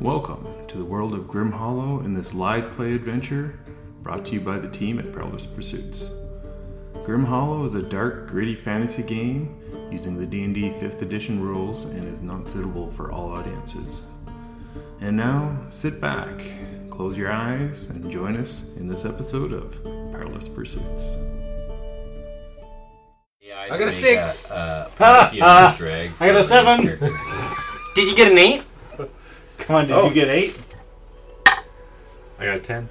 Welcome to the world of Grim Hollow in this live play adventure brought to you by the team at Perilous Pursuits. Grim Hollow is a dark, gritty fantasy game using the D&D 5th edition rules and is not suitable for all audiences. And now, sit back, close your eyes, and join us in this episode of Perilous Pursuits. Yeah, I got a think, six. Uh, uh, Prometheus was drag I got a for seven. this character. Did you get an eight? Come on, did you get eight? I got a 10.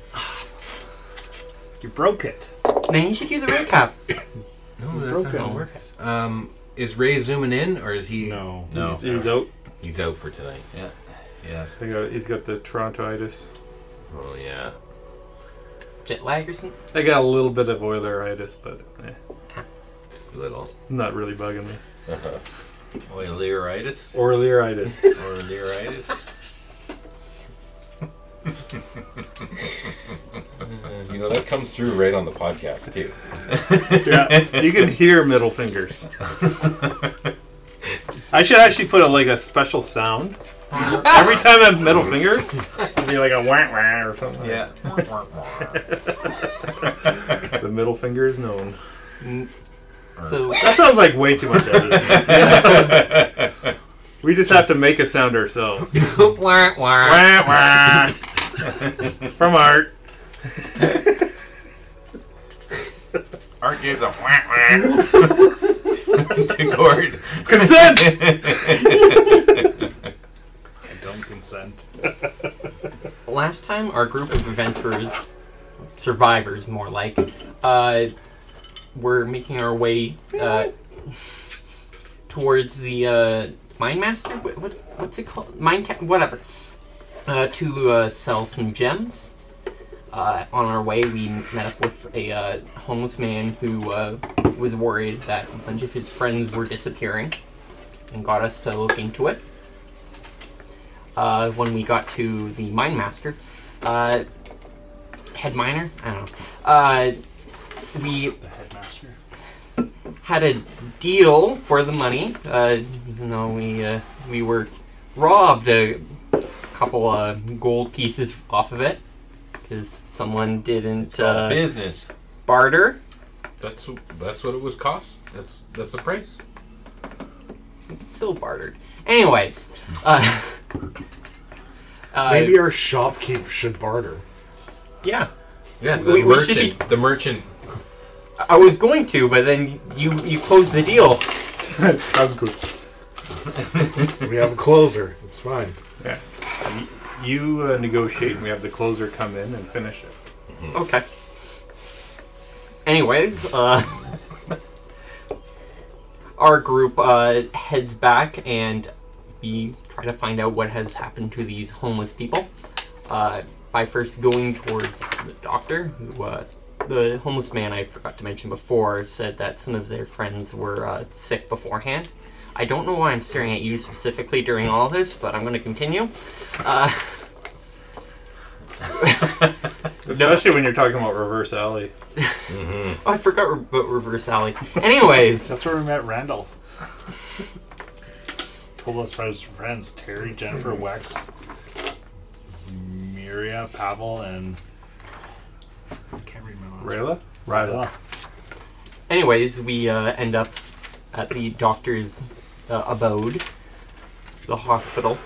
You broke it. Then you should do the recap. No, that's not broken. how it works. Um, is Ray zooming in, or is he? No. No. He's, he's out. He's out for tonight. Yes. They got- he's got the Torontoitis. Oh yeah. Jet lag or something? I got a little bit of Oileritis, but eh, Just a little. not really bugging me. Oileritis. Oh, Orlearitis. Oileritis. You know that comes through right on the podcast too. yeah, you can hear middle fingers. I should actually put a, like a special sound every time I middle finger. It'd be like a wah wah or something. yeah. The middle finger is known. So That sounds like way too much editing. we just have to make a sound ourselves. Wah, wah. Wah, wah. From art. Art gives a wah wah. the gourd. Consent. I don't consent. last time, our group of adventurers, survivors more like, uh, were making our way uh, towards the uh, mine master. What, what, what's it called? Mine, ca- whatever. Uh, to uh, sell some gems. Uh, on our way, we met up with a uh, homeless man who uh, was worried that a bunch of his friends were disappearing, and got us to look into it. uh, when we got to the mine master, uh, head miner. I don't know. Uh, we The headmaster. had a deal for the money, uh, even though we uh, we were robbed a couple of gold pieces off of it because someone didn't uh, Business. barter. That's that's what it was cost. That's that's the price. It's still bartered. Anyways, uh, uh, Maybe our shopkeep should barter. yeah. Yeah, the We- we should merchant. The merchant. I was going to, but then you you closed the deal. That was good. We have a closer. It's fine. You uh, negotiate, and we have the closer come in and finish it. Okay. Anyways, uh, our group uh, heads back and we try to find out what has happened to these homeless people uh, by first going towards the doctor, who uh, the homeless man I forgot to mention before said that some of their friends were uh, sick beforehand. I don't know why I'm staring at you specifically during all this, but I'm going to continue. Uh, Especially when you're talking about reverse alley. oh, I forgot re- about Reverse Alley. Anyways, That's where we met Randolph. Told us about his friends Terry, Jennifer, Wex, Miria, Pavel, and. I can't remember. Rayla? Ryla. anyways, we uh, end up at the doctor's uh, abode, the hospital,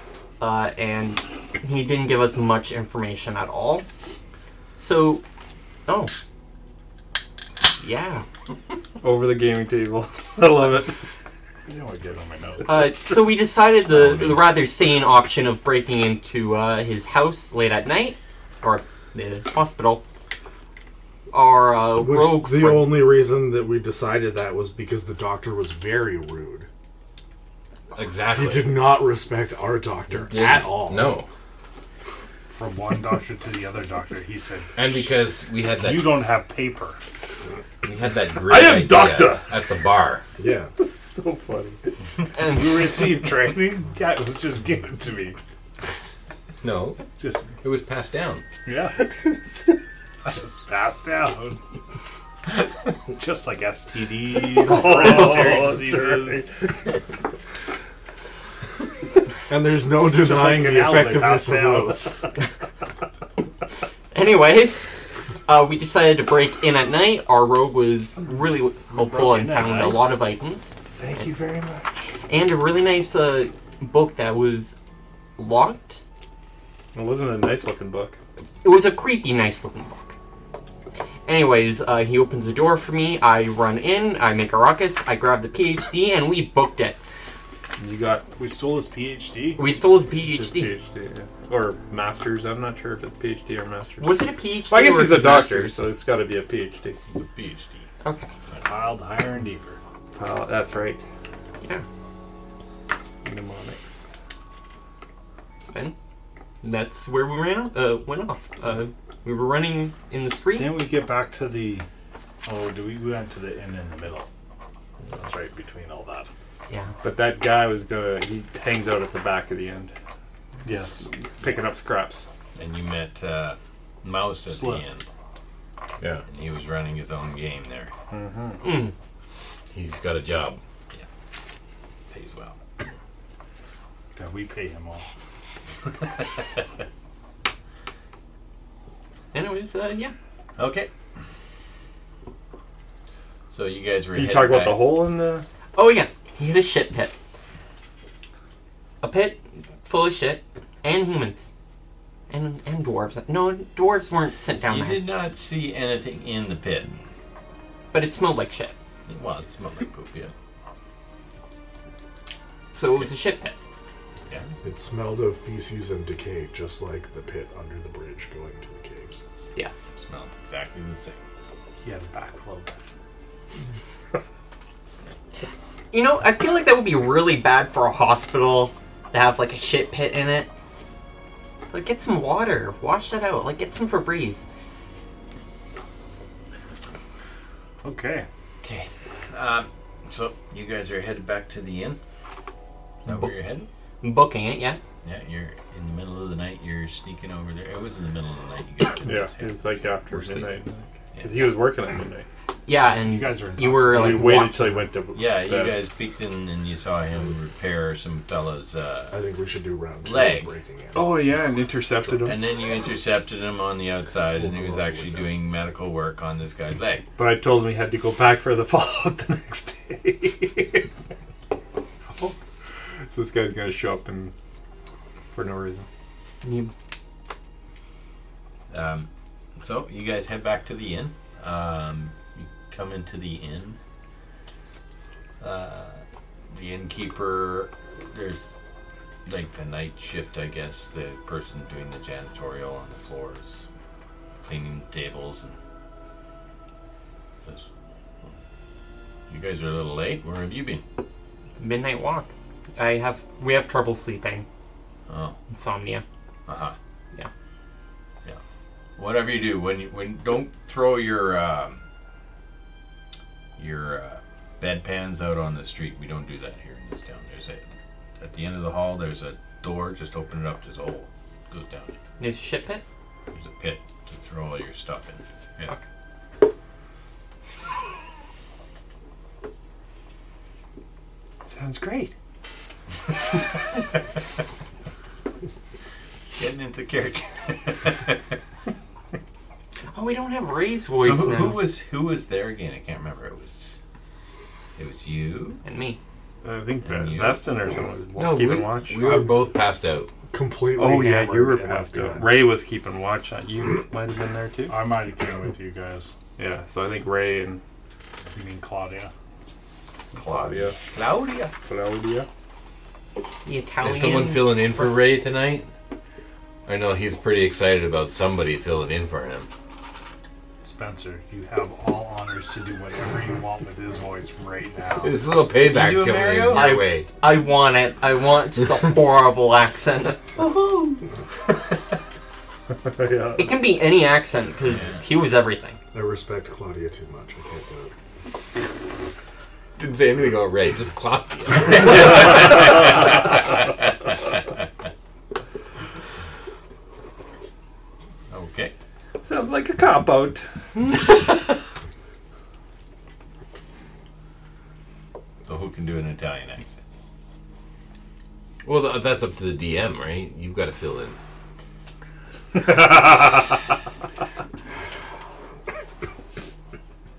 uh, and he didn't give us much information at all. So, oh, yeah. Over the gaming table. I love it. You know I did on my notes. Uh, so we decided the, the rather sane option of breaking into uh, his house late at night, or the hospital. Our uh, Which rogue the friend- only reason that we decided that was because the doctor was very rude. Exactly. He did not respect our doctor Didn't. at all. No, From one doctor to the other doctor, he said, and because we had that You don't have paper. we had that great am idea doctor. at the bar. Yeah. So funny. and- You received training? Yeah, it was just given to me. No, Just, it was passed down. yeah. I just passed out. just like Oh, STDs, hereditary diseases. And there's no denying like the canals, like, effectiveness of down. those. Anyways, uh, we decided to break in at night. Our rogue was really helpful and in at found a night. lot of items Thank you very much. and a really nice uh, book that was locked. It wasn't a nice looking book. It was a creepy, nice looking book. Anyways, uh, he opens the door for me. I run in. I make a ruckus. I grab the PhD, and we booked it. You got We stole his PhD. We stole his his PhD. PhD yeah. or master's. I'm not sure if it's PhD or master's. Was it a PhD? Well, I guess or he's a doctor, master's? so it's got to be a PhD. PhD. Okay. Piled higher and deeper. Oh, that's right. Yeah. Mnemonics. And that's where we ran. Uh, went off. Uh, we were running in the street. Didn't we get back to the? Oh, do we we went to the inn in the middle? That's right between all that. Yeah. But that guy was gonna. He hangs out at the back of the end, Yes. picking up scraps. And you met uh, Mouse at Slip. the end, Yeah. and he was running his own game there. Mm-hmm. Mm. He's got a job. Pays well. That we pay him all. Anyways, uh, yeah. Okay. So you guys were. Did you headed talk about back- the hole in the? Oh yeah, he had a shit pit. A pit full of shit and humans, and and dwarves. No, dwarves weren't sent down You there, did not see anything in the pit. but it smelled like shit. Well, it smelled like poop, yeah. So it was a shit pit. Yeah. It smelled of feces and decay, just like the pit under the bridge going to the caves. Yes. Smelled exactly the same. He had a backflow. You know, I feel like that would be really bad for a hospital to have like a shit pit in it. Like, get some water, wash that out. Like, get some Febreze. Okay. Okay. Um, so you guys are headed back to the inn. Is that where you're headed? Booking it, yeah. Yeah, you're in the middle of the night. You're sneaking over there. It was in the middle of the night. You guys Yeah, it was like after We're sleeping. midnight. 'Cause he was working at midnight. Yeah, and You guys are you were We like waited watch- till he went to. Yeah, you bed. guys peeked in and you saw him repair some fella's. Uh, I think we should do round two Leg. of breaking in. Oh yeah, and intercepted him. and then you intercepted him on the outside, and he was actually doing medical work on this guy's leg. But I told him he had to go back for the follow up the next day. Oh. so this guy's gonna show up and for no reason. you- Um, so you guys head back to the inn. Um, you come into the inn. Uh, the innkeeper, there's like the night shift, I guess. The person doing the janitorial on the floors, cleaning the tables, and says, you guys are a little late. Where have you been? midnight walk. I have we have trouble sleeping, Oh, insomnia. uh huh. Yeah. Yeah. Whatever you do, when you, when don't throw your um, your uh, bedpans out on the street. We don't do that here in this town. There's a at the end of the hall. There's a door. Just open it up. There's a hole. Goes down. Is shit pit? There's a pit to throw all your stuff in. Yeah. Okay. Sounds great. Getting into character. Oh, we don't have Ray's so voice who, now. who was who was there again? I can't remember. It was it was you. and me. I think And you- Vestin or someone was No, keeping we- watch. We were both passed out. Completely. oh yeah, you hammered were and passed left out. behind. Ray was keeping watch. on You might have been there too. I might have gone with you guys. Yeah, so I think Ray and You mean Claudia? Claudia, Claudia. Claudia. The Italian. Is someone filling in for Ray tonight? I know he's pretty excited about somebody filling in for him. Spencer, you have all honors to do whatever you want with his voice right now. It's a little payback You do a coming Mario? in my I- way. I want it. I want just a horrible accent. yeah. It can be any accent because he was everything. I respect Claudia too much. I can't do it. Didn't say anything about Ray, just Claudia. Okay. Sounds like a cop out. So who can do an Italian accent? well, the, no, that's up to the DM, right? You've got to fill in.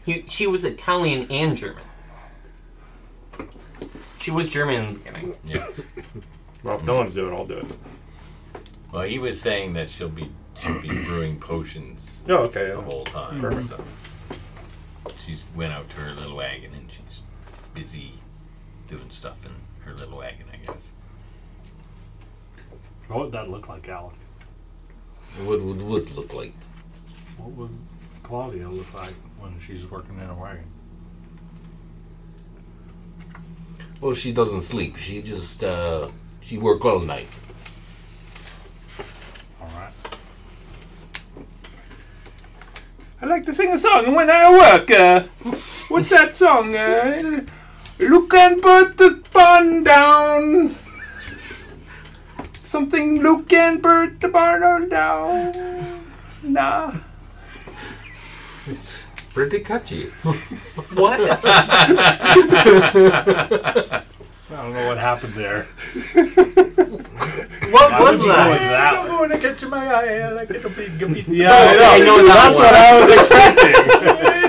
He, she was Italian and German. She was German in the beginning. Yes. Well, if no one's doing it, I'll do it. Well, he was saying that she'll be she'll be brewing potions Oh, okay. the yeah. whole time. Mm-hmm. Perfect. So she's went out to her little wagon and she's busy doing stuff in her little wagon, I guess. What would that look like, Alec? What would wood look like? What would Claudia look like when she's working in a wagon? Well, she doesn't sleep. She just uh, she work all night. All right. I like to sing a song when I work. Uh, what's that song? Uh, look and put the barn down. Something look and put the barn down. Nah. Pretty catchy. What? I don't know what happened there. What was that? that? When I catch my eye, I like it'll be gumpy. Yeah, I know. I know that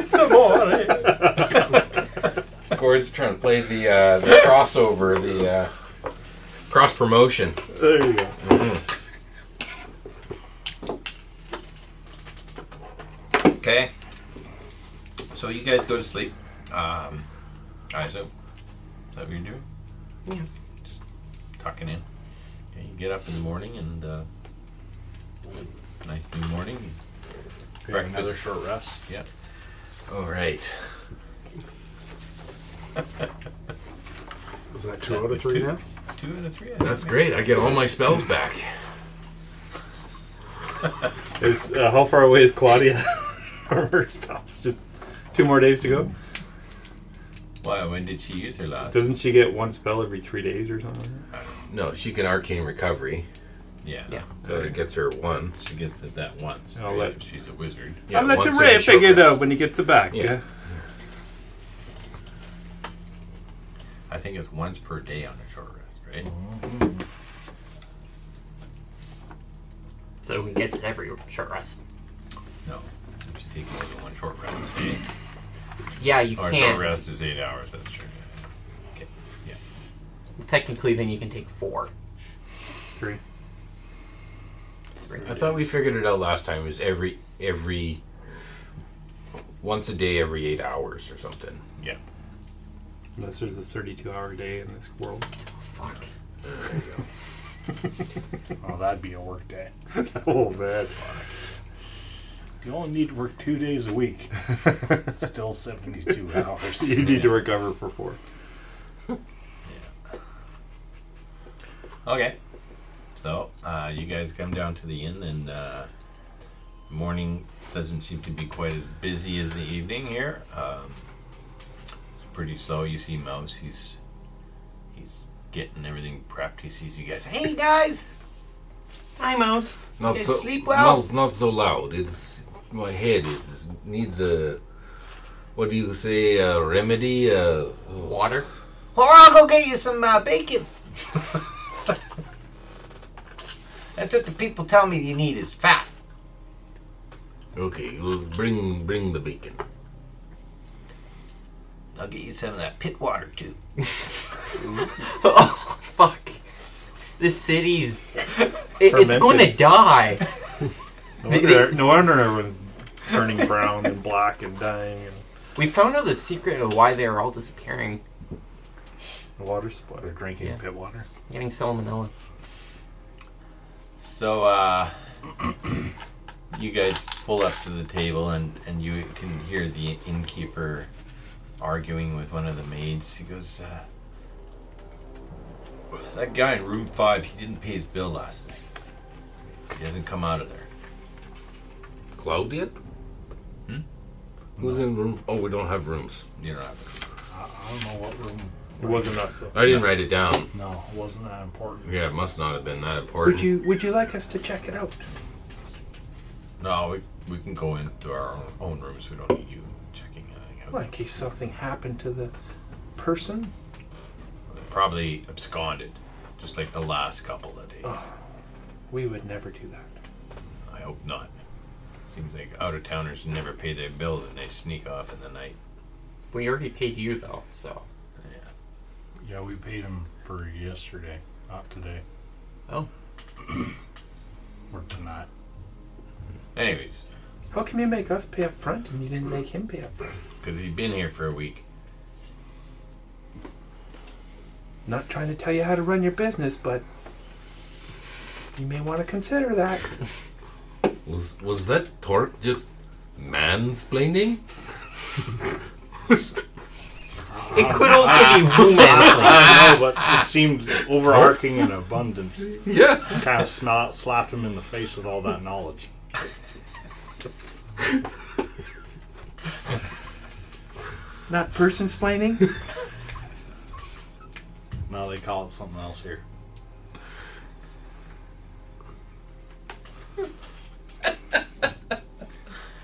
That's what I was expecting. some more. Gord's trying to play the uh, the crossover, the uh, cross promotion. there you go. Okay. So you guys go to sleep. Um, eyes open. Is that what you're doing? Yeah. Just tucking in. Okay, you get up in the morning and uh, nice new morning. Another short rest. All right. Is that two out of three now? Two and a three. I That's think. great. I get all my spells back. Is uh, how far away is Claudia from her spouse? Just two more days to go. Why? When did she use her last? Doesn't she get one spell every three days or something? like No, she can arcane recovery, Yeah. Yeah. so it gets her one. She gets it that once. I'll right? let- If She's a wizard. that? Yeah, I'll let once the in ray a short figure it rest. uh, out when he gets it back. Yeah. Yeah. I think it's once per day on a short rest, right? So he gets every short rest. No. If you take more than one short rest a day. Yeah, you Or short can't. rest is eight hours, that's true. Technically, then you can take four. Three. Three. I thought we figured it out last time. It was every every once a day, every eight hours or something. Unless there's a 32 hour day in this world. Fuck. Oh, that'd be a work day. Oh man. You only need to work two days a week. It's still 72 hours. You need to recover for four. Okay. So, uh, you guys come down to the inn, and uh, morning doesn't seem to be quite as busy as the evening here. Um, it's pretty slow. You see Mouse, he's he's getting everything prepped. He sees you guys. Hey, guys! Hi, Mouse. Not Did so sleep well? no, it's not so loud. It's my head. It needs a what do you say? A remedy? A, Water. Or I'll go get you some uh, bacon. That's what the people tell me you need is fat. okay, well, bring bring the bacon. I'll get you some of that pit water too. Oh, fuck. This city's. It, it's Fermented. gonna die. No They- wonder, no wonder everyone's turning brown and black and dying and We found out the secret of why they were all disappearing. the water supply. They're drinking Yeah. pit water. Getting salmonella. So, uh, you guys pull up to the table and, and you can hear the innkeeper arguing with one of the maids. He goes, uh, That guy in room five, he didn't pay his bill last night. He hasn't come out of there. Cloud yet? Hmm? Who's in room? Oh, we don't have rooms. You know, I, I don't know what room. It wasn't us. I didn't write it down. No, it wasn't that important. Yeah, it must not have been that important. you Would you like us to check it out? no, we, we can go into our own rooms. We don't need you checking anything out. in case something happened to the person? Probably absconded. just like the last couple of days. We would never do that. I hope not. Seems like out of towners never pay their bills and they sneak off in the night. We already paid you though, so. Yeah, we paid him for yesterday, not today. Oh. or tonight. Anyways, How can you make us pay up front and you didn't make him pay up front? because he's been here for a week. Not trying to tell you how to run your business, but you may want to consider that. Was was that Torque just mansplaining? It could also be woman. I don't know, but it seemed overarching in abundance. Yeah. Kind of sma slapped him in the face with all that knowledge. Not person splaining? Now they call it something else here.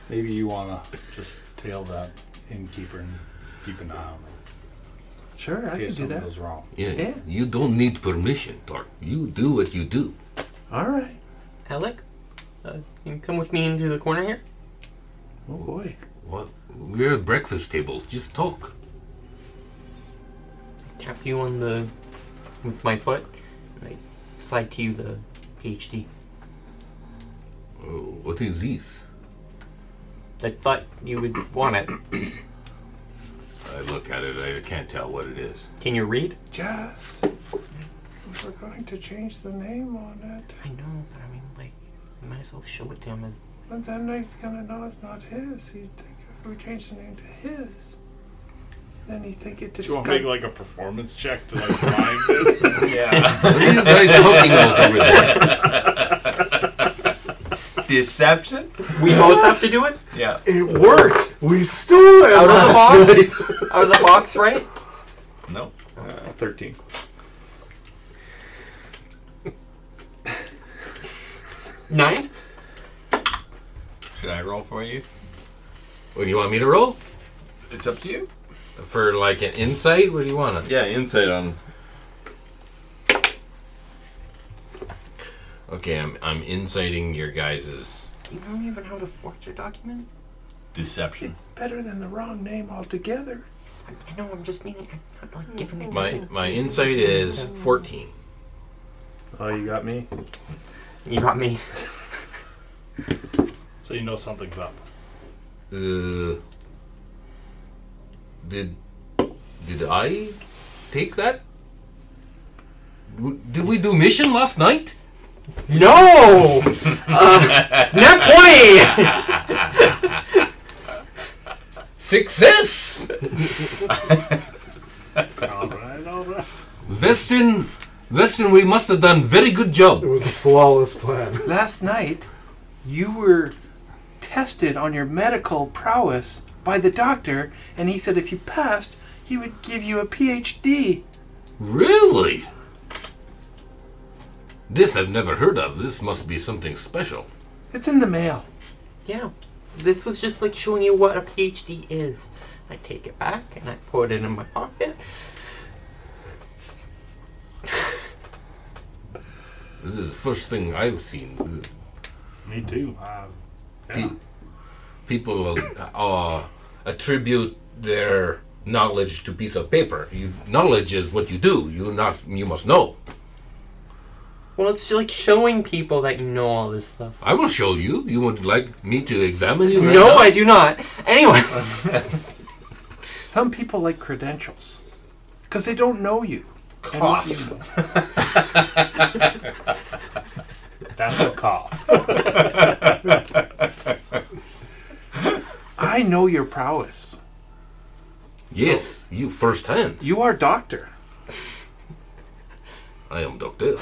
Maybe you want to just tail that innkeeper and keep an eye on him Sure, I in can case do something that. goes wrong. yeah. Yeah. You don't need permission, Torque. You do what you do. All right. Alec, uh, you can come with me into the corner here. Oh boy. What? We're at breakfast table. Just talk. Tap you on the with my foot, and I slide to you the PhD. Oh, what is this? I thought you would want it. I look at it. I can't tell what it is. Can you read? Jess, we're going to change the name on it, I know, but I mean, like, I might as well show it to him as but then he's gonna know it's not his. He'd think if we change the name to his, then he'd think it just. like a performance check to like find this? Yeah. What are you guys talking about over there? Deception? We both have to do it? Yeah. It worked. We stole it Out of the last night. box? Out of the box, right? No. Uh, Thirteen. Nine? Should I roll for you? What do you want me to roll? It's up to you. For like an insight? What do you want? Yeah, insight on. Okay, I'm I'm inciting your guys's. You don't even know how to forge a document? Deception. It's better than the wrong name altogether. I, I know, I'm just meaning, I'm not like giving it My my insight is fourteen. Oh, you got me. You got me. so you know something's up. Uh, did did I take that? W- Did we do mission last night? No! uh, net 20! Success. all right, all right. Weston, Weston, we must have done very good job. It was a flawless plan. Last night, you were tested on your medical prowess by the doctor, and he said if you passed, he would give you a PhD. Really? This I've never heard of. This must be something special. It's in the mail. yeah, this was just like showing you what a PhD is. I take it back and I put it in my pocket. This is the first thing I've seen. Me too. Uh, yeah. Pe- people uh, attribute their knowledge to piece of paper. You, knowledge is what you do. You not you must know. Well, it's like showing people that you know all this stuff. I will show you. You would like me to examine you? right No, now? I do not. Anyway. Some people like credentials because they don't know you. And you- That's a cough. I know your prowess. Yes, you firsthand. You are doctor. I am doctor.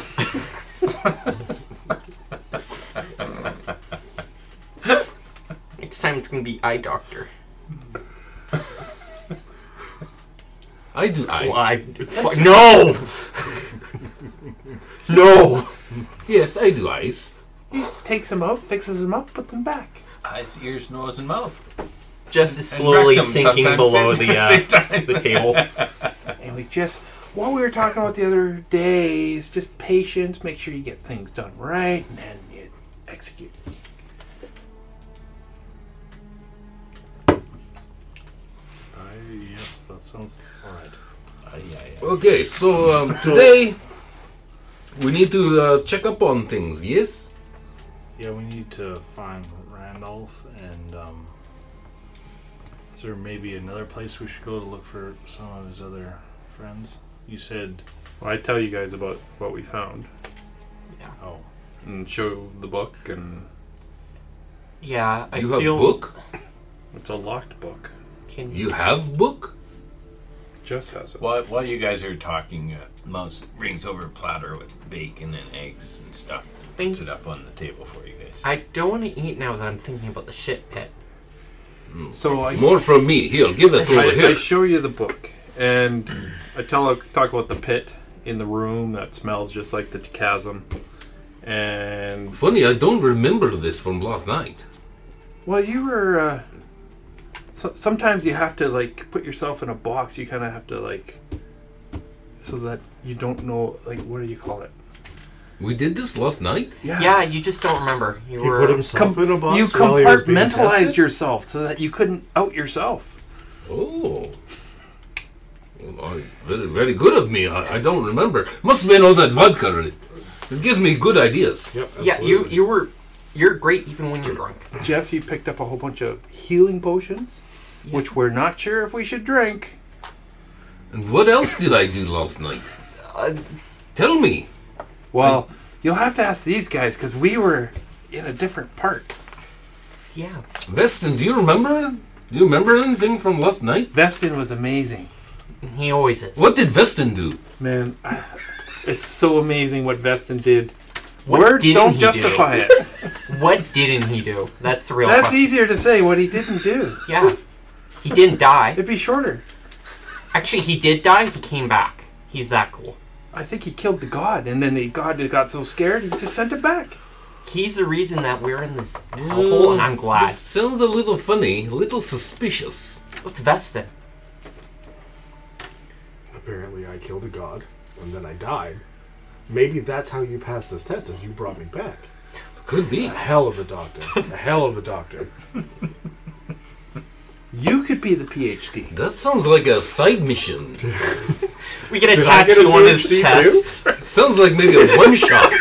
Next time it's gonna be eye doctor. I do eyes. Fuck, no! no! Yes, I do eyes. Takes them out, fixes them up, puts them back. Eyes, ears, nose, and mouth. Just is And slowly rectum sinking sometimes below at the, same uh, time. the table. And we just what we were talking about the other day is just patience. Make sure you get things done right, and then you execute. I, yes, that sounds alright. Ay, ay, ay. Okay, so um, today we need to uh, check up on things, yes? Yeah, we need to find Randolph, and um, is there maybe another place we should go to look for some of his other friends? You said, Well, I tell you guys about what we found oh, and show the book, and Yeah, I you have feel. book? it's a locked book. Can You have book? Jess has it. While, while you guys are talking, uh, Mouse brings over a platter with bacon and eggs and stuff. Thank- Puts it up on the table for you guys. I don't want to eat now that I'm thinking about the shit pit. So I, More from me. Here, give it over I, I here. show you the book, and I tell talk about the pit in the room that smells just like the chasm, and Funny, I don't remember this from last night. Well, you were. Uh, so, sometimes you have to like put yourself in a box. You kind of have to like, so that you don't know like what do you call it? We did this last night? Yeah, you just don't remember. You He were. put himself Com- in a box. you while he was being compartmentalized tested? yourself so that you couldn't out yourself. Oh. Well, I- very, very good of me. I, I don't remember. Must have been all that vodka. It gives me good ideas. Yep, yeah, you absolutely. you were. You're great even when you're drunk. Jesse picked up a whole bunch of healing potions, which we're not sure if we should drink. And what else did I do last night? Uh, Tell me. Well, you'll have to ask these guys because we were in a different part. yeah. Weston, do you remember? Do you remember anything from last night? Vestin was amazing. He always is. What did Vestin do? Man, I, it's so amazing what Vestin did. What Words didn't don't he justify it. What didn't he do? That's the real That's question. easier to say what he didn't do. Yeah. He didn't die. It'd be shorter. Actually, he did die. He came back. He's that cool. I think he killed the god, and then the god got so scared he just sent it back. He's the reason that we're in this hole, and I'm glad. Hmm, Mm, This sounds a little funny, a little suspicious. What's Vestin? Apparently, I killed a god, and then I died. Maybe that's how you passed this test, is you brought me back. Could be. A hell of a doctor. A hell of a doctor. You could be the PhD. That sounds like a side mission. We get a Did I get a tattoo on his PhD chest. sounds like maybe a one shot.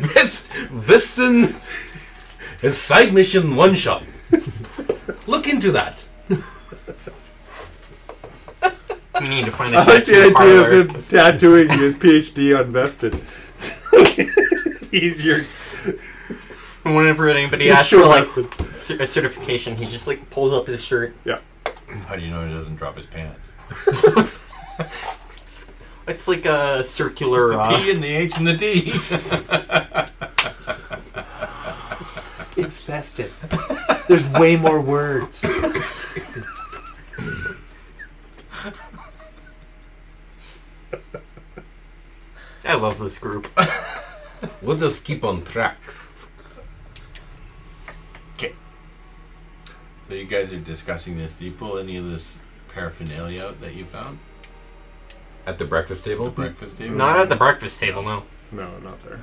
Vest- Vestin, a side mission one shot. Look into that. We need to find a I like the tattoo idea parlor. of him tattooing his PhD on Vestin. Easier. And whenever anybody He's asks for sure like Vestin. cer- a certification, he just like pulls up his shirt. How do you know he doesn't drop his pants? It's like a circular. The Ah. uh, P and the H and the D. It's Vestin. There's way more words. I love this group. Let us keep on track. so you guys are discussing this. Do you pull any of this paraphernalia out that you found? At the breakfast At the table? breakfast table? Not at the breakfast table, no. No, not there.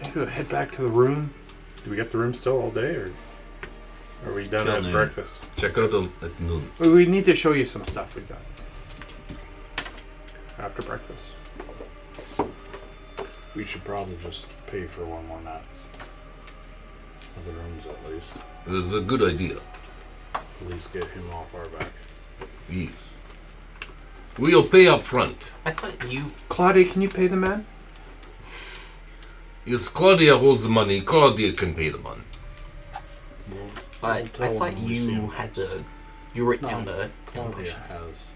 Maybe we'll head back to the room. Do we get the room still all day, or are we done Till at noon. breakfast? Check out at at noon. We- We need to show you some stuff we got. After breakfast. we should probably just pay for one more night. Of the rooms, at least. It's a good idea. At least get him off our back. Yes. We'll pay up front. I thought you. uh, Claudia, can you pay the man? Yes, Claudia holds the money. Claudia can pay the money. But I tell thought him we see you him had next. the. You wrote down No, the down Claudia potions. has.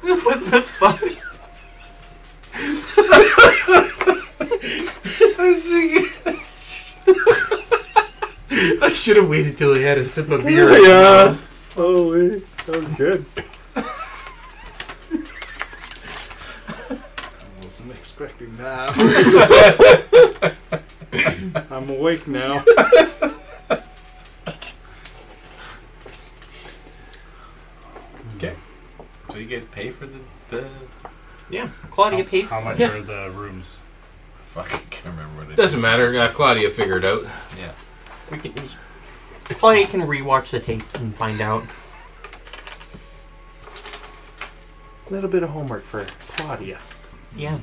what the fuck? I should have waited till he had a sip of Yeah. Oh, wait. That was good. Uh, I'm awake now. So you guys pay for the, the Yeah, Claudia pays. How much Yeah. are the rooms? fuck? I can't remember what it Doesn't matter. Uh, Claudia figured out. We can, Claudia can rewatch the tapes and find out. A little bit of homework for Claudia. Yeah.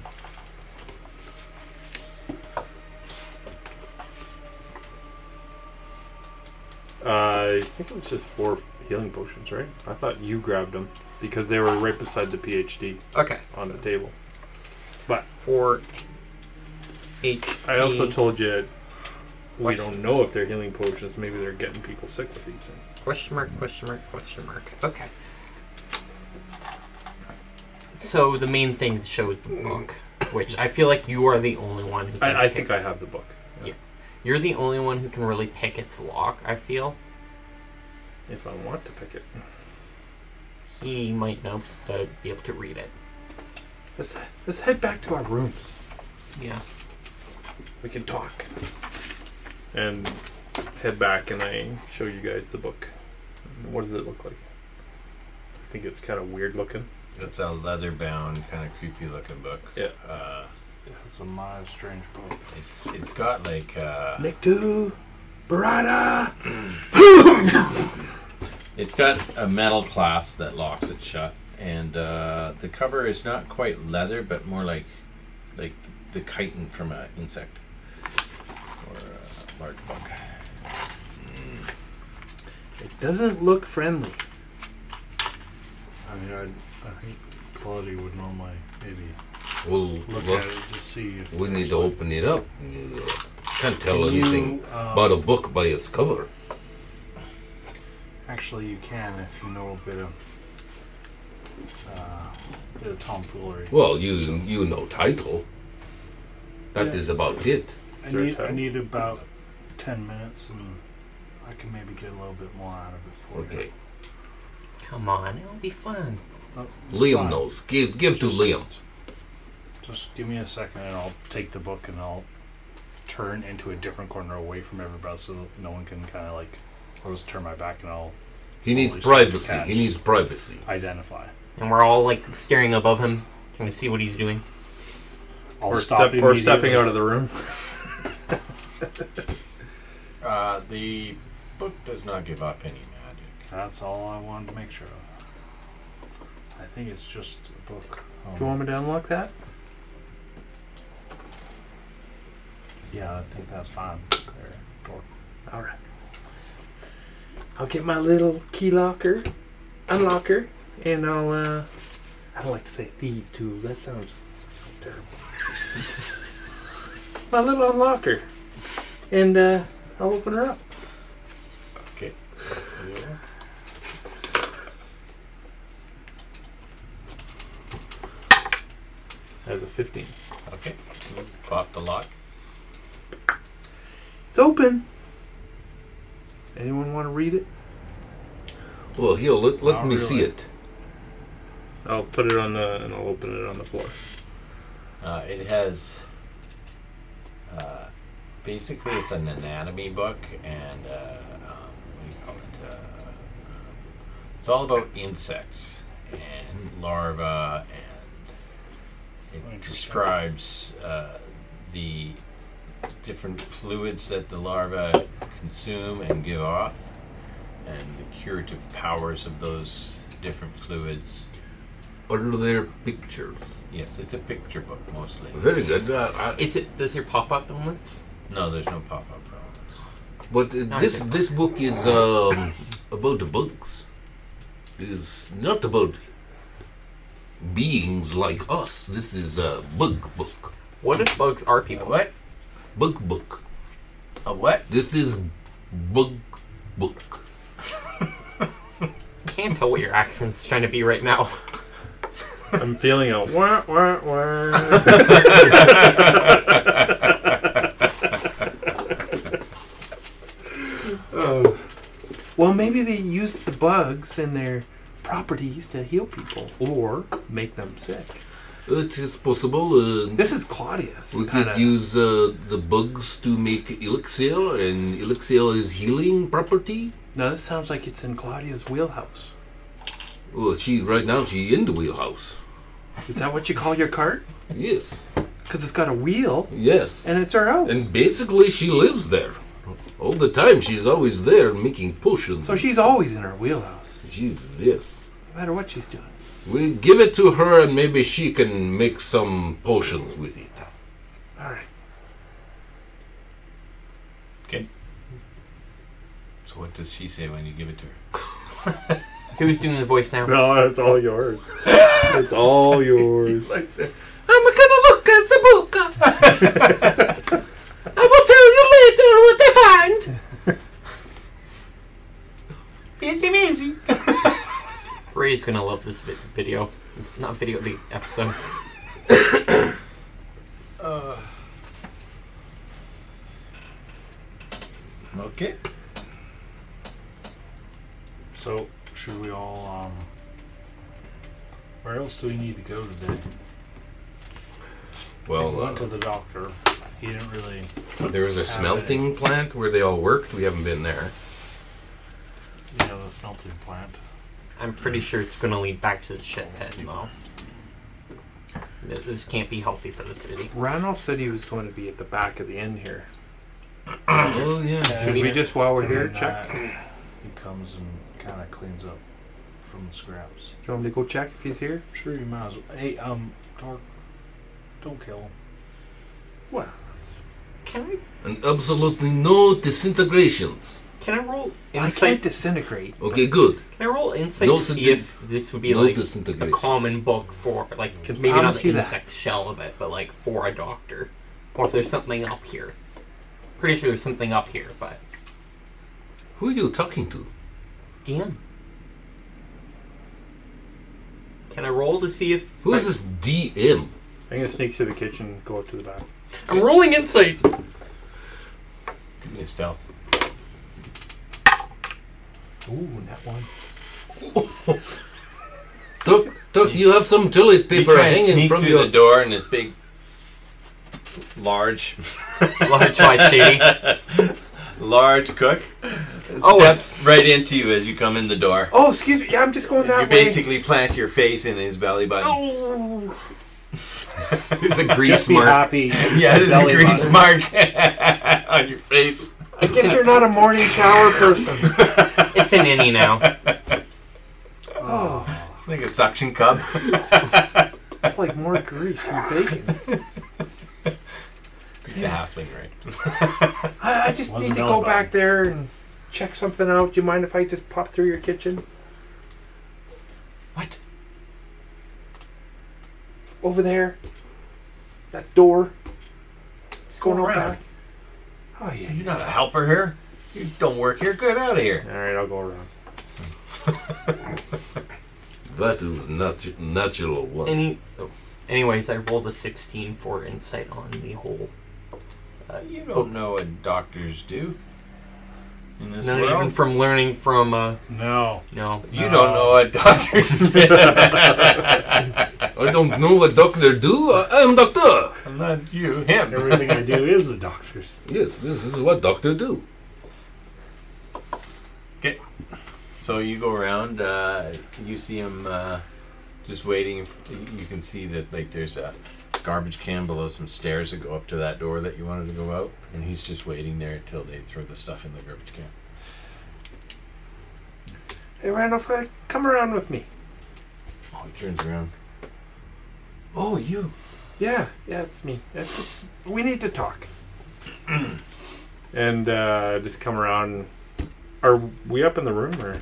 Uh, I think it was just four healing potions, right? I thought you grabbed them because they were right beside the PhD Okay. on the table. For eight. I also told you we don't know if they're healing potions. Maybe they're getting people sick with these things. Question mark, question mark, question mark. Okay. So the main thing to show is the book, which I feel like you are the only one who can I, I pick- think I have the book. you're the only one who can really pick its lock, I feel. If I want to pick it. He might not uh, be able to read it. Let's, let's head back to our rooms. Yeah. We can talk. And head back and I show you guys the book. What does it look like? I think it's kind of weird looking. is. It's a leather bound, kind of creepy looking book. Yeah. Uh, That's a mild, strange book. it's, it's got like uh, Nikdu, Barada. It's got a metal clasp that locks it shut, and uh, the cover is not quite leather, but more like like the chitin from an insect or a large bug. It doesn't look friendly. I mean, I, I think Claudia would normally maybe We'll look look. at it to see if We need to there's- open it up. You Can't tell Can you, anything um, about a book by its cover. Actually, you can if you know a bit of uh, bit of tomfoolery. Well, you you know title. That is Yeah. about it. I Sir need, I Tuttle. need about ten minutes, and I can maybe get a little bit more out of it for you. Okay. Come on, it'll be fun. Oh, it's Liam fine. knows. Give give Just- to Liam. Just give me a second, and I'll take the book and I'll turn into a different corner away from everybody, so no one can kind of like. I'll just turn my back and I'll. He needs slowly start to privacy. catch. He needs privacy. identify. And we're all like staring above him, trying to see what he's doing. I'll Or, stop step, or stepping immediately. out of the room. Uh, the book does not give up any magic. That's all I wanted to make sure of. I think it's just a book. Um, Do you want me to unlock that? yeah, I think that's fine. There, door. All right. I'll get my little key locker, unlocker, and I'll. uh I don't like to say thieves too. That sounds, sounds terrible. my little unlocker, and uh I'll open her up. As a fifteen. Okay, you pop the lock. It's open. Anyone want to read it? Well, here let, let Not me see really. it. I'll put it on the and I'll open it on the floor. Uh, it has uh, basically it's an anatomy book, and uh, um, what do you call it? Uh, it's all about insects and larvae, and it Interesting. describes uh, the different fluids that the larvae consume and give off, and the curative powers of those different fluids. Are there pictures? Yes, it's a picture book mostly. Very good. Uh, I, Is it? Does your pop-up moments? No, there's no pop-up problems. But uh, No, this it's- this book is um, about the bugs. It's not about beings like us. This is a bug book. What if bugs are people? What? Bug book. A what? This is bug book. Can't tell what your accent's trying to be right now. I'm feeling a wah wah wah. Well, maybe they use the bugs and their properties to heal people or make them sick. It is possible. Uh, This is Claudius. we could kinda- use uh, the bugs to make elixir, and elixir is healing property. Now this sounds like it's in Claudia's wheelhouse. Well, she right now she in the wheelhouse. Is that what you call your cart? Yes, Because it's got a wheel yes. and it's our house. And basically, she lives there all the time. She's always there making potions. so she's always in her wheelhouse, she's yes. no matter what she's doing. We give it to her, and maybe she can make some potions with it. All right. So what does she say when you give it to her? Who's doing the voice now? No, it's all yours. it's all yours. I'm gonna look at the book. I will tell you later what I find. Busy, busy. Ray's gonna love this vi- video. It's not video, the episode. Okay. So, should we all, um, where else do we need to go today? We Well, went to uh, the doctor. He didn't really. there was a smelting plant where they all worked. We haven't been there. Yeah, the smelting plant. I'm pretty sure it's gonna lead back to the shit pit, though. Th- This can't be healthy for the city. Randolph said he was going to be at the back of the inn here. oh yeah. Should we just, while we're here, And, uh, check? he comes and kind of cleans up from the scraps. Do you want me to go check if he's here? Sure, you might as well. Hey, um, Dark, don't kill him. Can I? And absolutely no disintegrations. Can I roll I can't insight? disintegrate. Okay, good. Can I roll insight No, to so see did- if this would be No like a disintegration. common book for like Can maybe not promise the you that. insect shell of it, but like for a doctor, or if there's something up here. Pretty sure there's something up here, but Who are you talking to? DM. Can I roll to see if Who is this DM? I'm going to sneak through the kitchen, go up to the back. I'm rolling insight. Give me a stealth. Ooh, that one. Doc, Doc, you have some toilet paper try and hanging sneak from through your. the door and this big, large, Large wide shady. large cook Oh, steps right into you as you come in the door. Oh, excuse me. Yeah, I'm just going you that way. basically plant your face in his belly button. Oh. It's a Just grease be mark. happy. yeah, this is a Belly grease button. mark on your face. I guess you're not a morning shower person. It's an innie now. Oh, Like a suction cup. it's like more grease and bacon. the halfling, right? I, I just One's need to belly go button. back there and check something out. Do you mind if I just pop through your kitchen? What? Over there. That door. It's going Go on around. back. Oh, yeah. You're not a helper here. You don't work here. Get out of here. Alright, I'll go around. That is natu- natural one. Any. Oh. Anyways, I rolled a 16 for insight on the whole. Uh, You don't know what doctors do in this not world. even from learning from. Uh, No. no. you don't know what doctors do. I don't know what doctor do. I I am doctor. Not you, him. Everything I do is the doctor's. Yes, this is what doctor do. So you go around. Uh, you see him uh, just waiting. f- You can see that like there's a garbage can below some stairs that go up to that door that you wanted to go out, and he's just waiting there until they throw the stuff in the garbage can. Hey, Randolph, uh, come around with me. Oh, he turns around. Oh, you. Yeah, yeah, it's me. It's, we need to talk. and uh, just come around. Are we up in the room, or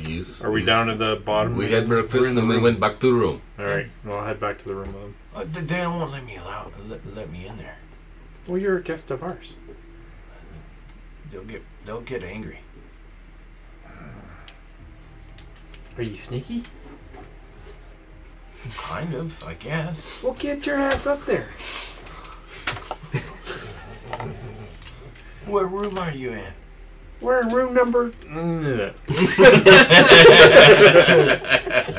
Yes. are we yes. down at the bottom? We had We're breakfast in and the then we room. went back to the room. All right. Well, I'll head back to the room with him. Uh, th- they won't let me allow. Let, let me in there. Well, you're a guest of ours. They'll get. They'll get angry. Are you sneaky? Kind of, I guess. Well, get your ass up there. What room are you in? Mm, We're in room number.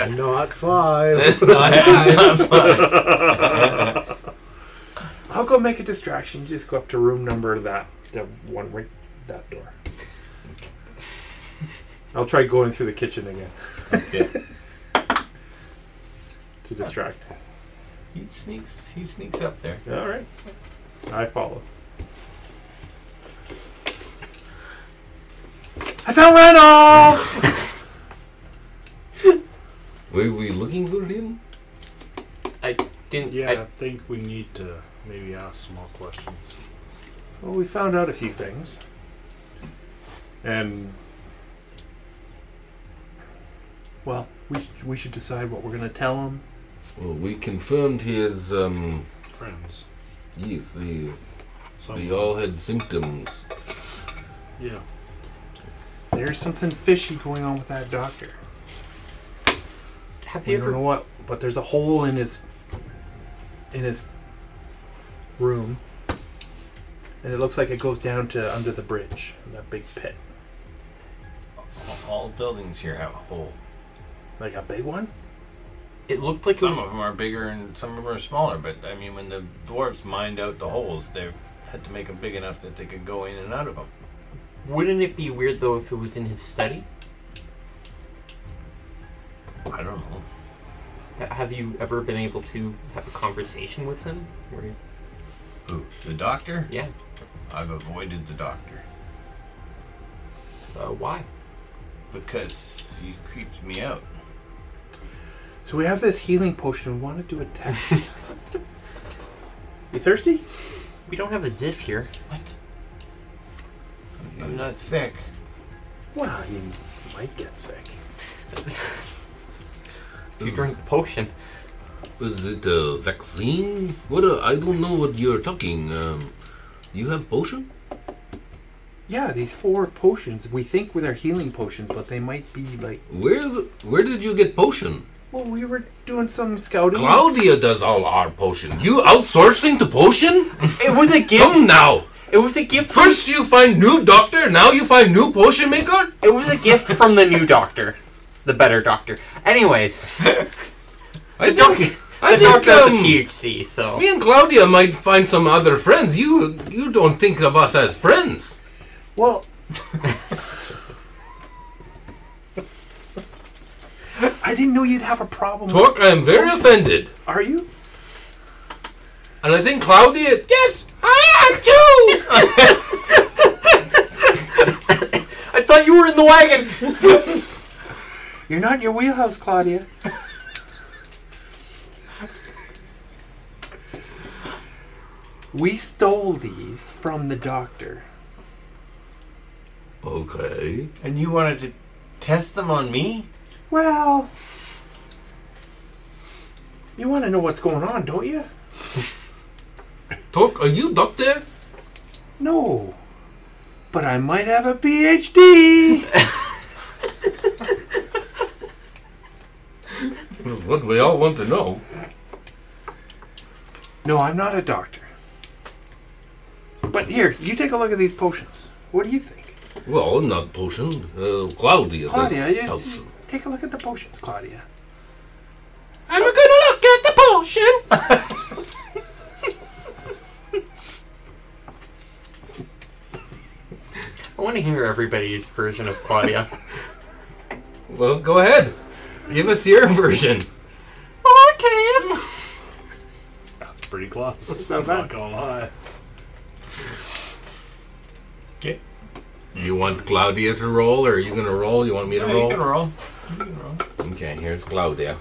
Not five. I'll go make a distraction. You just go up to room number that that one right that door. I'll try going through the kitchen again Okay. to distract. He sneaks. He sneaks up there. All right, I follow. I found Randolph. Were we looking for him? Didn't Yeah, I, I think we need to maybe ask some more questions. well, we found out a few things, and well, we sh- we should decide what we're gonna tell him. Well, we confirmed his. Um, Friends. yes, they, Oh, Some, they all had symptoms. Yeah. There's something fishy going on with that doctor. have We you don't know ever what, but there's a hole in his in his room, and it looks like it goes down to under the bridge, in that big pit, All, all buildings here have a hole. like a big one. it looked like it Some was of them are bigger and some of them are smaller. But I mean, when the dwarves mined out the holes, they had to make them big enough that they could go in and out of them. wouldn't it be weird though if it was in his study? I don't know. Ha- Have you ever been able to have a conversation with him? Or, Who? The doctor? yeah. I've avoided the doctor Uh, why? because he creeps me out. So we have this healing potion. We want to do a test. you thirsty? We don't have a ziff here. I'm not sick. Well, you might get sick. If you drink the potion, Is it a vaccine? What? A, I don't know what you're talking. Um, you have potion? Yeah, these four potions. We think were their healing potions, but they might be like. Where? the- Where did you get potion? Well, we were doing some scouting. Claudia does all our potion. You outsourcing the potion? it was a gift. Come now. It was a gift. From, First you find new doctor, now you find new potion maker. it was a gift from the new doctor, the better doctor. Anyways, I the doctor, think. I the doctor has a think. Um, PhD, so me and Claudia might find some other friends. You. You don't think of us as friends. Well, I didn't know you'd have a problem. with- Torque, I am very offended. Are you? And I think Claudia is. Yes, I am too! I thought you were in the wagon. You're not in your wheelhouse, Claudia. we stole these from the doctor. okay. And you wanted to test them on me? Well, you want to know what's going on, don't you? Torque, are you doctor? No. But I might have a PhD. This is what we all want to know. No, I'm not a doctor. But here, you take a look at these potions. What do you think? Well, not potion. Uh, Claudia. does Claudia, you potion. take a look at the potions, Claudia. I'm gonna look at the potion. I want to hear everybody's version of Claudia. Well, go ahead. Give us your version. okay. That's pretty close. not I'm not gonna lie. You want Claudia to roll, or are you gonna roll? You want me to Yeah, roll? You can roll. You can roll. Okay, here's Claudia.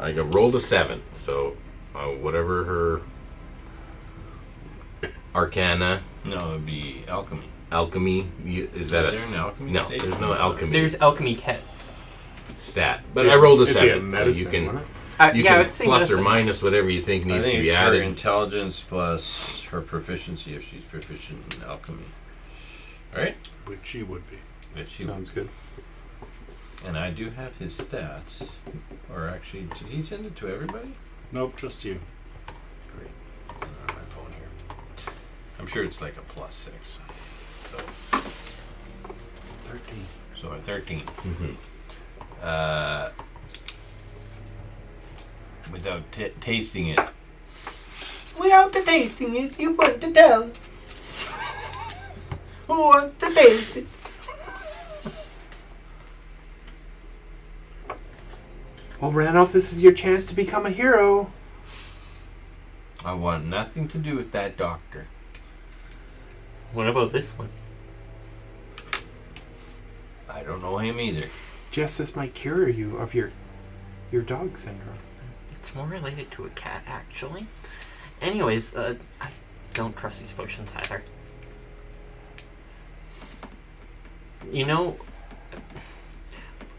I got rolled a seven, so uh, whatever her arcana, No, it'd be alchemy. alchemy you- is Is that there an a alchemy no? state? There's no alchemy There's alchemy kits. stat, but I rolled a It'd be seven, so you medicine, can wouldn't Uh, you yeah, can it's plus or minus whatever you think I needs think to it's be her added. intelligence plus her proficiency if she's proficient in alchemy. Right? Which she would be. That she it? Sounds good. And I do have his stats. Or actually, did he send it to everybody? Nope, just you. Great. Not on my phone here. I'm sure it's like a plus six. So, Thirteen. so a 13. Mhm. uh, without t- tasting it. Without the tasting it, you want to tell. Who wants to taste it? Well, Randolph, this is your chance to become a hero. I want nothing to do with that doctor. What about this one? I don't know him either. Justice might cure you of your your dog syndrome. It's more related to a cat, actually. Anyways, uh, I don't trust these potions either. You know,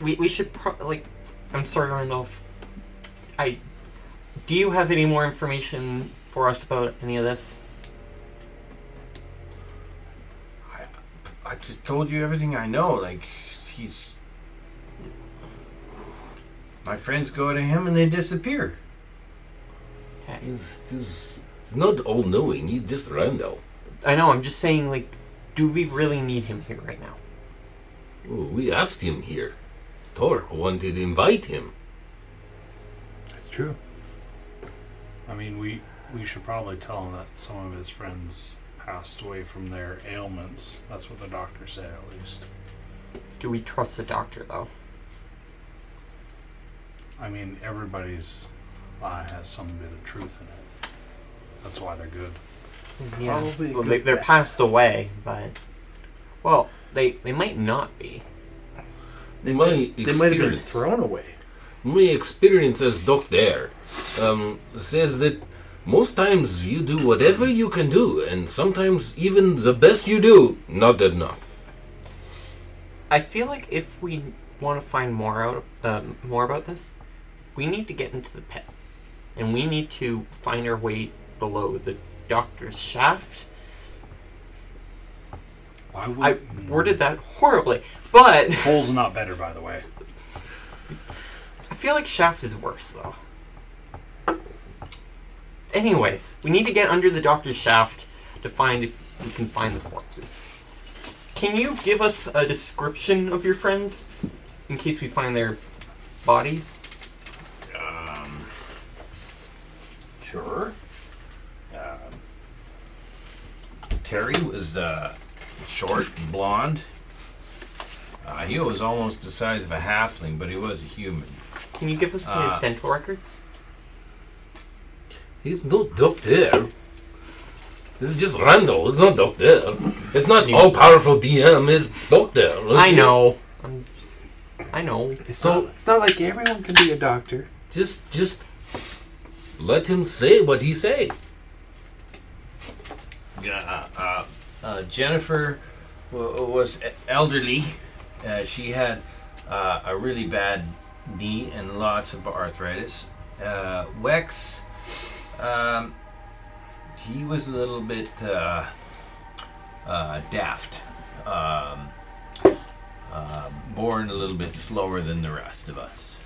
we, we should pro- like. I'm sorry, Randolph. I. Do you have any more information for us about any of this? I just told you everything I know. Like, he's. My friends go to him and they disappear. Okay. He's, he's, he's not all knowing, he's just random. I know. I'm just saying, like, do we really need him here right now? Ooh, we asked him here. Torque wanted to invite him. That's true. I mean, we we should probably tell him that some of his friends passed away from their ailments. That's what the doctor said, at least. Do we trust the doctor though? I mean, everybody's lie has some bit of truth in it. That's why they're good. Yeah. Probably a Well, good they, they're passed away, but well, they they might not be. They My they might have been experience. thrown away. My experience as doctor um, says that most times you do whatever you can do, and sometimes even the best you do, not enough. I feel like if we want to find more out um, more about this, we need to get into the pit, and we need to find our way below the doctor's shaft. Why would I worded that horribly, but Cole's not better, by the way. I feel like shaft is worse though. Anyways, we need to get under the doctor's shaft to find if we can find the corpses. Can you give us a description of your friends in case we find their bodies? Sure. Um, Terry was uh, short, and blonde. Uh, he was almost the size of a halfling, but he was a human. Can you give us some of Uh, his dental records? He's not doctor. This is just Randall. It's not doctor. It's not You- all powerful DM. It's doctor. I know. I'm I know. It's So- not, it's not like everyone can be a doctor. Just, just let him say what he say. Yeah, uh, uh, uh, Jennifer w- was e, elderly. Uh, she had uh, a really bad knee and lots of arthritis. Uh, Wex, um, he was a little bit uh, uh, daft. Um, uh, born a little bit slower than the rest of us.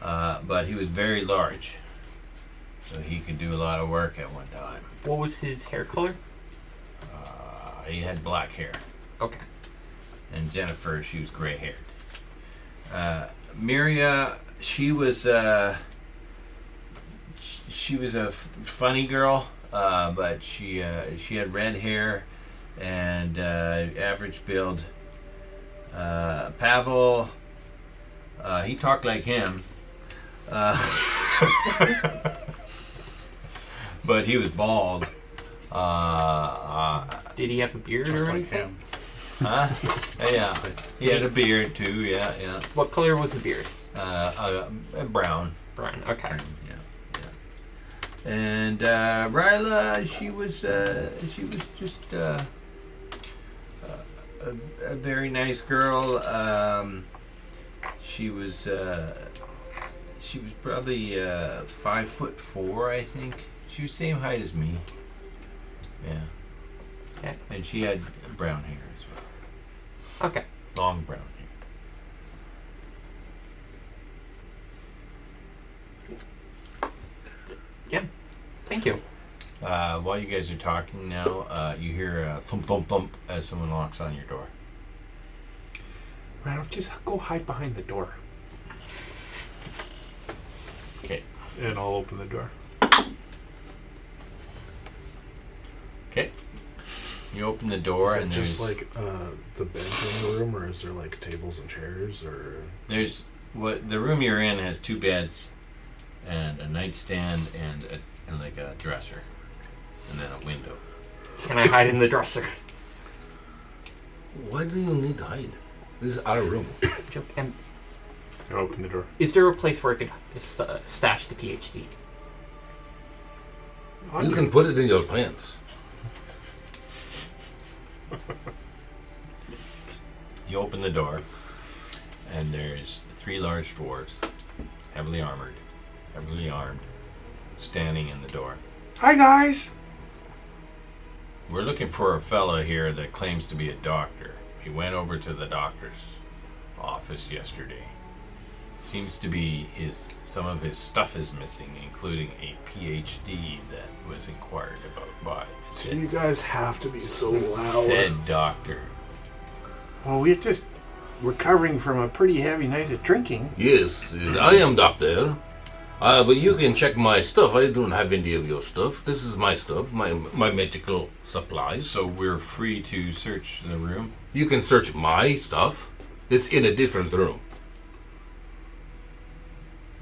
Uh, but he was very large. So he could do a lot of work at one time. What was his hair color? Uh, he had black hair, Okay. and Jennifer, she was gray haired. Uh, Miria, she was uh, sh- she was a f- funny girl, uh, but she uh, she had red hair and uh, average build. Uh, Pavel, uh, he talked like him, uh, but he was bald. Uh, uh, Did he have a beard Just or like anything? him. Huh? Yeah. He had a beard too. Yeah, yeah. What color was the beard? Uh, uh, brown. Brian. Okay. brown, Yeah, yeah. And uh, Ryla, she was uh, she was just uh, uh, a, a very nice girl. Um, she was uh, she was probably uh, five foot four, I think. She was same height as me. Yeah. Okay. And she had brown hair as well. Okay. Long brown hair. Thank you. Uh, while you guys are talking now, uh, you hear a thump thump thump as someone knocks on your door. Randolph, just go hide behind the door. Okay. And I'll open the door. You open the door Is it and just there's, like uh, the beds in the room, or is there like tables and chairs, or there's what the room you're in has two beds and a nightstand and a, and like a dresser and then a window. Can I hide in the dresser? Why do you need to hide? This is our room. Joke. Um, I open the door. is there a place where I could uh, stash the PhD? You can put it in your pants. You open the door, and there's three large dwarves, heavily armored, heavily armed, standing in the door. Hi guys. We're looking for a fella here that claims to be a doctor. He went over to the doctor's office yesterday. Seems to be his some of his stuff is missing, including a PhD that was inquired about by do said, you guys have to be so loud? said doctor. Well, we're just recovering from a pretty heavy night of drinking. Yes, uh, I am doctor. Uh, but you can check my stuff. I don't have any of your stuff. This is my stuff, my my medical supplies. So we're free to search the room. you can search my stuff. It's in a different room.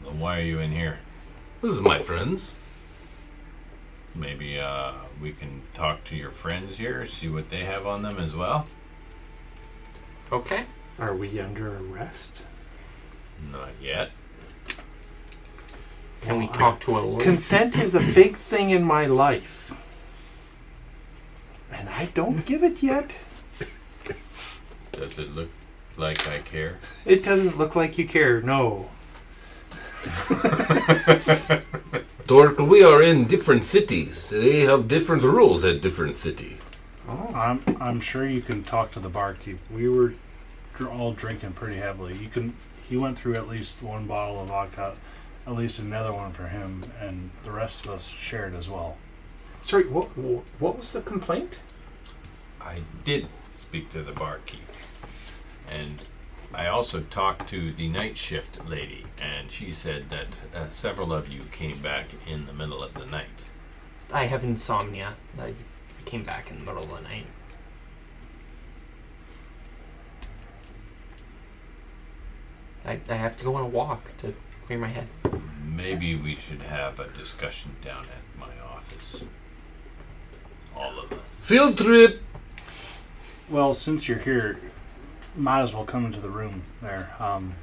Then why are you in here? This is my friends. Maybe uh, we can talk to your friends here, see what they have on them as well. Okay. Are we under arrest? Not yet. Can we talk to a lawyer? Consent is a big thing in my life. And I don't give it yet. Does it look like I care? It doesn't look like you care, no. Dork, we are in different cities. They have different rules at different city. I'm I'm sure you can talk to the barkeep. We were dr- all drinking pretty heavily. You can. He went through at least one bottle of vodka, at least another one for him, and the rest of us shared as well. Sorry, what what was the complaint? I did speak to the barkeep. And I also talked to the night shift lady, and she said that uh, several of you came back in the middle of the night. I have insomnia. I came back in the middle of the night. I, I have to go on a walk to clear my head. Maybe we should have a discussion down at my office. All of us. Field trip. Well, since you're here, might as well come into the room there. Um,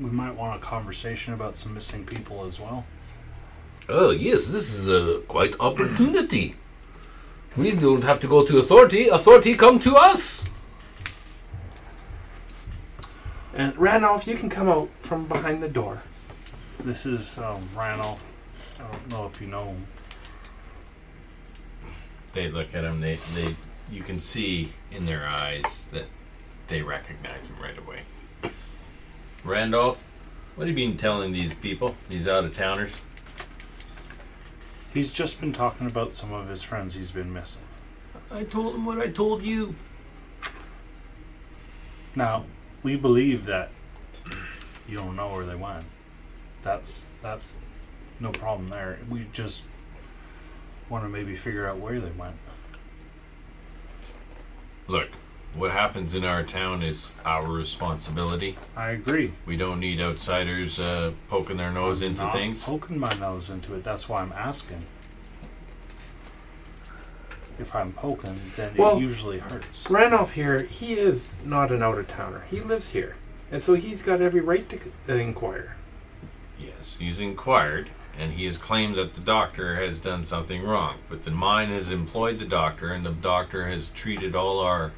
we might want a conversation about some missing people as well. Oh yes, this is a quite opportunity. We don't have to go to authority. Authority come to us. And Randolph, you can come out from behind the door. This is um, Randolph. I don't know if you know him. They look at him. They, they, you can see in their eyes that they recognize him right away. Randolph, what have you been telling these people, these out of towners? He's just been talking about some of his friends he's been missing. I told him what I told you. Now, we believe that you don't know where they went. That's that's no problem there. We just want to maybe figure out where they went. Look, what happens in our town is our responsibility. I agree. We don't need outsiders uh, poking their nose into Not things. Poking my nose into it. That's why I'm asking. If I'm poking, then Well- it usually hurts. Randolph here, he is not an out of towner. He lives here. And so he's got every right to uh, inquire. Yes, he's inquired, and he has claimed that the doctor has done something wrong. But the mine has employed the doctor, and the doctor has treated all our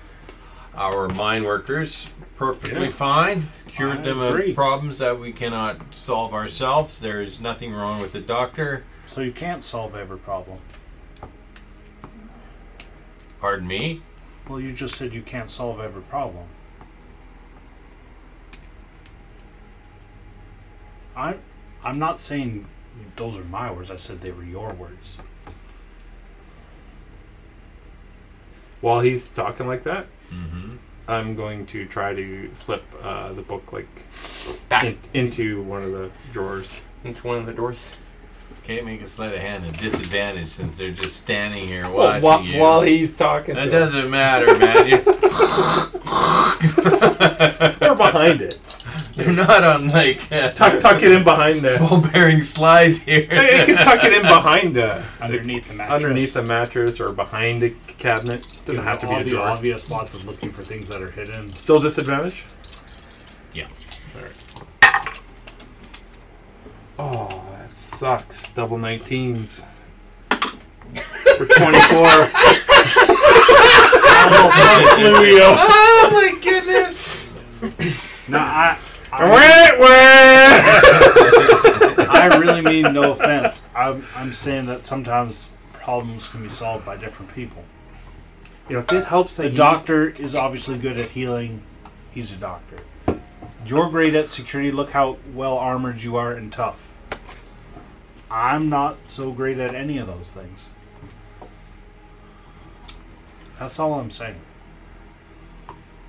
our mine workers perfectly Yeah. fine, cured I them agree. of problems that we cannot solve ourselves. There is nothing wrong with the doctor. So you can't solve every problem. Pardon me. Well, you just said you can't solve every problem. I, I'm not saying those are my words. I said they were your words. While he's talking like that, Mm-hmm. I'm going to try to slip uh, the book like Back. in, into one of the drawers. into one of the doors. Okay, make a sleight of hand at disadvantage since they're just standing here Well, watching while, you. while he's talking, that to us. doesn't matter, man. You're, They're behind it. they're not on like uh, Tuck, tuck it in behind there. ball bearing slides here. Hey, you can tuck it in behind uh, underneath the mattress. underneath the mattress or behind a cabinet. Doesn't have to be all a the drawer. obvious spots of looking for things that are hidden. Still disadvantage. Yeah. Oh, that sucks. Double 19s. For 24. Oh my goodness! No, I, Wait, wait. I really mean no offense. I'm, I'm saying that sometimes problems can be solved by different people. You know, if it helps that The you- doctor is obviously good at healing. He's a doctor. You're great at security. Look how well armored you are and tough. I'm not so great at any of those things. That's all I'm saying.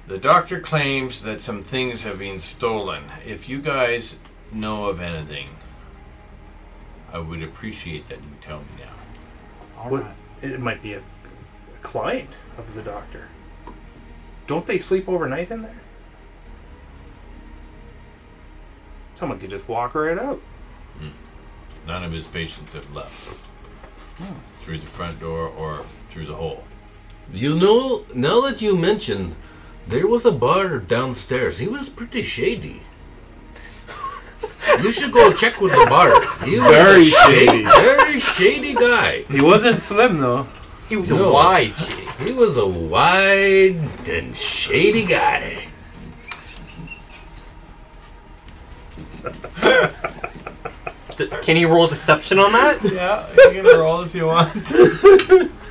The doctor claims that some things have been stolen. If you guys know of anything, I would appreciate that you tell me now. All right. What- It might be a, a client of the doctor. Don't they sleep overnight in there? Someone could just walk right out. None of his patients have left Hmm. through the front door or through the hole. You know, now that you mentioned, there was a bar downstairs. He was pretty shady. you should go check with the bar. He was Very a sha- shady. very shady guy. He wasn't slim though. he was No. a wide kid. He was a wide and shady guy. D- Can he roll deception on that? Yeah, you can roll if you want.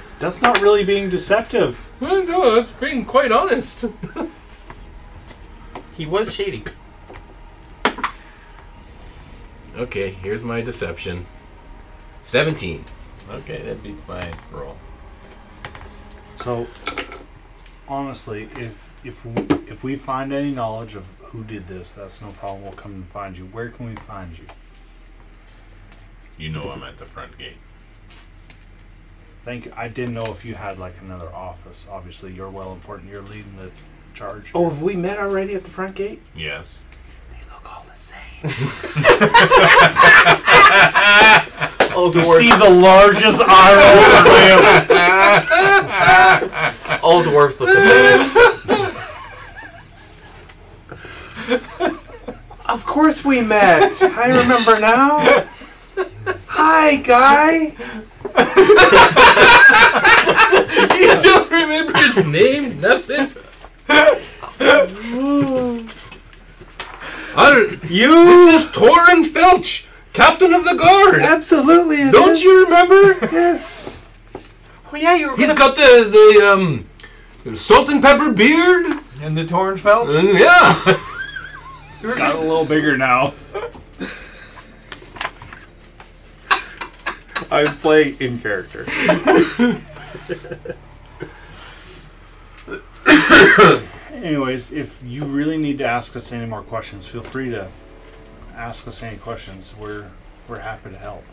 That's not really being deceptive. Well, no, that's being quite honest. he was shady. Okay, here's my deception. 17. Okay, that beats my roll. So, honestly, if if if we find any knowledge of who did this, that's no problem. We'll come and find you. Where can we find you? You know I'm at the front gate. Thank you. I didn't know if you had like another office. Obviously, you're well important. You're leading the charge. Oh, have we met already at the front gate? Yes. All You dwarves, see the largest eye roll. all dwarves look the same. Of course we met. I remember now. Hi, guy. you don't remember his name? Nothing? I, You this is Torin Felch, Captain of the Guard. absolutely. it Don't is. you remember? Yes. Oh yeah, you were He's gonna got the, the um, salt and pepper beard. And the torn felt? Mm, yeah. got a little bigger now. I play in character. Anyways, if you really need to ask us any more questions, feel free to ask us any questions. We're we're happy to help.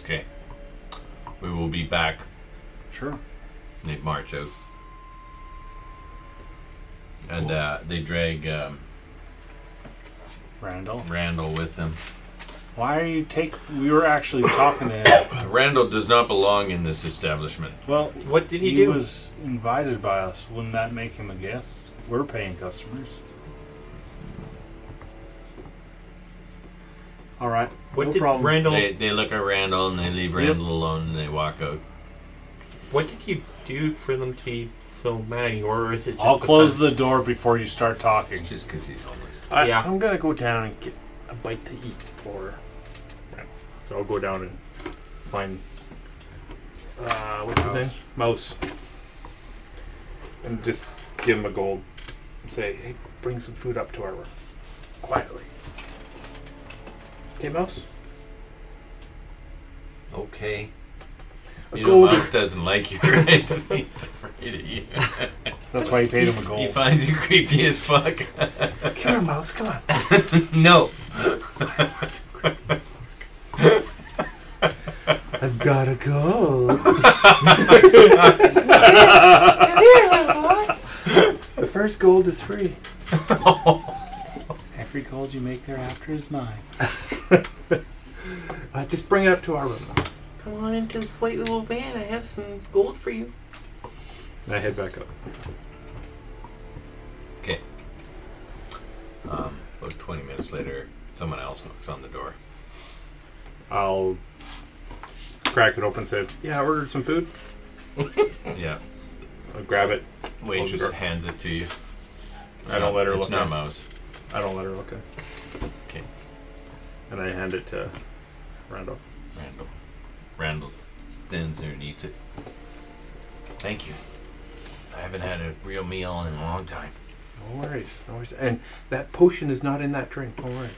Okay. We will be back. Sure. They march out. And uh, they drag um, Randall, Randall with them. why are you take? We were actually talking to him. Uh, Randall does not belong in this establishment. Well, What did he, he, do? was invited by us. Wouldn't that make him a guest? We're paying customers. All right. what no did problem. Randall? They, they look at Randall and they leave Randall alone and they walk out. What did you do for them to be so mad? Or is it just I'll close the fence? door before you start talking. Just because he's homeless. I, Yeah. I'm gonna go down and get a bite to eat for. So I'll go down and find. Uh, what's his name? Mouse. And just give him a gold. And say, hey, bring some food up to our room. Quietly. Okay, Mouse? Okay. You know, Mouse doesn't like you, right? He's afraid of you. That's why he paid him Oh. a He gold. finds you creepy as fuck. Come here, mouse. Come on. no. I've gotta go. the first gold is free. Every gold you make thereafter is mine. Uh, just bring it up to our room. Come on into this white little van. I have some gold for you. uh, And I head back up. Um, about 20 minutes later, someone else knocks on the door. I'll crack it open. Say, yeah, I ordered some food. Yeah. I grab it. Waitress Close the door. hands it to you. I don't let her it's look not at it. Mouse. I don't let her look at. it. Okay. And I hand it to Randolph. Randall. Randall stands there and eats it. Thank you. I haven't had a real meal in a long time. No worries. No worries. And that potion is not in that drink. Don't worry.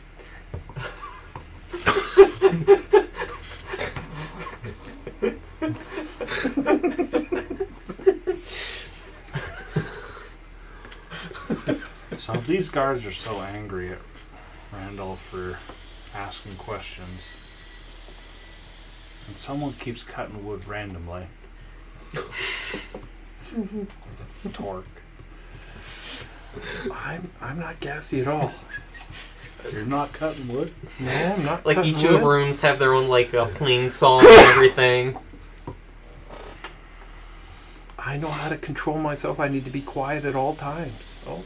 So these guards are so angry at Randolph for asking questions. And someone keeps cutting wood randomly. Torque. I'm I'm not gassy at all. You're not cutting wood? No, I'm not. Like cutting each of the wood. rooms have their own like uh, playing song and everything. I know how to control myself. I need to be quiet at all times. Oh,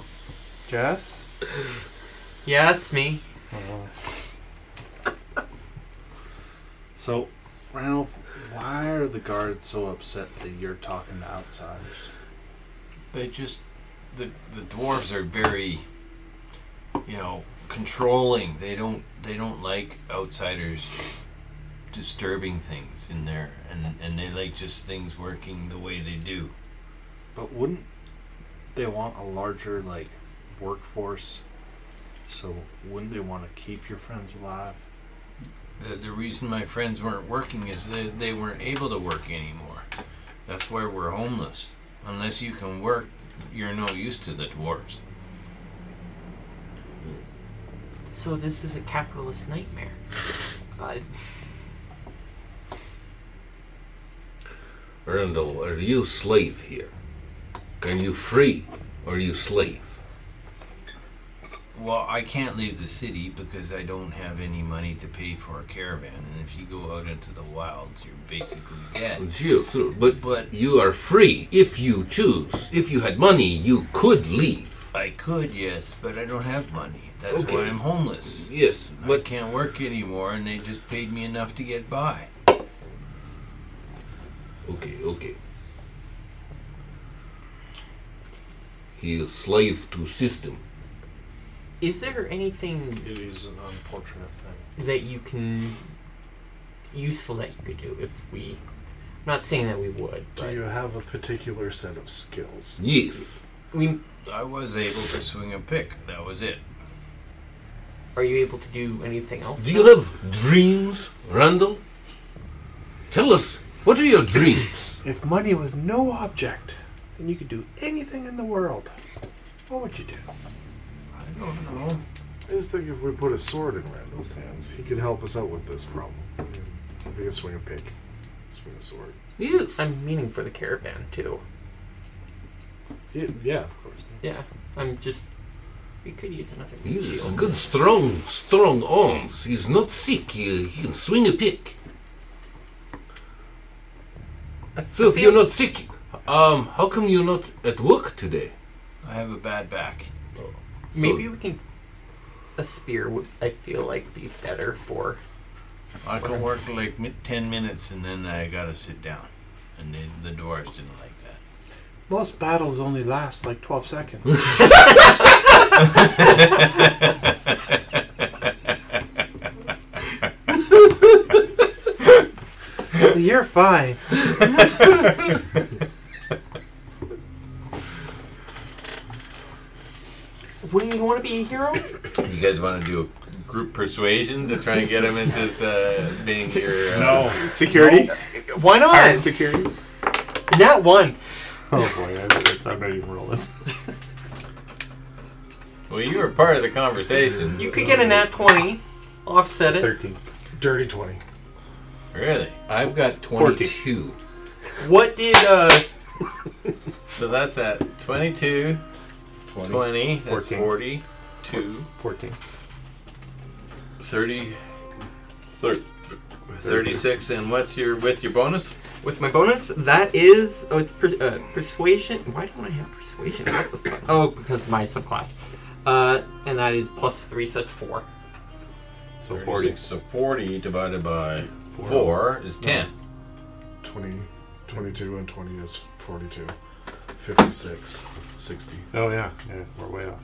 Jess. Yeah, that's me. So, Randolph, why are the guards so upset that you're talking to outsiders? They just the the dwarves are very you know, controlling. They don't they don't like outsiders disturbing things in there and, and they like just things working the way they do. But wouldn't they want a larger, like, workforce? So, wouldn't they want to keep your friends alive? The, the reason my friends weren't working is they, they weren't able to work anymore. That's why we're homeless. Unless you can work, you're no use to the dwarves. So this is a capitalist nightmare. Uh, Randall, are you slave here? Can you free or are you slave? Well, I can't leave the city because I don't have any money to pay for a caravan. And if you go out into the wilds, you're basically dead. It's you, sure, but But you are free if you choose. If you had money, you could leave. I could, yes, but I don't have money. That's Okay. why I'm homeless. Yes, I but can't work anymore, and they just paid me enough to get by. okay, okay. He is slave to system. is there anything It is an unfortunate thing. that you can useful that you could do if we? I'm not saying that we would, Do but you have a particular set of skills? Yes. we. I was able to swing a pick. That was it. Are you able to do anything else? Do you have dreams, Randall? Tell us, what are your dreams? If money was no object, then you could do anything in the world. What would you do? I don't know. I just think if we put a sword in Randall's hands, he could help us out with this problem. I mean, If he can swing a pick, swing a sword. Yes. I'm meaning for the caravan too. Yeah, yeah of course. Yeah, I'm just. We could use another meat He's shield. good, strong, strong arms. He's not sick. He, he can swing a pick. So if you're not sick, um, how come you're not at work today? I have a bad back. So- Maybe we can. A spear would, I feel like, be better for. I can work like mi- ten minutes and then I gotta sit down. And then the dwarves didn't like that. Most battles only last like 12 seconds. You're fine. Wouldn't you want to be a hero? You guys want to do Oh. a group persuasion to try and get them into uh, being your uh, No. Security? Why Pirate not? security. Nat one. Oh boy, I, I'm not even rolling. Well, you were part of the conversation. You could get a nat twenty, offset it. Thirteen. Dirty 20. Really? I've got 22. What did uh? So that's at 22, 20, that's 14. 42, Fourteen. 30, thir- 36, and what's your with your bonus? With my bonus, that is oh, it's per, uh, persuasion. Why don't I have persuasion? What the fuck? Oh, because my subclass. Uh, and that is plus three, so it's four. So 36, So 40 divided by 4 is 10. 20, 22, and 20 is 42. 56, 60. Oh yeah, yeah, we're way off.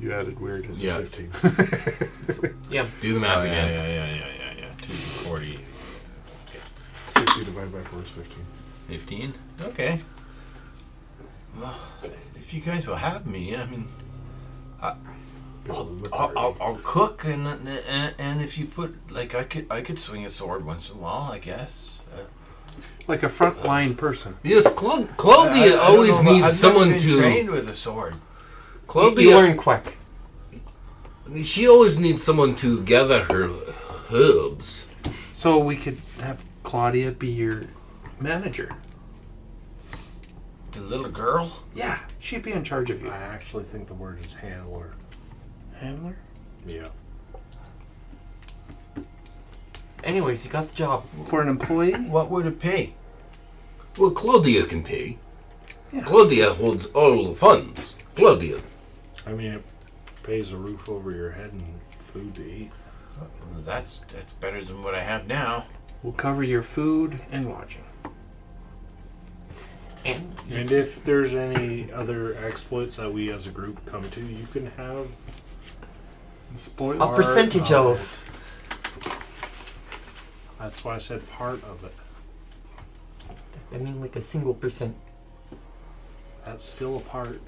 You added weird. Those are Yeah. 15. Do the math Oh, yeah, again. yeah, yeah, yeah, yeah, yeah. 2, 40, 60 divided by 4 is 15. 15. Okay. Well, if you guys will have me, I mean, Build the Oh, I'll, I'll, party. I'll cook, and, and and if you put like I could I could swing a sword once in a while, I guess. Uh, Like a frontline person. Yes, Cla- Claudia Uh, I- I don't always know about- needs I've someone never been to. trained with a sword. Claudia, You learn quick. she always needs someone to gather her herbs. So we could have Claudia be your manager. The little girl. Yeah, she'd be in charge of you. I actually think the word is handler. Handler. Yeah. Anyways, you got the job. For an employee. What would it pay? Well, Claudia can pay. Yeah. Claudia holds all funds. Claudia. I mean, it pays a roof over your head and food to eat. That's that's better than what I have now. We'll cover your food and lodging. And And if there's any other exploits that we as a group come to, you can have Spoil. a Part percentage of. That's why I said part of it. I mean, like a single percent. That's still a part.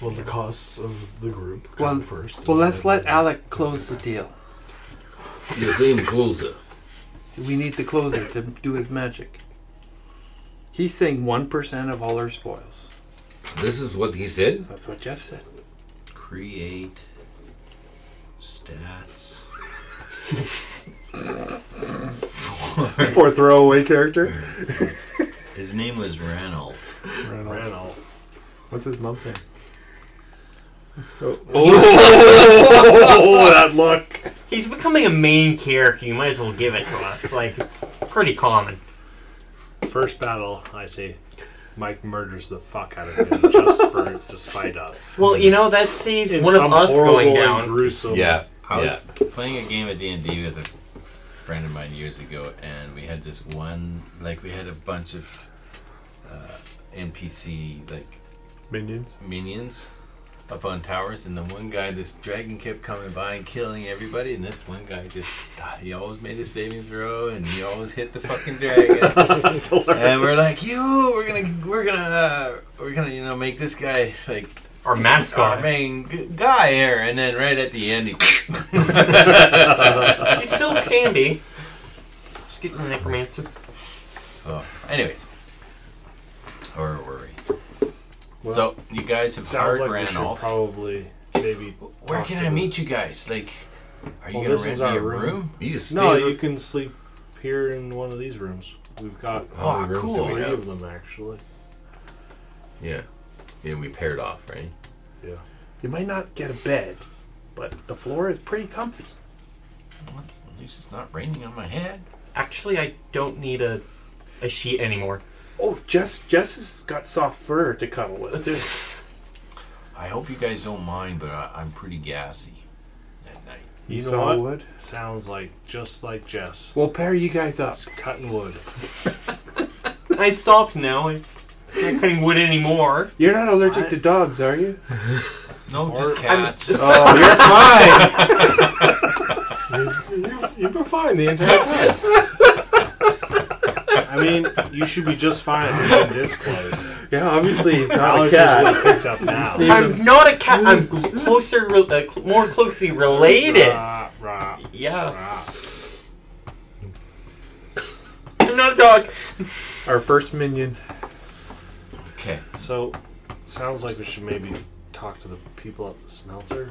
Well, the costs of the group come Well, first. Well, let's let Alec close the deal. The same closer. We need the closer to do his magic. He's saying one percent of all our spoils. This is what he said. That's what Jeff said. Create stats. Poor throwaway character. His name was Ranulph. Randall. What's his mom name? Oh, oh. that look! He's becoming a main character. You might as well give it to us. Like it's pretty common. First battle, I say Mike murders the fuck out of him just for to spite us. Well, you know that saves In one of some us going horrible and down. gruesome- I was playing a game of D and D with a friend of mine years ago, and we had this one like we had a bunch of uh, NPC like Minions. minions up on towers, and the one guy, this dragon kept coming by and killing everybody, and this one guy just died. he always made a saving throw, and he always hit the fucking dragon. and we're like, you, we're gonna, we're gonna, uh, we're gonna, you know, make this guy like Our Oh, our mascot. main g- guy here, and then right at the end, he He still can be. Just get the necromancer. So, anyways, or worry. so you guys have Sounds hired like we should Randolph. probably maybe. Where talk can to I the- meet you guys? Like, are you Well, gonna this rent is me our a room. room? He is No, stable. you can sleep here in one of these rooms. We've got How many Oh, rooms do cool. we three have? of them actually. Yeah. Yeah, we paired off, right? You might not get a bed, but the floor is pretty comfy. Well, At least it's not raining on my head. Actually, I don't need a a sheet anymore. Oh, Jess, Jess has got soft fur to cuddle with. too. I hope you guys don't mind, but I, I'm pretty gassy at night. You know Saw what? wood. Sounds like just like Jess. We'll pair you guys up. It's cutting wood. I stopped now. I'm not cutting wood anymore. You're not allergic to dogs, are you? No, Or- just cats. Uh, Oh, you're fine. You've, you've been fine the entire time. I mean, you should be just fine if you're this close. yeah, obviously he's not Allergies a cat. would have picked up now. I'm not a cat. I'm gl- closer, re- uh, cl- more closely related. Rah, rah, Yeah. rah. I I'm not a dog. Our first minion. Okay. So, sounds like we should maybe talk to the people at the smelter.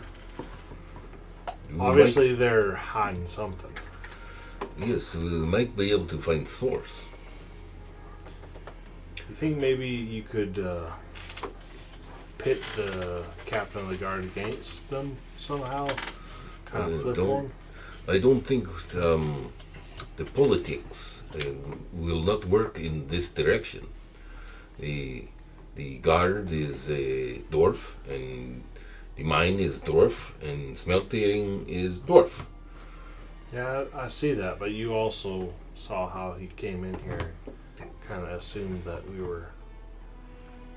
Obviously, they're hiding something. Yes, we might be able to find source. You think maybe you could uh, pit the captain of the guard against them somehow? Kind Uh, of flip don't- them? I don't think um, the politics uh, will not work in this direction. The the guard is a dwarf, and the mine is dwarf, and smelting is dwarf. Yeah, I I see that, but you also saw how he came in here, kind of assumed that we were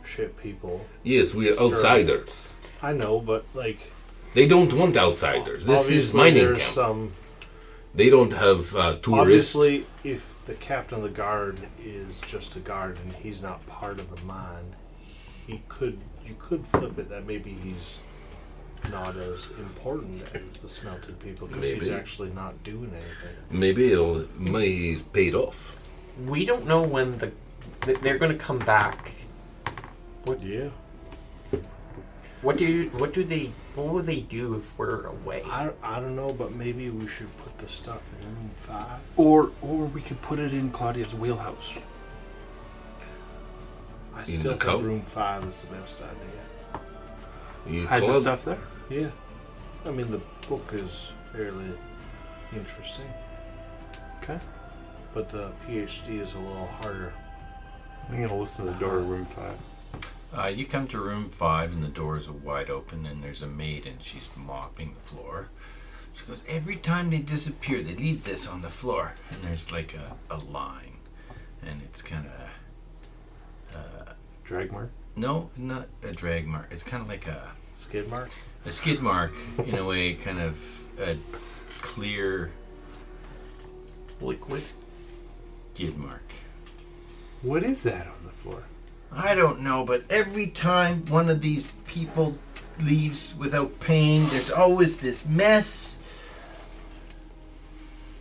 shit people. Yes, we are Sure. outsiders. I know, but like, They don't want outsiders. This is obviously mining there's camp. some They don't have uh, tourists. Obviously, if the captain of the guard is just a guard and he's not part of the mine, he could you could flip it that maybe he's not as important as the smelted people because he's Maybe. actually not doing anything. Maybe it'll, maybe he's paid off. We don't know when the th- they're going to come back. Yeah, What do you, what do they what will they do if we're away? I, I don't know, but maybe we should put the stuff in room five. Or or we could put it in Claudia's wheelhouse. I In still the coat? think room five is the best idea. You Hide the call- stuff there. Yeah, I mean the book is fairly interesting. Okay. But the PhD is a little harder. I'm gonna listen to the door of room five. Uh, you come to room five, and the doors are wide open, and there's a maid, and she's mopping the floor. She goes, Every time they disappear, they leave this on the floor. And there's like a, a line, and it's kind of. Uh, Drag mark. no, not a drag mark. It's kind of like a, Skid mark. a skid mark, in a way, kind of a clear Liquid. skid mark. What is that on the floor? I don't know, but every time one of these people leaves without paying, there's always this mess.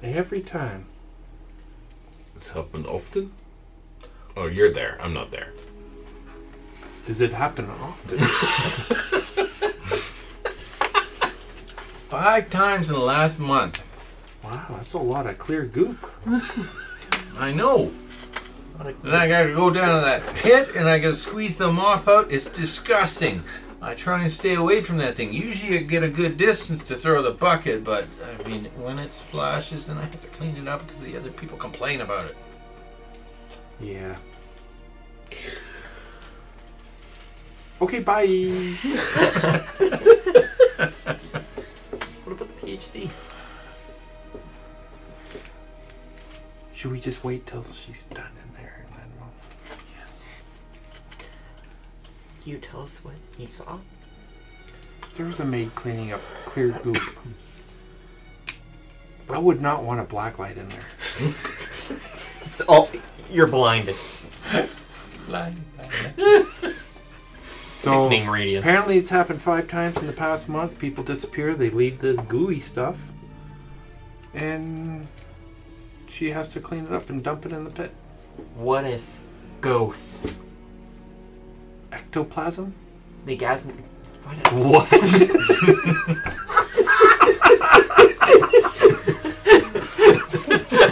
Every time. It's happened often. Oh, you're there. I'm not there. Does it happen often? Five times in the last month. wow, that's a lot of clear goop. I know. Then I gotta go down to that pit and I gotta squeeze the mop out. It's disgusting. I try and stay away from that thing. Usually I get a good distance to throw the bucket, but I mean, when it splashes, then I have to clean it up because the other people complain about it. Yeah. Okay, bye. What about the PhD? Should we just wait till she's done in there and then we'll Can you tell us what you saw? There was a maid cleaning up clear goop. I would not want a black light in there. It's all you're blinded. Blind, So, Sickening radiance. Apparently, it's happened five times in the past month. People disappear, they leave this gooey stuff, and she has to clean it up and dump it in the pit. what if ghosts? Ectoplasm? They gas. What? What?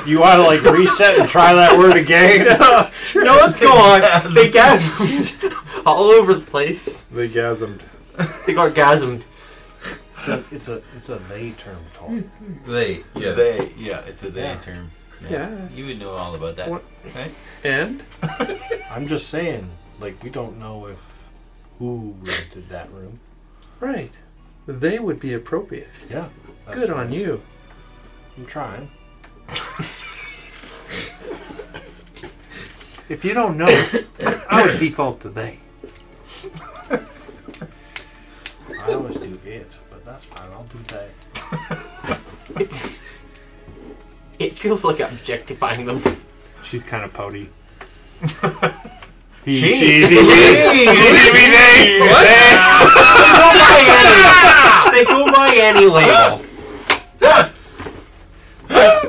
You want to like reset and try that word again? no, let's go on. They gasmed all over the place. they gasmed. They got gasmed. It's a it's a it's a they term talk. They. Yeah. They. Yeah, it's a they Yeah. term. Yes. You would know all about that. What- Right? And I'm just saying, like we don't know if who rented that room. right, they would be appropriate. Yeah. that's Good what on I'm you. saying. I'm trying. If you don't know, I would default to they. I always do it, but that's fine. I'll do they. It feels like objectifying them. She's kind of pouty. She. they go by any label.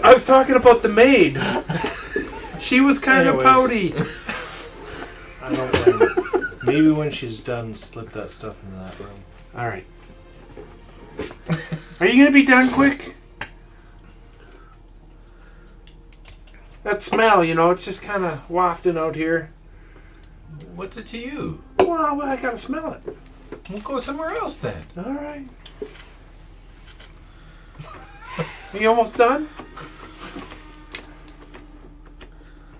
I was talking about the maid. She was kind of Anyways. pouty. I don't blame her. Maybe when she's done, slip that stuff into that room. All right. Are you gonna be done quick? That smell, you know, it's just kind of wafting out here. What's it to you? Well, well, I gotta smell it. We'll go somewhere else then. All right. Are you almost done?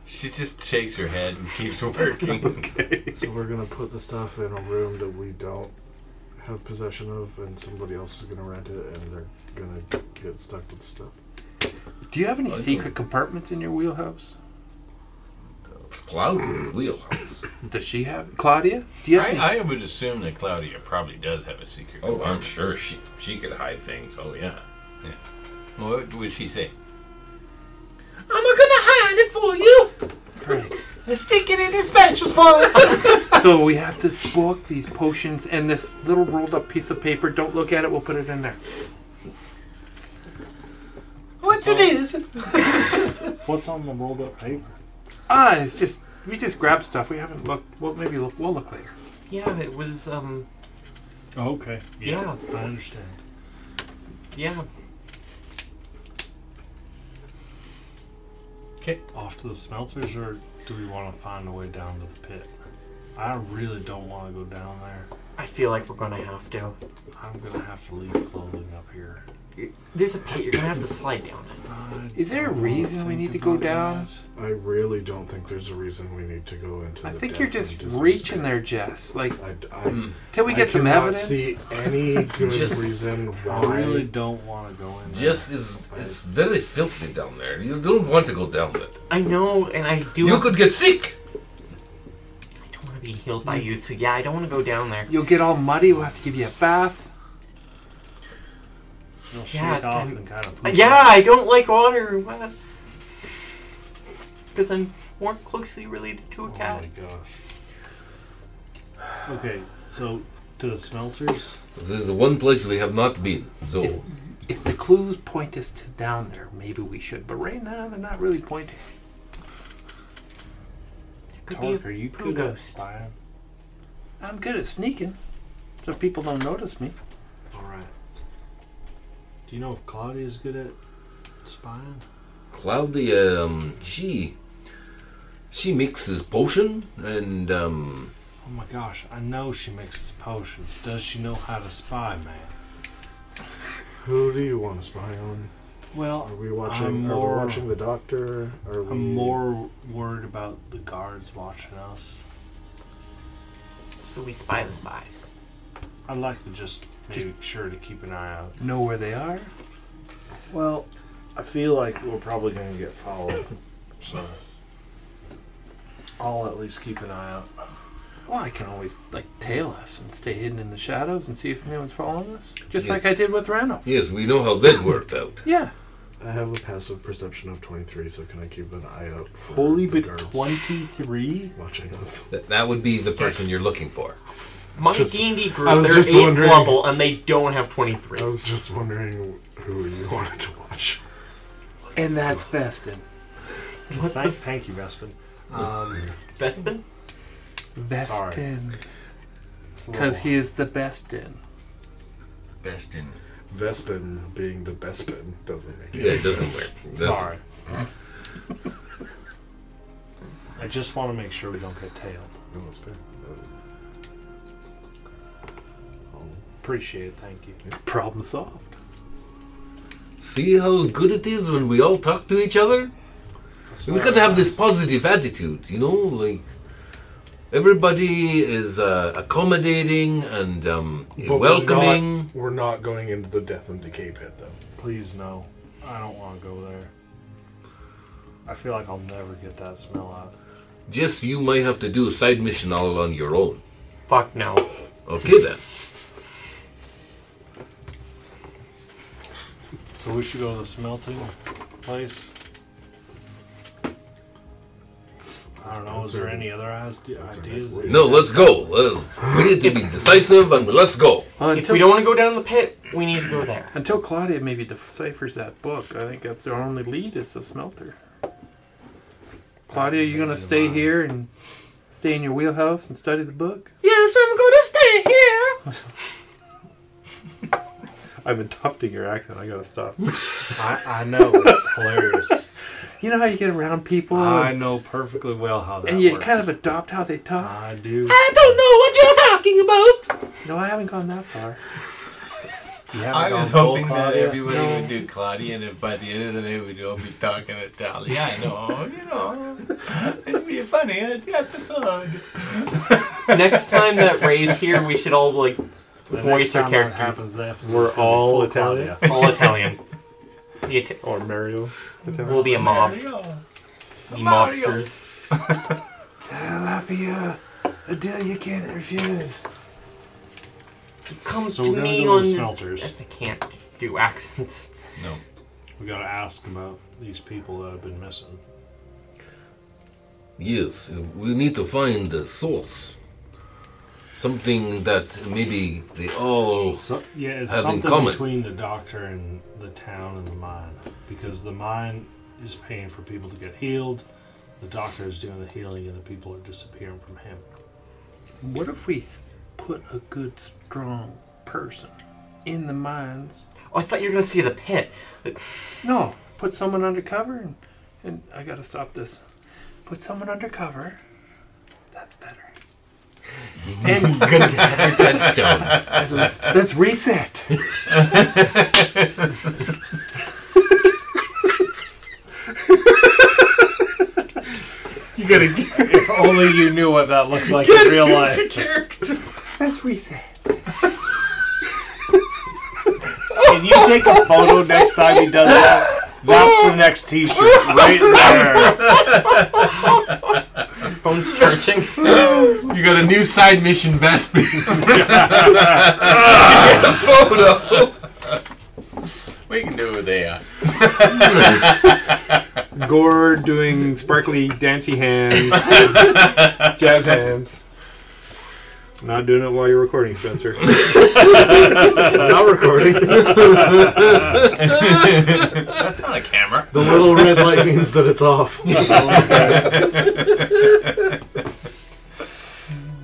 She just shakes her head and keeps working. So we're gonna put the stuff in a room that we don't have possession of, and somebody else is gonna rent it, and they're gonna get stuck with the stuff. Do you have any I secret compartments in your wheelhouse? Cloud wheelhouse. Does she have Claudia? Do you have any I, I would assume that Claudia probably does have a secret. Oh, I'm compartment. sure she she could hide things. Oh yeah. What would she say? I'm gonna hide it for you. Stick it in his special spot. So we have this book, these potions, and this little rolled up piece of paper. Don't look at it, we'll put it in there. What's it is? What's on the rolled up paper? Ah, it's just we just grab stuff. We haven't looked. Well, maybe look. We'll look later. Yeah, it was, um, Oh, okay. yeah, I understand. yeah. Okay. Off to the smelters, or do we want to find a way down to the pit? I really don't want to go down there. I feel like we're gonna have to. I'm gonna have to leave clothing up here. There's a pit, you're gonna have to slide down it. I Is there a don't reason we think need to go about down? that. I really don't think there's a reason we need to go into. I the think you're death and just disease reaching pit. there, Jess. Like I, I, Mm. till we get I some cannot evidence. see any good Just- reason I why. really don't want to go in. There. Just is it's very filthy down there. You don't want to go down there. I know, and I do. You could get sick. I don't want to be healed by you, so yeah, I don't want to go down there. You'll get all muddy. We'll have to give you a bath. You'll shake Yeah, off I'm- and kind of. Uh, Yeah, I don't like water. Because I'm more closely related to a Oh cat. my gosh. Okay, so to the smelters. This is the one place we have not been. So If the clues point us to down there, maybe we should. But right now, they're not really pointing. Could be Tark, a are you poo good at ghost. spying? I'm good at sneaking, so people don't notice me. All right. Do you know if Claudia's good at spying? Claudia, um, she she mixes potion and um, Oh my gosh, I know she mixes potions. Does she know how to spy, man? Who do you want to spy on? Well, Are we watching? I'm are more- we watching the doctor? Are we? I'm more worried about the guards watching us. So we spy the spies. I'd like to just make sure to keep an eye out. Know where they are. Well, I feel like we're probably going to get followed, so I'll at least keep an eye out. Well, I can always like tail us and stay hidden in the shadows and see if anyone's following us, just Yes. like I did with Randall. yes, we know how that worked out. Yeah. I have a passive perception of 23, so can I keep an eye out for Holy the bit guards 23? watching us? That, that would be the person you're looking for. My Just- D&D I group, was they're just 8th wondering. level, and they don't have 23. I was just wondering who you wanted to watch. And that's Vestin. Thank, thank you, Vespin. Um, Vespin? Sorry. Vestin. it's a Because little- he is the best in. Best in. Vespin being the Bespin doesn't make Yeah, any it doesn't sense. work. Doesn't- Sorry. I just want to make sure we don't get tailed. No, it's fair. Appreciate it, thank you. Problem solved. See how good it is when we all talk to each other. We gotta have this positive attitude, you know, like everybody is uh, accommodating and um, But We're welcoming. not, we're not going into the death and decay pit, though. Please no. I don't want to go there. I feel like I'll never get that smell out. Just you might have to do a side mission all on your own. Fuck no. Okay then. So we should go to the smelting place. I don't know. Is there any other eyes- That's our next ideas? lead. No, let's go. Uh, we need to be decisive and let's go. Well, If we don't want to go down the pit, we need to go there. until Claudia maybe deciphers that book, I think that's our only lead is the smelter. Claudia, you gonna stay here and stay in your wheelhouse and study the book? Yes, I'm gonna stay here. I've been tufting your accent. I gotta stop. I, I know it's hilarious. You know how you get around people, I and, know perfectly well how that and you works. kind of adopt how they talk. I do. I don't know what you're talking about. No, I haven't gone that far. You haven't I was gone full hoping that Claudia? everybody would do Claudia, and if by the end of the day we'd all be talking Italian. I know, you know, it'd be a funny episode. Next time that Ray's here, we should all like The next voice our time that character. happens, the episode's We're gonna be all full Italian? Claudia. All Italian. The Ita- Or Mario. we'll be a mob. Mario. Be mobsters. Lafayette, a deal you can't refuse. Come So to we're gonna me go on. to the smelters. I can't do accents. No, We gotta ask about these people that have been missing. Yes, we need to find the source. Something that maybe they all. So, yeah, it's Have in something common. between the doctor and the town and the mine, because the mine is paying for people to get healed. The doctor is doing the healing, and the people are disappearing from him. What if we s- put a good, strong person in the mines? Oh, I thought you were gonna see the pit. No, put someone undercover and, and I gotta stop this. Put someone undercover. That's better. And let's, let's reset. You gotta. if only you knew what that looked like in real life. Let's reset. Can you take a photo next time he does that? That's the next T-shirt right there. Phone's charging. You got a new side mission, best we can do it there. Gore doing sparkly dancy hands, jazz hands. Not doing it while you're recording, Spencer. not recording. the That's not a camera. little red light means that it's off.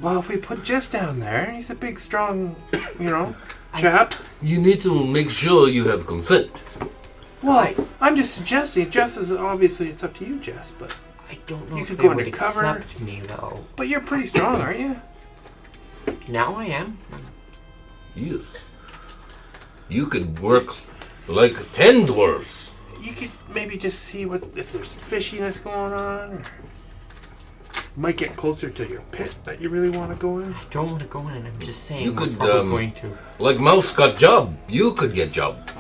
Well, if we put Jess down there, he's a big, strong, you know, chap. You need to make sure you have consent. Well, I'm just suggesting. Jess is obviously it's up to you, Jess, but I don't know You if could they go would undercover. accept me though. but you're pretty strong, aren't you? Now I am. Yes. You could work like ten dwarfs. You could maybe just see what if there's fishiness going on. Or might get closer to your pit that you really want to go in. I don't want to go in. I'm just saying. You we're could, probably um, going to. Like Mouse got job. You could get job.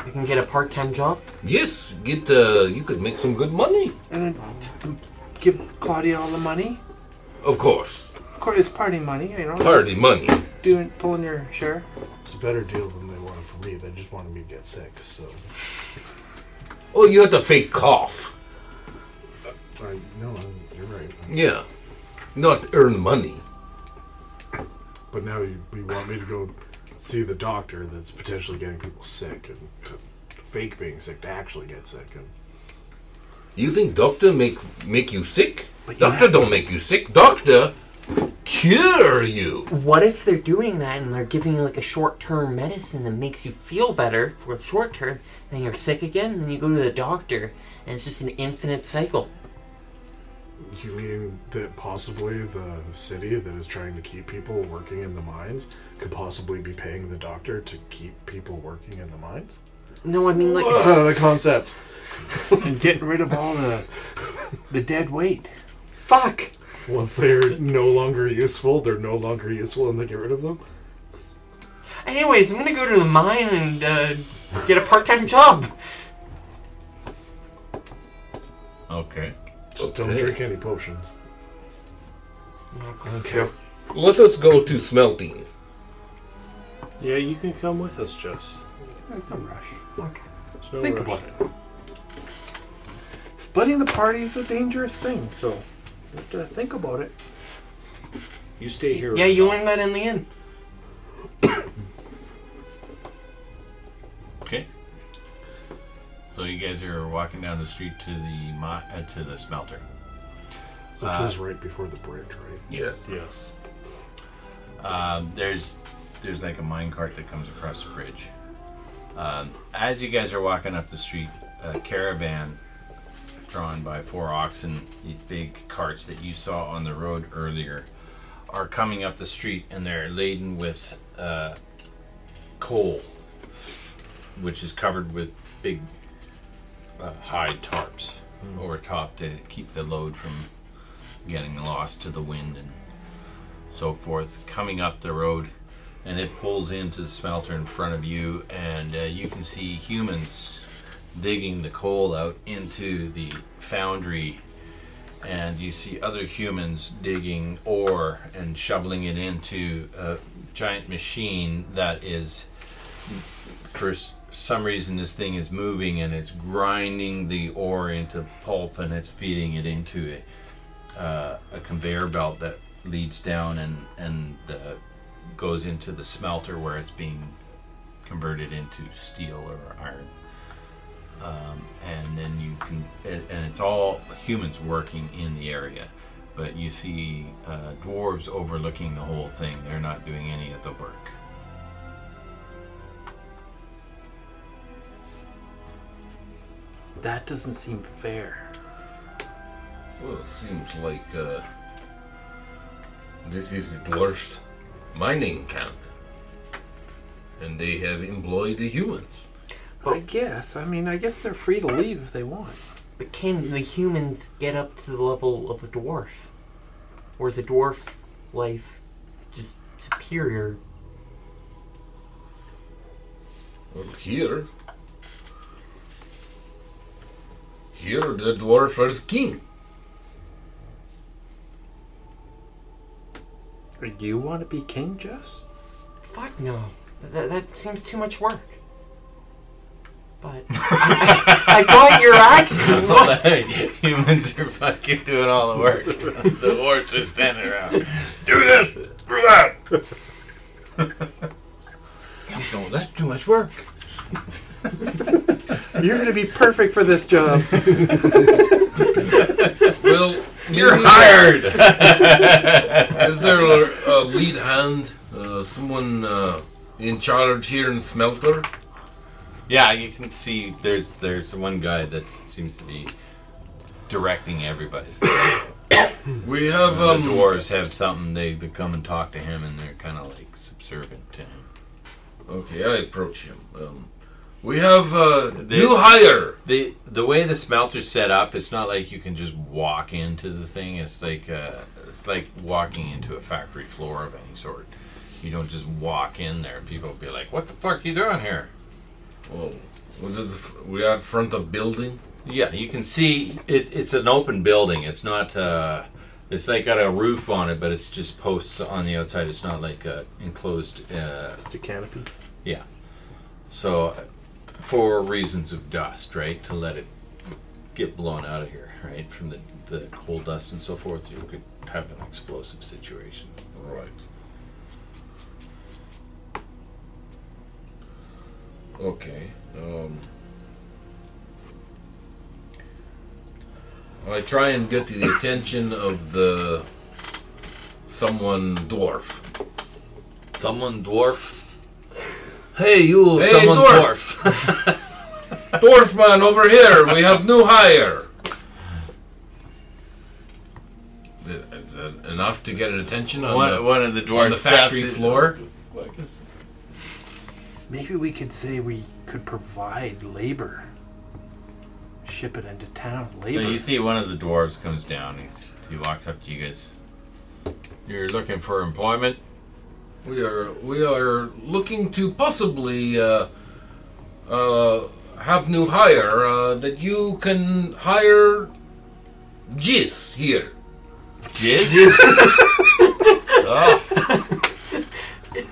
I can get a part-time job. Yes, get uh, you could make some good money. And then just give Claudia all the money. Of course. Of course, it's party money, you know. Party money. Doing pulling your share. It's a better deal than they wanted for me. They just wanted me to get sick, so Oh you have to fake cough. I no, i you're right. Yeah. Not earn money. But now you, you want me to go see the doctor that's potentially getting people sick and to fake being sick to actually get sick. And You think doctor make make you sick? But you Doctor have- don't make you sick. Doctor cure you. What if they're doing that and they're giving you like a short-term medicine that makes you feel better for a short term, then you're sick again, then you go to the doctor, and it's just an infinite cycle. you mean that possibly the city that is trying to keep people working in the mines could possibly be paying the doctor to keep people working in the mines? No, I mean like Uh, the concept. and getting rid of all the the dead weight. fuck. Once they're no longer useful, they're no longer useful, and they get rid of them. Anyways, I'm gonna go to the mine and uh, get a part-time job. Okay. Just don't Okay. drink any potions. Okay. Let us go to smelting. Yeah, you can come with us, Jess. There's no rush. Okay. There's no rush. Think about it. Splitting the party is a dangerous thing, so you have to think about it. You stay here. Yeah, with you us. learned that in the end. Okay. So you guys are walking down down the street to the mo- uh, to the smelter. Which Uh, was right before the bridge, right? Yes. Yes. Um, there's there's like a mine cart that comes across the bridge. Um, as you guys are walking up the street, a caravan drawn by four oxen, these big carts that you saw on the road earlier, are coming up the street and they're laden with uh, coal, which is covered with big uh, hide tarps over top to keep the load from getting lost to the wind and so forth coming up the road and it pulls into the smelter in front of you and uh, you can see humans digging the coal out into the foundry and you see other humans digging ore and shoveling it into a giant machine that is for s- some reason this thing is moving and it's grinding the ore into pulp and it's feeding it into a uh, a conveyor belt that leads down and and uh, goes into the smelter where it's being converted into steel or iron. Um, and then you can, and and it's all humans working in the area, but you see uh, dwarves overlooking the whole thing. They're not doing any of the work. That doesn't seem fair. Well, it seems like uh, this is the dwarfs mining camp, and they have employed the humans. I guess. I mean, I guess they're free to leave if they want. But can the humans get up to the level of a dwarf? Or is a dwarf life just superior? Well, here, here the dwarf is king. Do you want to be king, Jess? Fuck no. That, that seems too much work. But I, I, I got your accent. What? humans are fucking doing all the work. the orcs are standing around. Do this, do that. No, that's too much work. You're going to be perfect for this job. Well, You're maybe- hired. Is there a, a lead hand, uh, someone uh, in charge here in Smelter? yeah, you can see there's there's one guy that seems to be directing everybody. We have the um, dwarves have something they, they come and talk to him, and they're kind of like subservient to him. Okay, I approach him. Um, we have uh, They- new hire. the The way the smelter's set up, it's not like you can just walk into the thing. It's like uh, it's like walking into a factory floor of any sort. You don't just walk in there. People will be like, "What the fuck you doing here?" Well, we did- we are in front of building. Yeah, you can see it, it's an open building. It's not. Uh, it's like got a roof on it, but it's just posts on the outside. It's not like uh, enclosed. Uh, Just a canopy. yeah. So, uh, for reasons of dust, right, to let it get blown out of here, right, from the the coal dust and so forth, you could have an explosive situation. Right. Okay. Um, I try and get to the attention of the someone dwarf. Someone dwarf. Hey, you! Hey, someone dwarf. dwarf. Dwarf man over here. We have new hire. Is that enough to get attention on, one, the, one of the dwarfs. on the factory passes- floor? Maybe we could say we could provide labor. Ship it into town. So Labor. you see one of the dwarves comes down. He's, he walks up to you guys. You're looking for employment. We are we are looking to possibly uh, uh, have new hire uh, that you can hire Jis here. Jizz. oh,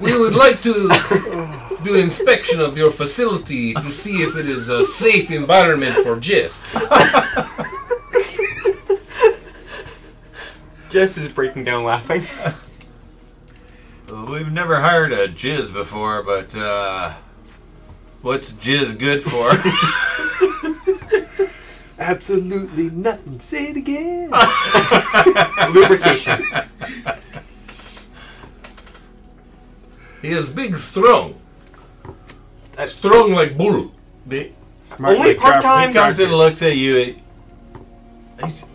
We would like to do inspection of your facility to see if it is a safe environment for Jis. Jess is breaking down laughing. we've never hired a jizz before, but uh, what's jizz good for? Absolutely nothing. Say it again. Lubrication. He is big, strong. Uh, Strong like bull. He Smart Only like crap part-time we comes got and looks at you. and- He's,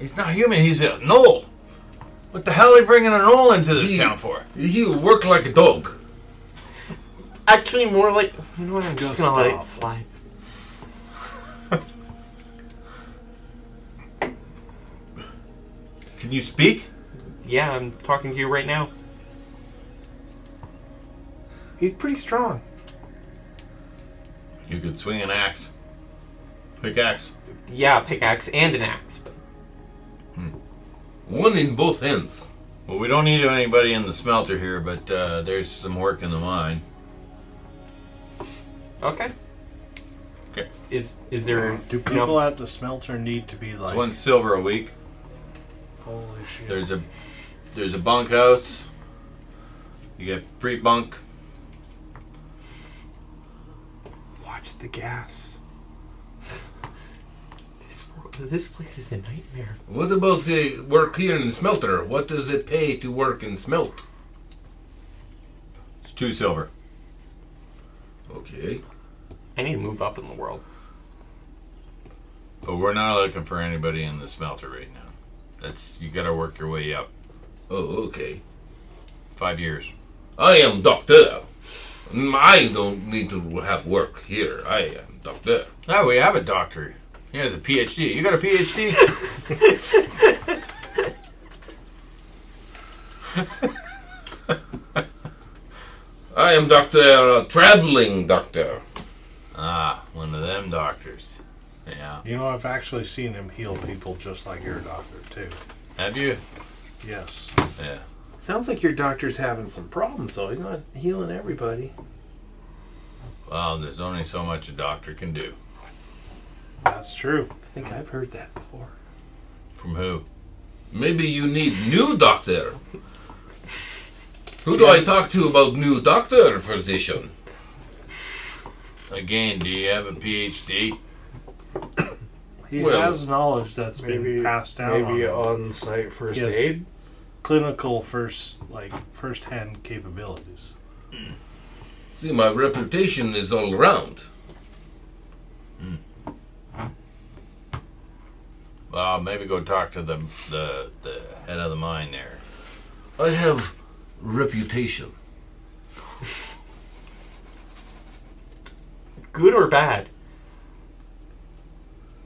he's not human. He's a knoll. What the hell are you bringing a knoll into this He- town for? He work like a dog. Actually, more like. You know what? I'm just Just gonna let it stop. slide. Can you speak? Yeah, I'm talking to you right now. He's pretty strong. You could swing an axe. Pickaxe. Yeah, pickaxe and an axe. But One in both hands. Well, we don't need anybody in the smelter here, but uh, there's some work in the mine. okay. Okay. Is is there Do enough- people at the smelter need to be It's like, one silver a week. holy shit? There's a there's a bunkhouse. You get free bunk. Watch the gas. This, world- this place is a nightmare. What about the work here in smelter? What does it pay to work in smelt? It's two silver. Okay. I need to move up in the world. But we're not looking for anybody in the smelter right now. That's you gotta work your way up. Oh, okay. Five years. I am doctor. Mm, I don't need to have work here. I am doctor. No, Oh, we have a doctor. He has a PhD. You got a PhD? I am doctor, a traveling doctor. ah, one of them doctors. Yeah. You know, I've actually seen him heal people just like your doctor too. Have you? Yes. Yeah. Sounds like your doctor's having some problems though. He's not healing everybody. Well, there's only so much a doctor can do. That's true. I think I've heard that before. From who? Maybe you need new doctor. Who do I talk to about new doctor position? Again, do you have a PhD? He Well, has knowledge that's Maybe been passed down. Maybe on him. on site first Yes. aid. clinical first, like first hand capabilities. See, my reputation is all around. Hmm. Well, maybe go talk to the the, the head of the mine there. I have reputation. Good or bad?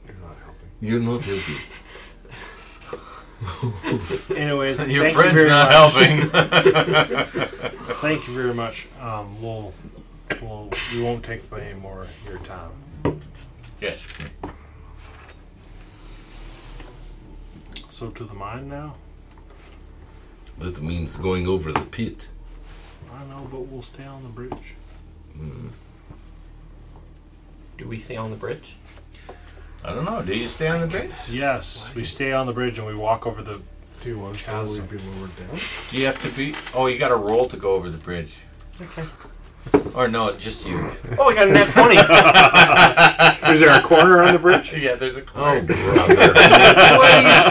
You're not helping. You're not helping. Anyways, Your thank friend's you very not much. helping. Thank you very much. Um, we'll, we'll, we won't take up any more of your time. yeah. So to the mine now. That means going over the pit. I know, but we'll stay on the bridge. Do we stay on the bridge? I don't know. Do you stay on the bridge? Yes, we stay on the bridge and we walk over the. Do you want to slowly be lowered down? Do you have to be? Oh, you got to roll to go over the bridge. Okay. Or no, just you. Oh, I got a net twenty. Is there a corner on the bridge? yeah, there's a. Oh, brother. what are you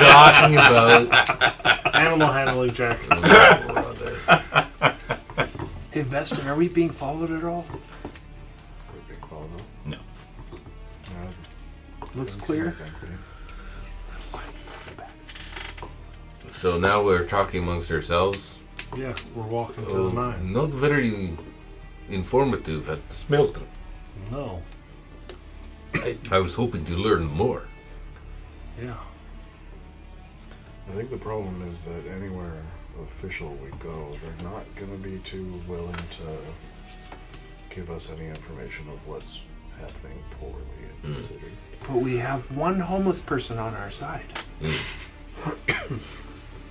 talking about? Animal handling jack. Oh, brother. Hey Vestin, are we being followed at all? Would they call them? No. No, Looks doesn't clear. seem like that clear. So now we're talking amongst ourselves. Yeah, we're walking to Oh, the mine. not very informative at the smelter. No. I was hoping to learn more. Yeah. I think the problem is that anywhere official we go, they're not going to be too willing to give us any information of what's happening poorly in the city. But we have one homeless person on our side.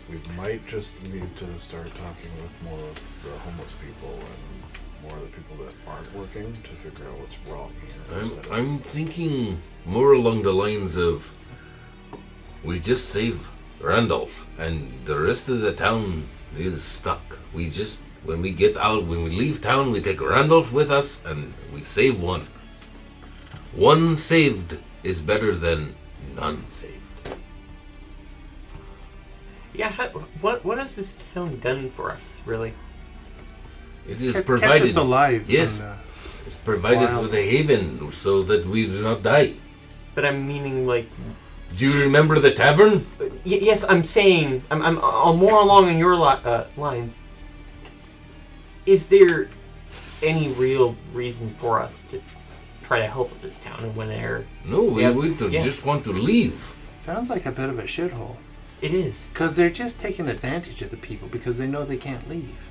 We might just need to start talking with more of the homeless people and more of the people that aren't working to figure out what's wrong here. I'm, instead of- I'm thinking more along the lines of we just save Randolph, and the rest of the town is stuck. We just when we get out, when we leave town, we take Randolph with us, and we save one. One saved is better than none saved. Yeah, how, what what has this town done for us, really? It is Kept- provided. kept us alive. Yes. and, uh, It's provided us Wild. with a haven so that we do not die. But I'm meaning like, Do you remember the tavern? y- yes, I'm saying I'm I'm, i more along in your li- uh, lines. Is there any real reason for us to try to help with this town and when there No, we, Yeah. we do- Yeah. just want to leave. sounds like a bit of a shithole. it is? Because they're just taking advantage of the people because they know they can't leave.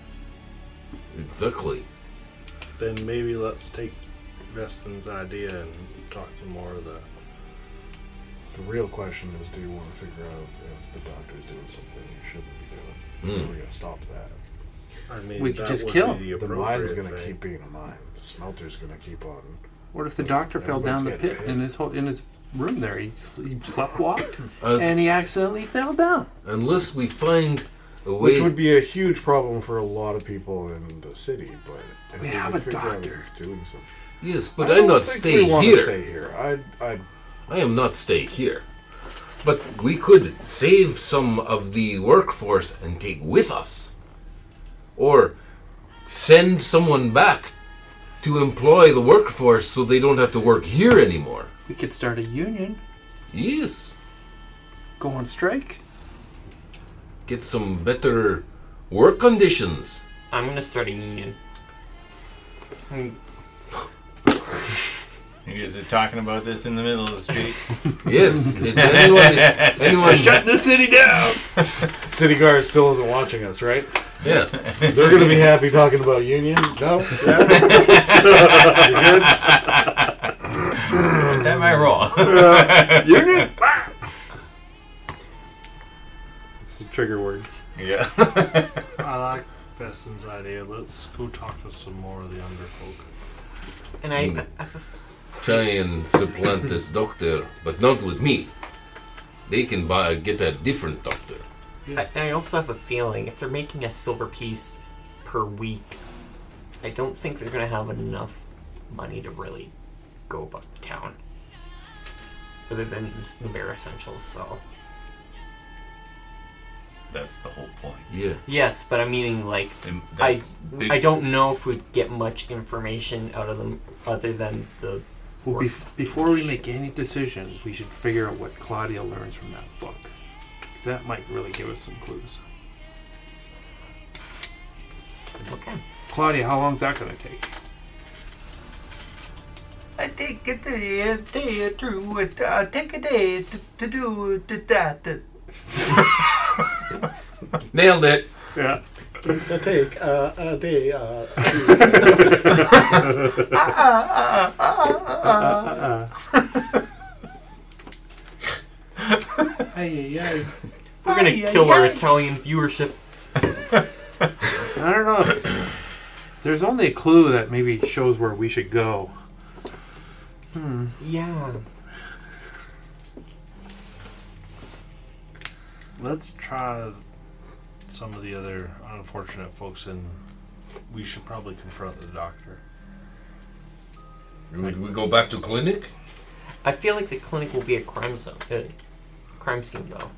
Exactly. Then maybe let's take Vestin's idea and talk to more of the. The real question is do you want to figure out if the doctor's doing something you shouldn't be doing? Hmm. We're going to stop that. I mean, We could just kill him. The mine's going to keep being a mine, the smelter's going to keep on. What if the doctor fell down the Everybody's pit getting paid. in his whole in his room there? He, sl- he slept walked Uh, and he accidentally fell down. unless we find a way. Which would be a huge problem for a lot of people in the city, but if We we have can a figure out if doctor. he's doing something. yes, but I I am don't not think stay we wanna here. Stay here. I, I I am not stay here. But we could save some of the workforce and take with us. Or send someone back to employ the workforce so they don't have to work here anymore. We could start a union, Yes. go on strike. Get some better work conditions. I'm gonna start a union. Mm, You guys are talking about this in the middle of the street. Yes. if anyone, anyone, the city down. City guard still isn't watching us, right? yeah. They're gonna be happy talking about union. No, that might roll. Union. It's a trigger word. yeah. I like Vestin's idea. Let's go talk to some more of the underfolk. And I, Mm. I, I try and supplant this doctor, but not with me. They can buy get a different doctor. I, I also have a feeling if they're making a silver piece per week, I don't think they're gonna have enough money to really go about the town. Other than the bare essentials, so That's the whole point. Yeah. yes, but I'm meaning like And I that's big- I don't know if we get much information out of them other than the Well, be- before we make any decision, we should figure out what Claudia learns from that book. 'Cause that might really give us some clues. okay. Claudia, how long's that going to take? I take it a day through it. I take a day to, to do that. Nailed it. Yeah. take uh, a day. Uh, We're gonna kill our Italian viewership. I don't know. if- There's only a clue that maybe shows where we should go. Yeah. Let's try some of the other unfortunate folks, and we should probably confront the doctor. Would we go back to clinic? I feel like the clinic will be a crime zone, uh, crime scene though.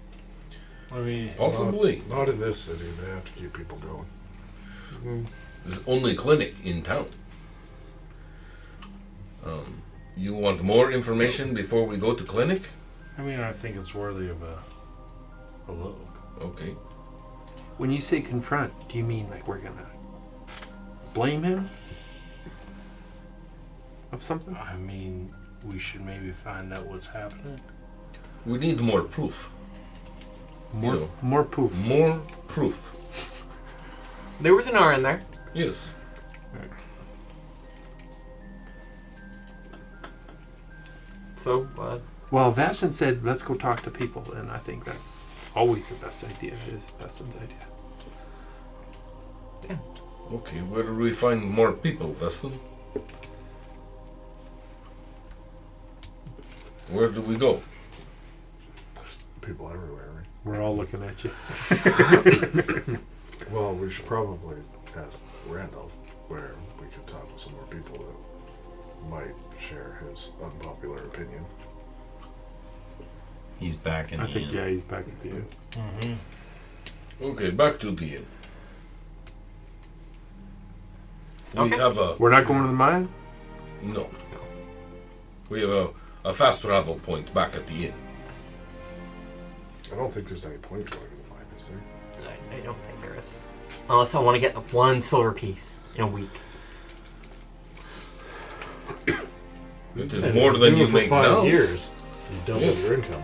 Let me. Possibly. not in this city. They have to keep people going. There's only clinic in town. Um, you want more information before we go to clinic? I mean, I think it's worthy of a, a look. Okay. When you say confront, do you mean like we're going to blame him? Of something? I mean, we should maybe find out what's happening. We need more proof. More, Yeah. more poof. More proof. There was an R in there. Yes. So, uh, Well, Vastin said, let's go talk to people, and I think that's always the best idea, is Vastin's idea. Okay. Where do we find more people, Veston? Where do we go? People everywhere. right? We're all looking at you. Well, we should probably ask Randolph where we could talk with some more people that might share his unpopular opinion. He's back in I the think inn. yeah, he's back at the end. Mm-hmm. Okay, back to the inn. We Okay. have a We're not going to the mine. no. We have a, a fast travel point back at the inn. I don't think there's any point to going to the mine, is there? I, I don't think there is. Unless I want to get the one silver piece in a week. It is And more if than do you it for make five now. years. You double Yeah. your income.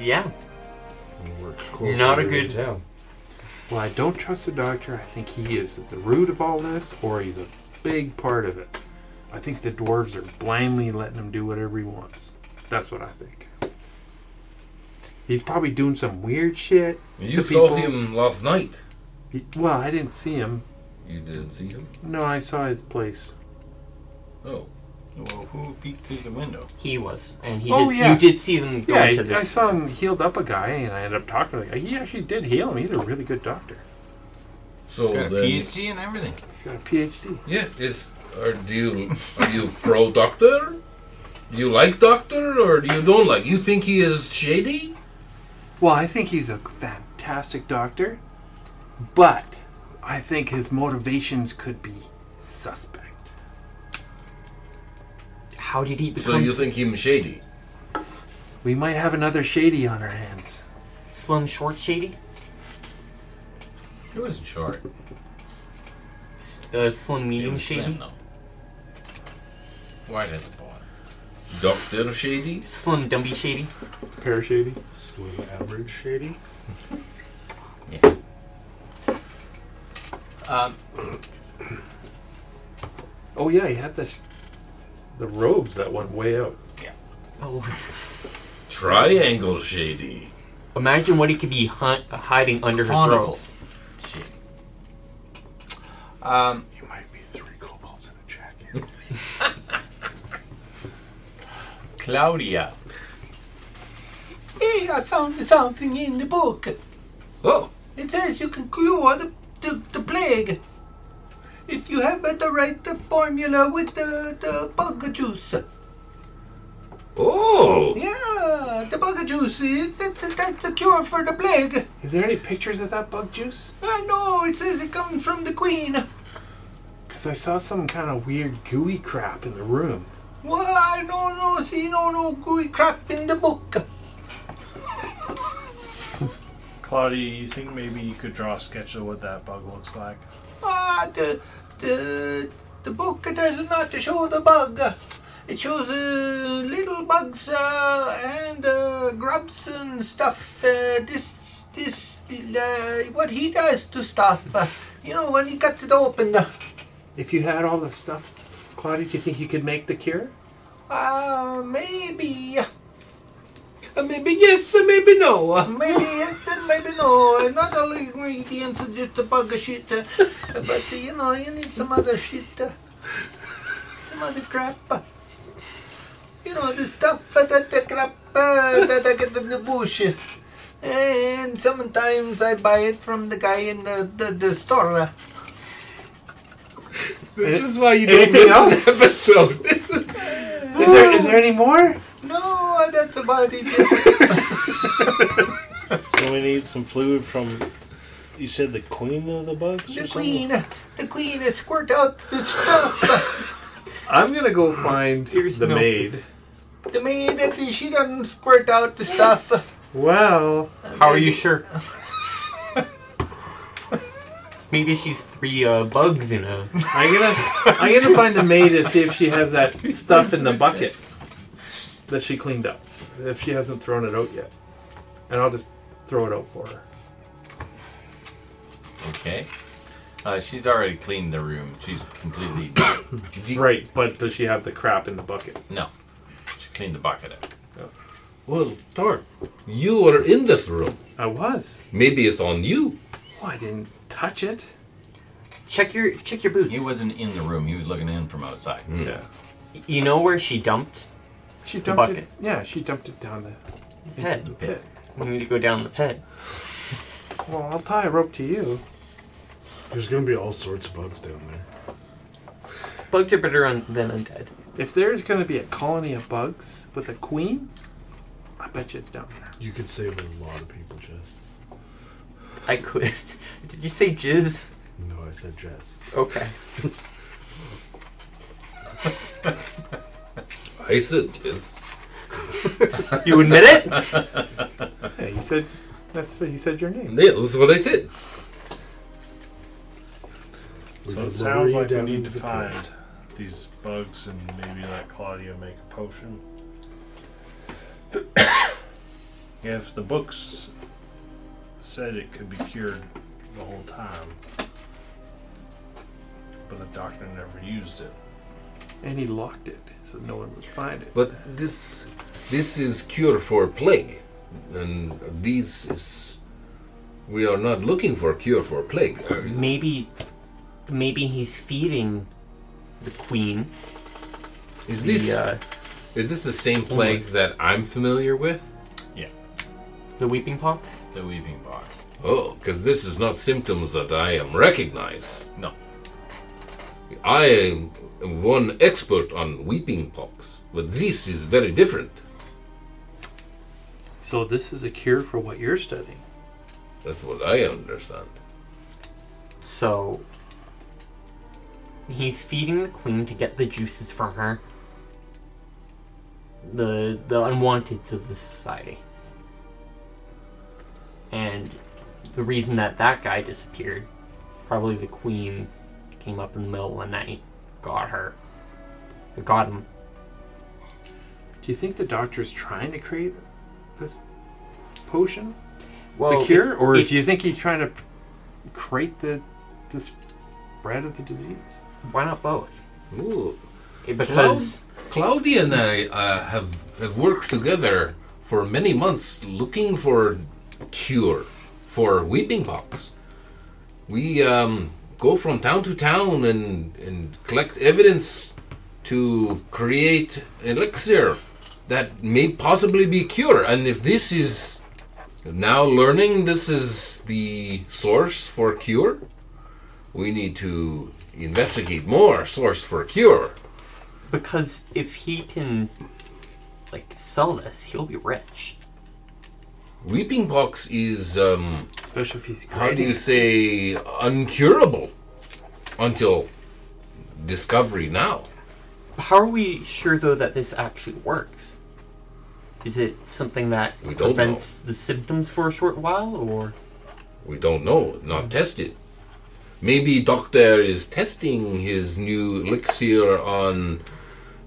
Yeah. And work closer Not a to good- town. Well, I don't trust the doctor. I think he is at the root of all this, or he's a big part of it. I think the dwarves are blindly letting him do whatever he wants. That's what I think. He's probably doing some weird shit. You The saw people- him last night. He- well, I didn't see him. You didn't see him. No, I saw his place. Oh, Well, who peeked through the window? He was, and he Oh, did, yeah. you did see them go Yeah, into I, I this. saw him healed up a guy, and I ended up talking to the guy. He actually did heal him. He's a really good doctor. so Got a then PhD and everything. He's got a PhD. yeah. Is are do you are you pro doctor? You like doctor or you don't like? You think he is shady? Well, I think he's a fantastic doctor, but I think his motivations could be suspect. How did he So become you think him shady? We might have another shady on our hands. Slim Short Shady? It wasn't short. S- Uh, slim It Medium was Shady? slim, though. Right at the bottom. Doctor shady? Slim Dumby Shady? Parashady. Slim average shady. Um, Oh yeah, he had the sh- the robes that went way out. Oh, Triangle shady. imagine what he could be hi- hiding under his Honorable. robes. shit. Um, You might be three kobolds in a jacket. Claudia. Hey, I found something in the book. Oh, It says you can cure the, the, the plague if you have the right formula with the, the bug juice. oh. Yeah, the bug juice is that, that- that's the cure for the plague. Is there any pictures of that bug juice? I know it says it comes from the queen. Cause I saw some kind of weird gooey crap in the room. Why no no see no no gooey crap in the book. Claudia, you think maybe you could draw a sketch of what that bug looks like? Ah the the the book does not show the bug. It shows uh, little bugs uh, and uh, grubs and stuff. Uh, this this uh, what he does to stuff. Uh, you know when he cuts it open. If you had all the stuff, Claudia, do you think you could make the cure? Uh, maybe. Uh, Maybe yes, uh, maybe no. Maybe yes and maybe no. Not all ingredients are just a bug of shit. uh, But uh, you know, you need some other shit. uh, Some other crap. uh. You know, the stuff uh, that the crap uh, that I get in the bush. And sometimes I buy it from the guy in the, the, the store. uh. This is why you don't anything miss else? an episode. This is Is there is there any more? No, that's about it. So we need some fluid from. You said the queen of the bugs. The or something? queen, the queen has squirt out the stuff. I'm gonna go find the no- maid. The maid, uh, she doesn't squirt out the stuff. Well, How are you sure? Maybe she's three uh, bugs in a. I'm gonna I'm gonna find the maid and see if she has that stuff in the bucket that she cleaned up. If she hasn't thrown it out yet, and I'll just throw it out for her. Okay. Uh, she's already cleaned the room. She's completely Right, but does she have the crap in the bucket? no. She cleaned the bucket up. well, Tart, you were in this room. I was. Maybe it's on you. Oh, I didn't touch it. Check your check your boots. He wasn't in the room. He was looking in from outside. Hmm. Yeah. You know where she dumped She The dumped it. bucket. Yeah, she dumped it down the the pit. pit. We need to go down the pit. Well, I'll tie a rope to you. There's gonna be all sorts of bugs down there. Bugs are better on, than undead. If there's going to be a colony of bugs with a queen, I bet you it's down there. You could save a lot of people, Jess. I could. Did you say jizz? No, I said Jess. Okay. I said yes. You admit it? Yeah, you said that's what you said your name. Yeah, that's what I said. We So could it sounds lower like you we down need to into the find pit. these bugs and maybe let Claudia make a potion. if the books said it could be cured the whole time, but the doctor never used it. And he locked it so no one would find it. But this this is cure for plague, and these is we are not looking for cure for plague. are we? Maybe, maybe he's feeding the queen. Is the, this uh, Mm. is this the same plague that I'm familiar with? the weeping pox? The weaving box. Oh, because this is not symptoms that I am recognize. No. I am one expert on weeping pox, but this is very different. So this is a cure for what you're studying. That's what I understand. So he's feeding the queen to get the juices from her. The the unwanteds of the society. And the reason that that guy disappeared, probably the queen came up in the middle of the night, got her, got him. Do you think the doctor's trying to create this potion, Well, the if- cure, or if- do you think he's trying to p- create the the spread of the disease? why not both? Ooh. Because Claudia and I uh, have have worked together for many months looking for cure for weeping pox. We um, go from town to town and and collect evidence to create an elixir that may possibly be cure. And if this is now learning this is the source for cure, we need to investigate more source for cure. because if he can like sell this, he'll be rich. Weeping pox is, um, Especially if he's how do creating you say, uncurable until discovery now. How are we sure though that this actually works? Is it something that We don't know. prevents the symptoms for a short while, or We don't know, not tested. Maybe doctor is testing his new elixir on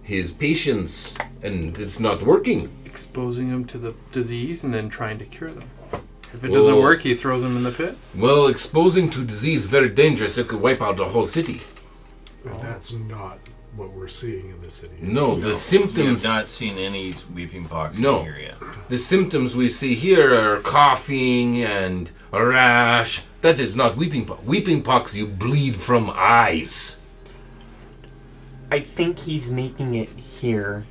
his patients and it's not working. exposing them to the disease and then trying to cure them. If it doesn't Well- work, he throws them in the pit. Well, exposing to disease very dangerous. It could wipe out the whole city. But that's not what we're seeing in the city. No, the We have symptoms not seen any weeping box No. in here yet. The symptoms we see here are coughing and a rash. That is not weeping pox. Weeping pox, you bleed from eyes. I think he's making it here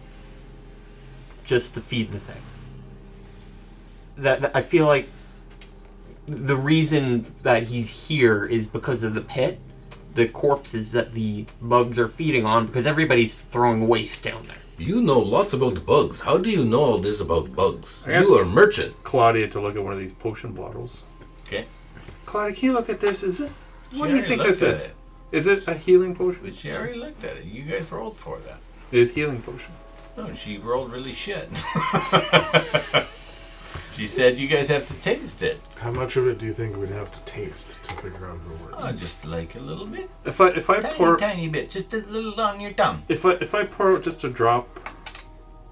just to feed the thing. That, that- I feel like the reason that he's here is because of the pit, the corpses that the bugs are feeding on, because everybody's throwing waste down there. You know lots about bugs. How do you know all this about bugs? I guess- You are merchant. Claudia to look at one of these potion bottles. Okay. Claudia, can you look at this? Is this what She do you already think looked this at is? it. Is it a healing potion? But she already looked at it. You guys rolled for that. It is healing potion. No, she rolled really shit. she said you guys have to taste it. How much of it do you think we'd have to taste to figure out if it works? Oh, just like a little bit. If I if I Tiny, pour tiny bit. Just a little on your tongue. if I if I pour out just a drop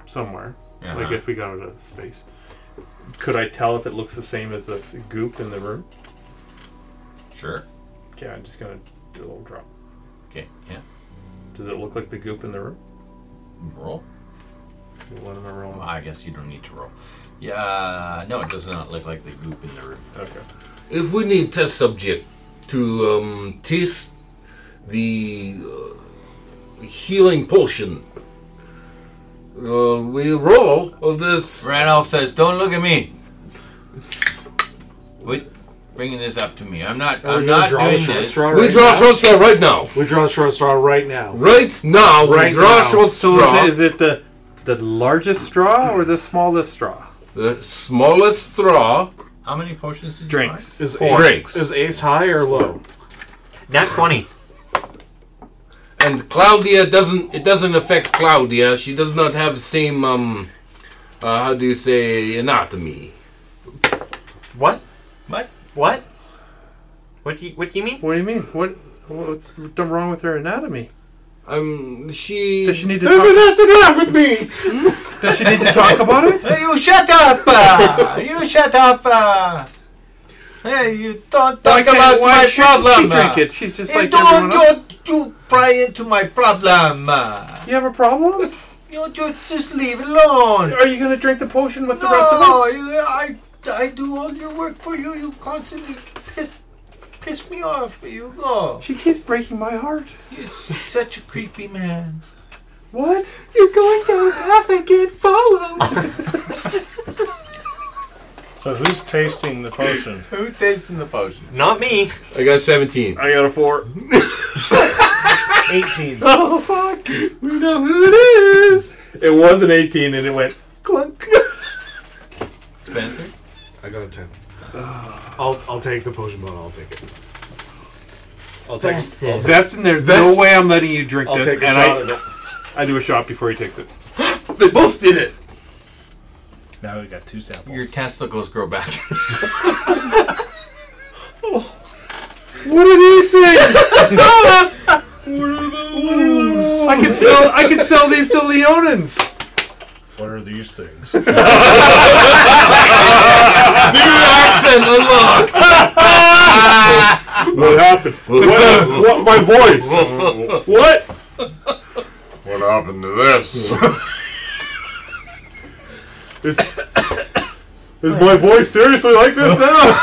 somewhere, like Uh-huh. if we got out of space, could I tell if it looks the same as this goop in the room? Sure. Okay, I'm just gonna do a little drop. Okay. Yeah. Does it look like the goop in the room? Roll. What am I Well, rolling? I guess you don't need to roll. Yeah. No, it does not look like the goop in the room. Okay. If we need test subject to um, taste the uh, healing potion, uh, we roll of this. Randolph says, "Don't look at me." What? bringing this up to me. I'm not. Are we I'm gonna not draw a doing short this. straw We right draw now? short straw right now. We draw a short straw right now. Right now, Right we draw now. short So is straw. it, is it the the largest straw or the smallest straw? the smallest straw. How many potions did you Drinks. Is Four. ace, Drinks. is ace high or low? Not 20. and Claudia doesn't. It doesn't affect Claudia. She does not have the same um, uh, how do you say anatomy? What? What? What? What do you, what do you mean? What do you mean? What what's done wrong with her anatomy? Um, she. Does she need to There's talk, nothing wrong with me! does she need to talk about it? Hey, you shut up! Uh, you shut up! Uh. Hey, you don't Why talk can't- about why my should problem! She drink uh. it. She's just You like don't everyone else. you, you pry into my problem! uh. You have a problem? You just, just leave it alone! Are you gonna drink the potion with the rest of No, us? you, I, I do all your work for you. You constantly piss, piss me off. You go. She keeps breaking my heart. You're such a creepy man. What? So who's tasting the potion? Who tastes in the potion? Not me. I got seventeen. I got a four. 18. Oh fuck! We know who it is. It was an 18, and it went clunk. Spencer? I got a 10. I'll, I'll take the potion bottle, I'll take it. I'll take it. Bastard. Vestin, there's Vest- no way I'm letting you drink I'll this, take a and shot of it. I, I do a shot before he takes it. They both did it. Now we got two samples. Your testicles grow back. What are these things? I can sell. I can sell these to Leonins. What are these things? New accent unlocked. What happened? What, what- my voice? What? What happened to this? Is, is my voice seriously like this now?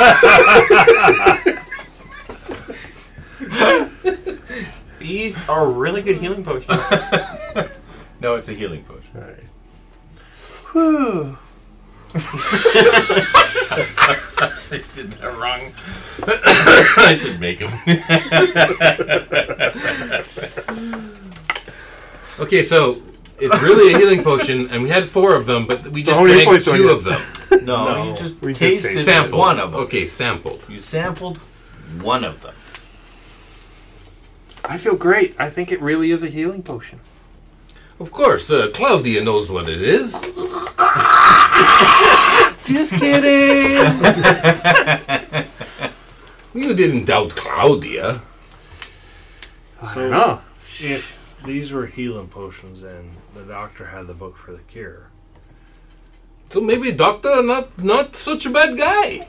These are really good healing potions. no, it's a healing potion. Whew. I did that wrong. I should make him. okay, so it's really a healing potion, and we had four of them, but we So just how many drank points do I two get? of them. No, No, you just we just tasted tasted Sampled. one of them. Okay, sampled. You sampled one of them. I feel great. I think it really is a healing potion. Of course, uh, Claudia knows what it is. Just kidding. You didn't doubt Claudia. So- no. if these were healing potions and the doctor had the book for the cure, So maybe Doctor not not such a bad guy.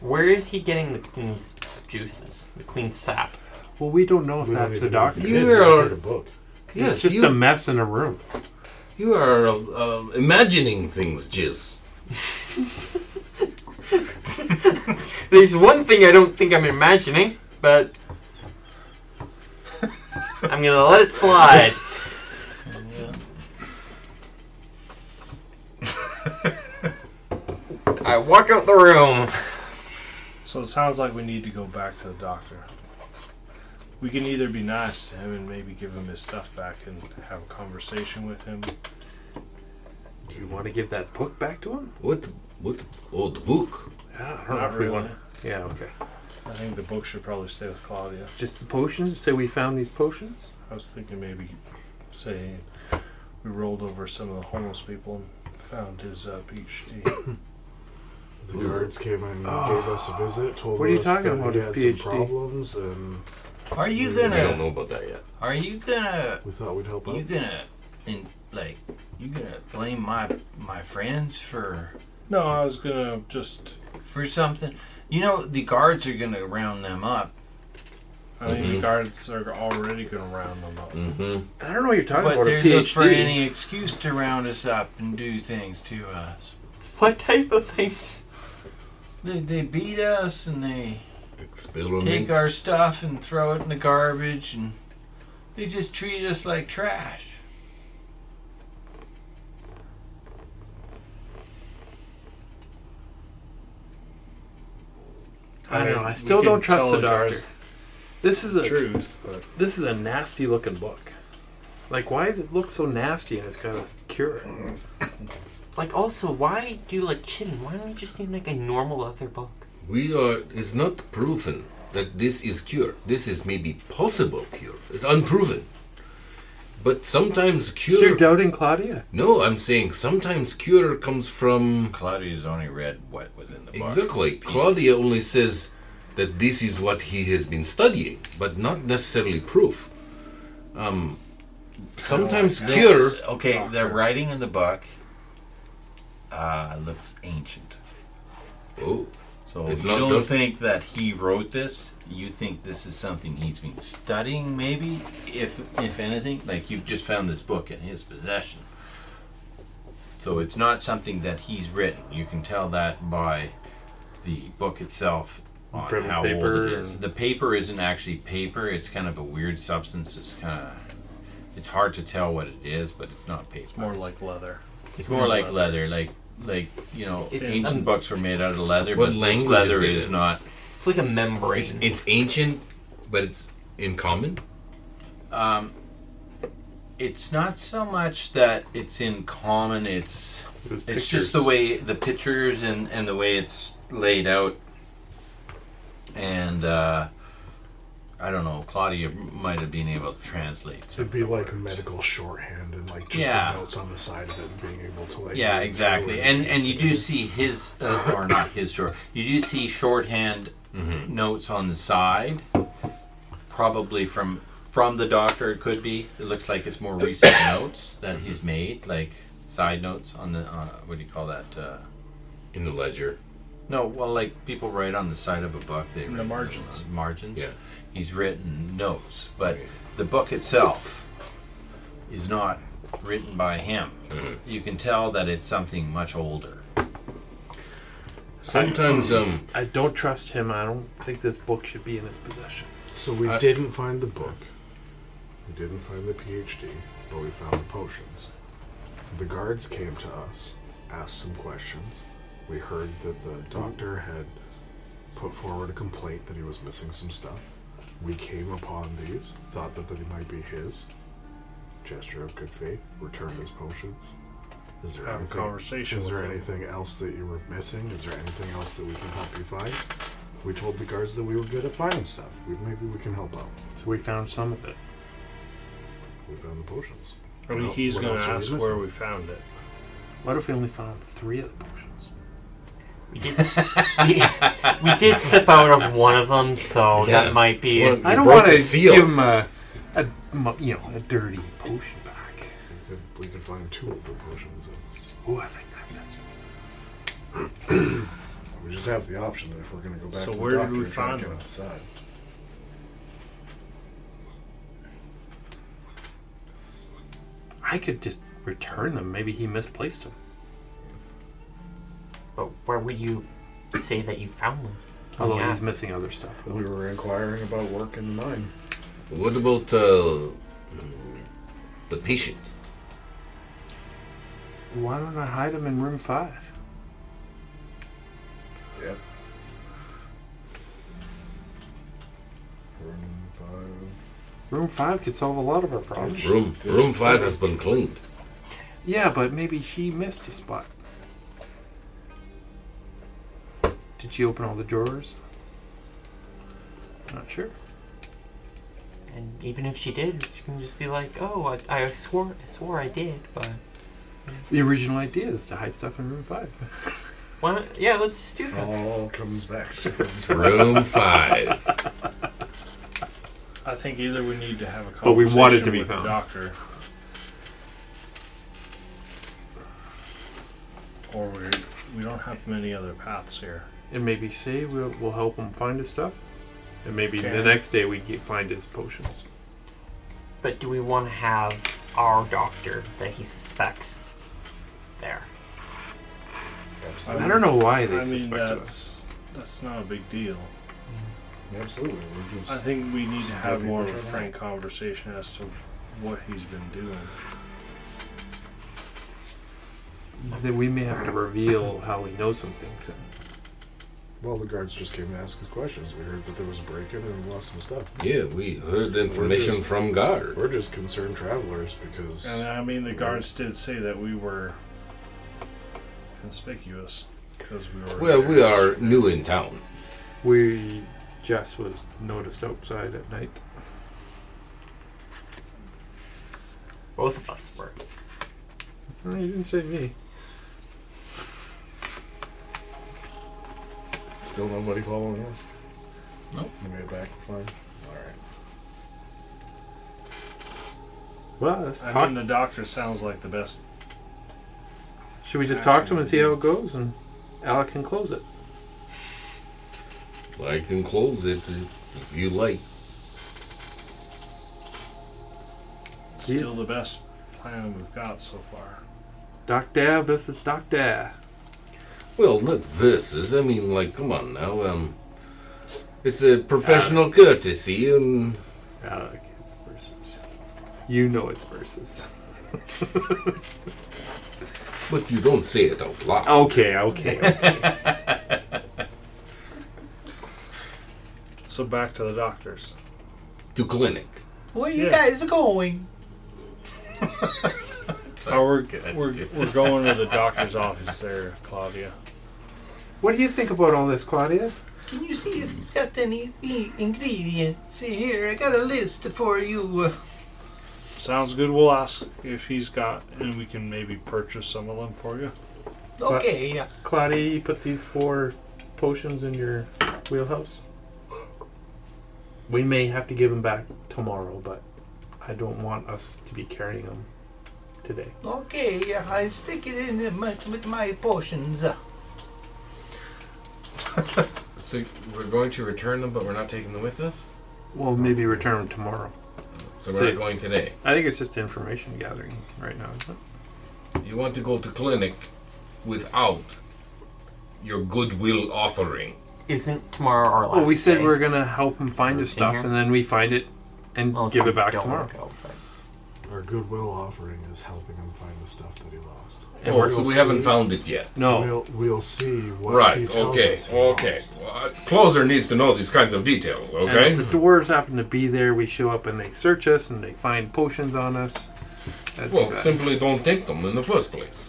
Where is he getting the queen's juices? The queen's sap? Well, we don't know if We don't that's the even doctor. know You if we did, we are- said a book. Yes, it's just you, a mess in a room. you are uh, uh, imagining things, Jizz. There's one thing I don't think I'm imagining, but I'm gonna let it slide. I walk out the room. so it sounds like we need to go back to the doctor. We can either be nice to him and maybe give him his stuff back and have a conversation with him. Do you want to give that book back to him? What what old book? Yeah, I Not don't know if really. we want. Yeah, okay. I think the book should probably stay with Claudia. Just the potions. Say we found these potions. I was thinking maybe, say, we rolled over some of the homeless people and found his uh, PhD. The guards came and gave us a visit, told What are you us talking that about, we his had PhD? some problems, and Are you I don't gonna? know about that yet. Are you gonna? we thought we'd help out. You gonna? In, like, you gonna blame my my friends for no, I was gonna just. for something? You know the guards are gonna round them up. I think the guards are already gonna round them up. Mm-hmm. I don't know what you're talking But about. they're A looking for PhD. any excuse to round us up and do things to us. What type of things? They, they beat us and they take Experiment. our stuff and throw it in the garbage and they just treat us like trash. I don't know. I We still can don't trust tell the if doctor. there's This is a Truth, but this is a nasty looking book. Like, why does it look so nasty and it's got a cure? Like, also, why do like chin? Why don't we just do like a normal other book? We are. It's not proven that this is cure. This is maybe possible cure. It's unproven. But sometimes So cure. you're doubting Claudia? no, I'm saying sometimes cure comes from. Claudia's only read what was in the book. Exactly. Claudia only says that this is what he has been studying, but not necessarily proof. Um, sometimes The- cure. Okay, the writing in the book uh, looks ancient. Oh, So It's you not don't done- think that he wrote this. You think this is something he's been studying, maybe, if if anything. Like you've just found this book in his possession. So it's not something that he's written. You can tell that by the book itself on Print how paper old it is. and- The paper isn't actually paper. It's kind of a weird substance. It's kind of it's hard to tell what it is, but it's not paper. it's more like leather. It's more like leather, like like you know, It's, ancient um, books were made out of leather, What but this language leather is it is in? not. It's like a membrane. it's it's ancient, but it's in common. Um, it's not so much that it's in common. It's It's it's just the way the pictures and and the way it's laid out. And uh, I don't know, Claudia might have been able to translate. some It'd be like medical shorthand and like just Yeah. the notes on the side of it and being able to like. Yeah, read exactly. through And and you do investigate. see his uh, or not his short. You do see shorthand Mm-hmm. notes on the side, probably from from the doctor. It could be. It looks like it's more recent notes that Mm-hmm. he's made, like side notes on the uh, what do you call that? Uh, in the ledger. no, well, like people write on the side of a book. They write the margins. on the margins. Yeah. He's written notes, but the book itself is not written by him. Mm-hmm. You can tell that it's something much older. Sometimes um, I don't trust him. I don't think this book should be in his possession. So we I- didn't find the book. We didn't find the PhD, but we found the potions. The guards came to us, asked some questions. We heard that the doctor had put forward a complaint that he was missing some stuff. We came upon these, thought that they might be his. Gesture of good faith, returned his potions. Is there Have a anything? conversation. Is with there him. anything else that you were missing? Is there anything else that we can help you find? We told the guards that we were good at finding stuff. We, maybe we can help out. So we found some of it. We found the potions. I mean, What he's else going to are we ask where missing? we found it. What if we only found three of the potions? we did we, we did sip out of one of them, so Yeah. that might be. well, I you don't broke want to the seal. give him a, a, mo- you know, a dirty potion back. If we could find two of the potions, Ooh, I like that. That's we just have the option that if we're going to go back So to where the did doctor we and try find to get them? outside. I could just return them. Maybe he misplaced them. But where would you say that you found them? Although Yes. he's missing other stuff. We were inquiring about work in the mine. what about uh, the patient? Why don't I hide them in room five? Yep. Room five. Room five could solve a lot of our problems. Room Did room it five say- has been cleaned. Yeah, but maybe she missed a spot. Did she open all the drawers? Not sure. And even if she did, she can just be like, "Oh, I, I swore, I swore I did." But The original idea is to hide stuff in room five. why not? Yeah, let's just do that. All comes back to Room five. I think either we need to have a But we conversation want it to be with found. the doctor, or we we don't have many other paths here. And maybe say we'll, we'll help him find his stuff. And maybe the Okay. next day we get, find his potions. But do we want to have our doctor that he suspects there? I don't know why they I mean, suspected us. that's that's not a big deal. Absolutely. We're I just. think we need to Some have heavy more of a metal. frank conversation as to what he's been doing. Then we may have to reveal how we know some things. Well, the guards just came to ask us questions. We heard that there was a break in and we lost some stuff. Yeah, we heard information just- from guard. We're just concerned travelers because. And I mean, the guards did say that we were conspicuous because we were. Well, we there. are new in town. We Jess was noticed outside at night. Both of us were. No, you didn't say me. Still nobody following us? Nope. You made it back fine? Alright. Well, let's I talk. mean, the doctor sounds like the best. Should we just talk to him and see how it goes, and Alec can close it? I can close it if you like. Still the best plan we've got so far. Doc Dab, this is Doc Dab. Well, not versus. I mean, like, come on now. Um, it's a professional courtesy, and Alec, it's versus. You know it's versus. but you don't say it out loud. Okay, okay. So back to the doctors. To clinic. Where you Yeah. guys going? So we're, we're, we're going to the doctor's office there, Claudia. what do you think about all this, Claudia? Can you see if it's got any i- ingredients? See here, I got a list for you. Uh, Sounds good. We'll ask if he's got, and we can maybe purchase some of them for you. Okay, yeah. Claudia, you put these four potions in your wheelhouse. We may have to give them back tomorrow, but I don't want us to be carrying them today. Okay, yeah. I stick it in uh, my- with my potions. Uh, So we're going to return them, but we're not taking them with us. Well, maybe return them tomorrow. So we're See. not going today. I think it's just information gathering right now. Isn't it? You want to go to clinic without your goodwill offering. Isn't tomorrow our last Well, we said day? we were gonna help him find his Routine stuff, here? and then we find it and Well, give some it back don't tomorrow. wanna go, but- Our goodwill offering is helping him find the stuff that he lost. And oh, we're- so we we'll haven't see. found it yet. No, We'll, we'll see what he right, tells okay, us he okay. lost. Well, uh, Closer needs to know these kinds of details, and okay? if the dwarves happen to be there, we show up and they search us and they find potions on us. That's Well, that. simply don't take them in the first place.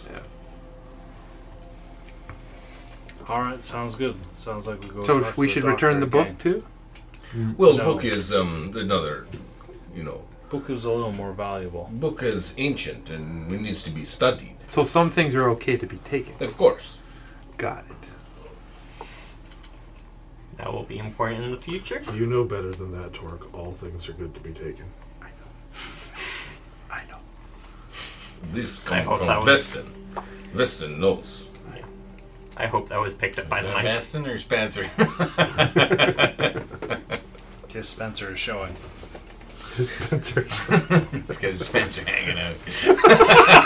All right, sounds good. Sounds like we go. so talk to we the should doctor return the again. book too. Well, No. book is um another, you know, Book is a little more valuable. book is ancient and it needs to be studied. So some things are okay to be taken. Of course. Got it. That will be important in the future. You know better than that, Torque. All things are good to be taken. I know. This I comes hope from that was- Veston. Veston knows. I hope that was picked up by Is the that mic. Maston or Spencer? His Spencer is showing. Let's get Spencer hanging out.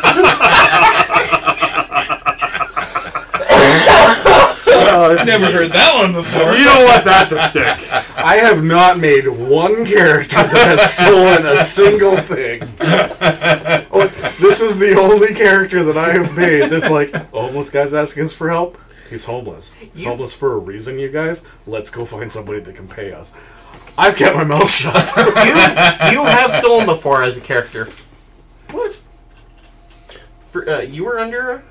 Never heard that one before. You don't want that to stick. I have not made one character that has stolen a single thing. Oh, this is the only character that I have made that's like, a homeless guy's asking us for help. He's homeless. He's You- homeless for a reason, you guys. Let's go find somebody that can pay us. I've kept my mouth shut. you, you have stolen before as a character. what? For, uh, you were under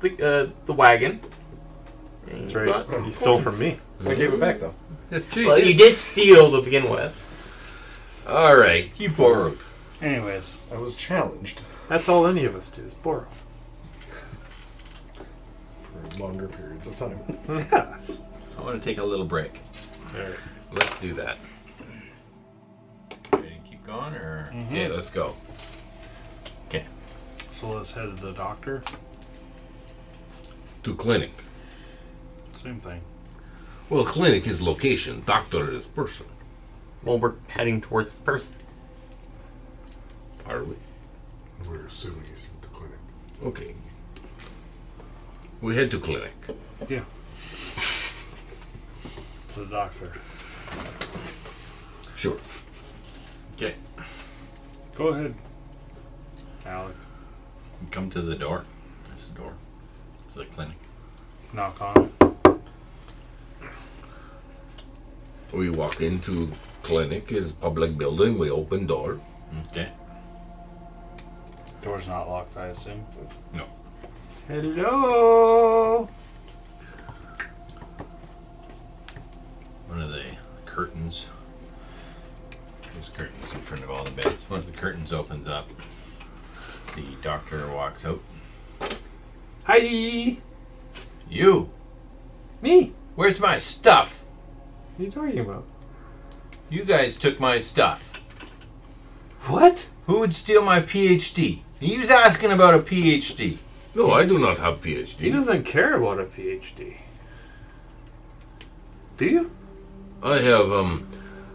the uh, the wagon. That's right. You stole from me. I gave it back though. That's Well, you did steal to begin with. All right. You borrowed. Anyways, I was challenged That's all any of us do is borrow. for longer periods of time. Yeah. I want to take a little break. Let's do that. Ready to keep going, or Okay, Mm-hmm. let's go. so let's head to the doctor. To clinic. Same thing. Well, clinic is location, doctor is person. Well, we're heading towards the person. Are we? We're assuming he's at the clinic. Okay. We head to clinic. To the doctor. Sure. Okay. Go ahead, Alec. Come to the door. There's the door. It's the clinic. Knock on it. We walk into clinic is public building. We open door. Okay. Door's not locked, I assume. Hello. One of the curtains. There's curtains in front of all the beds. One of the curtains opens up. The doctor walks out. Hi. You! Me. Where's my stuff? What are you talking about? You guys took my stuff. What? Who would steal my PhD? He was asking about a PhD. No, I do not have He PhD. doesn't care about a PhD. Do you? I have um,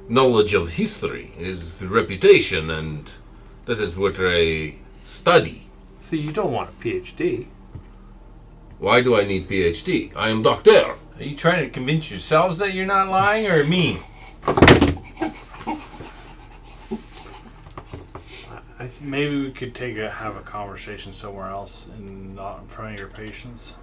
knowledge of history, is reputation, and that is what I study. So you don't want a PhD. Why do I need PhD? I am doctor. Are you trying to convince yourselves that you're not lying or me? I see. Maybe we could take a have a conversation somewhere else and not in front of your patients.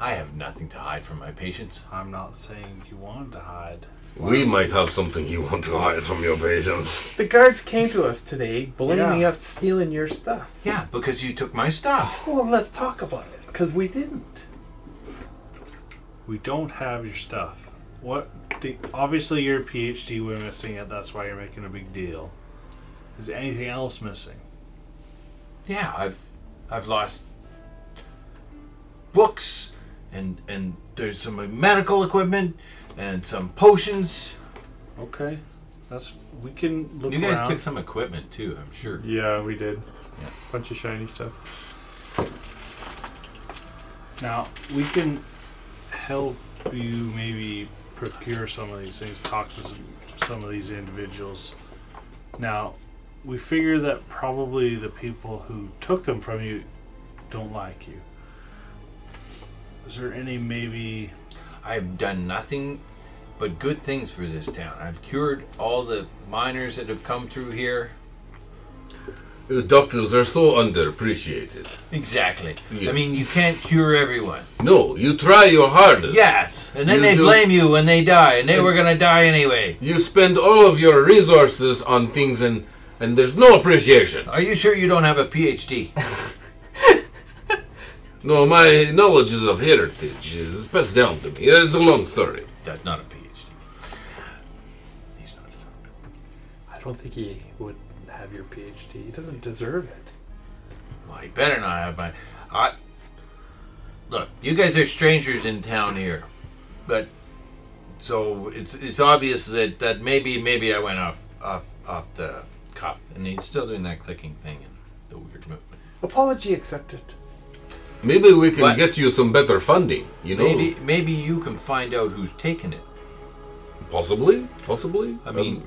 I have nothing to hide from my patients. I'm not saying you wanted to hide. We might have something you want to hide from your patients. The guards came to us today, blaming Yeah. us stealing your stuff. Yeah, because you took my stuff. Well, let's talk about it, because we didn't. We don't have your stuff. What? The, obviously, your PhD we're missing it. That's why you're making a big deal. Is there anything else missing? Yeah, I've I've lost books and and there's some medical equipment and some potions. Okay, that's we can look You guys around. took some equipment too, I'm sure. Yeah, we did. Yeah. Bunch of shiny stuff. Now we can help you maybe procure some of these things, talk to some, some of these individuals. Now we figure that probably the people who took them from you don't like you. Is there any maybe? I've done nothing but good things for this town. I've cured all the miners that have come through here. Uh, Doctors are so underappreciated. Exactly. I Yes. mean, you can't cure everyone. No, you try your hardest. Yes, and then You they do- blame you when they die, and they were gonna die anyway. You spend all of your resources on things and and there's no appreciation. Are you sure you don't have a PhD? No, my knowledge is of heritage is passed down to me. It's a long story. That's not a PhD. He's not a doctor. I don't think he would have your PhD. He doesn't deserve it. Well, he better not have my. I look. You guys are strangers in town here, but so it's it's obvious that that maybe maybe I went off off off the cuff, and he's still doing that clicking thing and the weird movement. Apology accepted. Maybe we can But- get you some better funding. You know, Maybe maybe you can find out who's taking it. possibly, possibly. I mean, Um,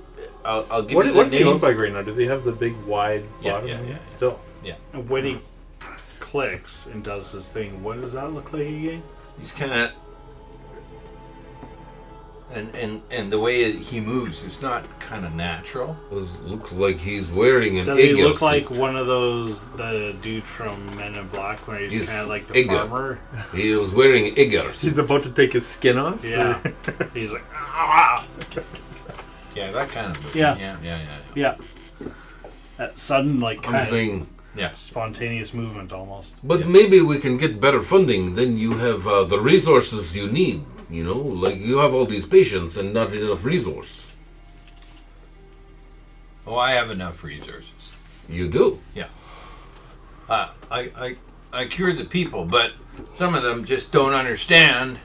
I'll, I'll give What, you what the does he look name. like right now? Does he have the big wide Yeah, bottom? yeah, yeah, yeah. Still. When he clicks and does his thing, what does that look like again? He's kind of. And, and, and the way he moves, it's not kind of natural. this Um, looks like he's wearing an Does he Egger look suit. like one of those the dude from Men in Black, where he's He's kind of like the Igor. farmer? He was wearing Egger suit. He's about to take his skin off? Yeah, he's like ah, Yeah, that kind of. Yeah. yeah, yeah, yeah. yeah. That sudden like I'm kind of saying, Yeah. spontaneous movement almost. but Yeah. maybe we can get better funding. Then you have uh, the resources you need. You know, like you have all these patients and not enough resource. Oh, I have enough resources. You do. Uh, I, I, I cured the people, but some of them just don't understand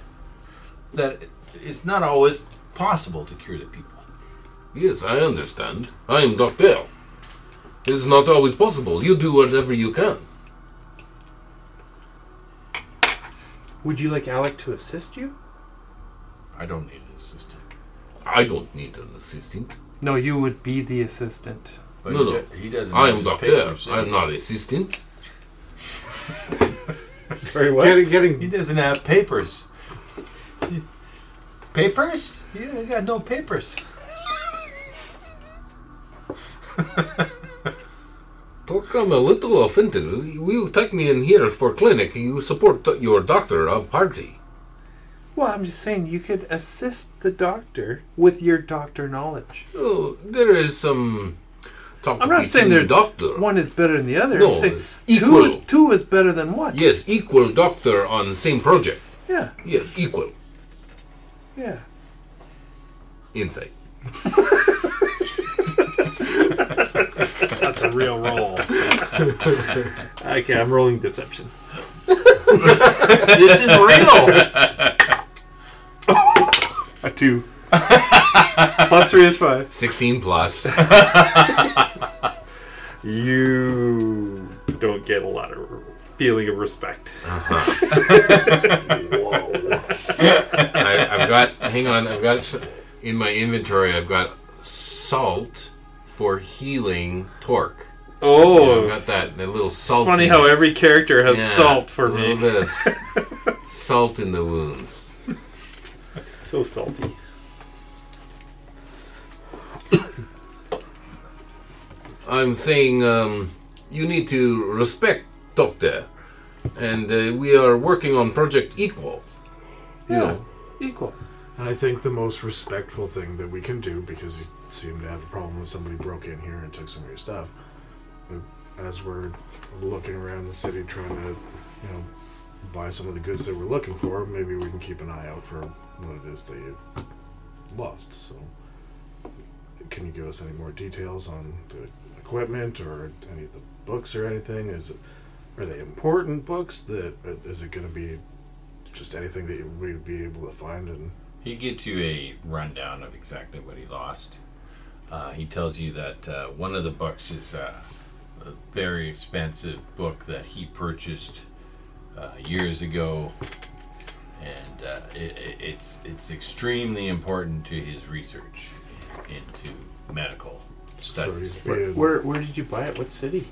that it's not always possible to cure the people. Yes, I understand. I am doctor. It's not always possible. You do whatever you can. Would you like Alec to assist you? I don't need an assistant. I don't need an assistant. No, you would be the assistant. But No, he, no. do- he doesn't. I have am his doctor. papers, I does he? am not assistant. Sorry, what? Getting, He getting. doesn't have papers. Papers? You ain't got no papers. Talk, I'm a little offended. You take me in here for clinic. You support th- your doctor of party. Well, I'm just saying you could assist the doctor with your doctor knowledge. Oh, there is some talk I'm not saying between there's doctor. one is better than the other. No, I'm saying it's two, equal. two is better than one. Yes, equal doctor on same project. Yeah, Yes, equal yeah. insight. That's a real roll. Okay, I'm rolling deception. this is real. A two. Plus three is five. Sixteen plus. You don't get a lot of feeling of respect. I, I've got. Hang on. I've got s- in my inventory. I've got salt for healing torque. Oh, I've got that. That little salt. funny how every character has Yeah, salt for a little me. bit of s- salt in the wounds. So salty. I'm saying um, you need to respect doctor, and uh, we are working on project equal. You know, Equal. And I think the most respectful thing that we can do, because you seem to have a problem when somebody broke in here and took some of your stuff, as we're looking around the city trying to, you know, buy some of the goods that we're looking for, maybe we can keep an eye out for what it is they lost. So, can you give us any more details on the equipment or any of the books or anything? Is it, are they important books? That is it going to be just anything that we'd be able to find and He gets you a rundown of exactly what he lost. Uh, he tells you that uh, one of the books is uh, a very expensive book that he purchased uh, years ago, and uh, it, it, it's it's extremely important to his research into medical so he's studies. being Where where did you buy it? What city?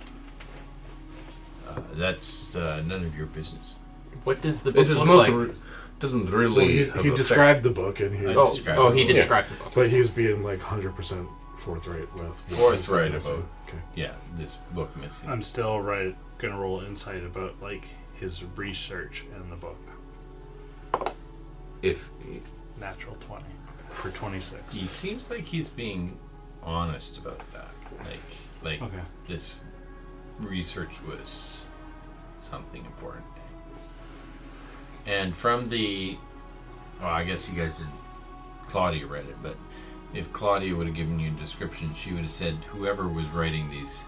Uh, that's uh, none of your business. What does the book it is look not. like? re- doesn't Well, really. he, have he effect. described the book and he, I oh, describe oh, it. he Yeah. described the book. but he's being like hundred percent forthright with what Forthright he's about- missing. Okay, Yeah, this book missing. I'm still right gonna roll insight about like his research in the book. If Natural twenty for twenty six. He seems like he's being honest about that. Like, like Okay. this research was something important. And from the, well, I guess you guys did. Claudia read it, but if Claudia would have given you a description, she would have said whoever was writing these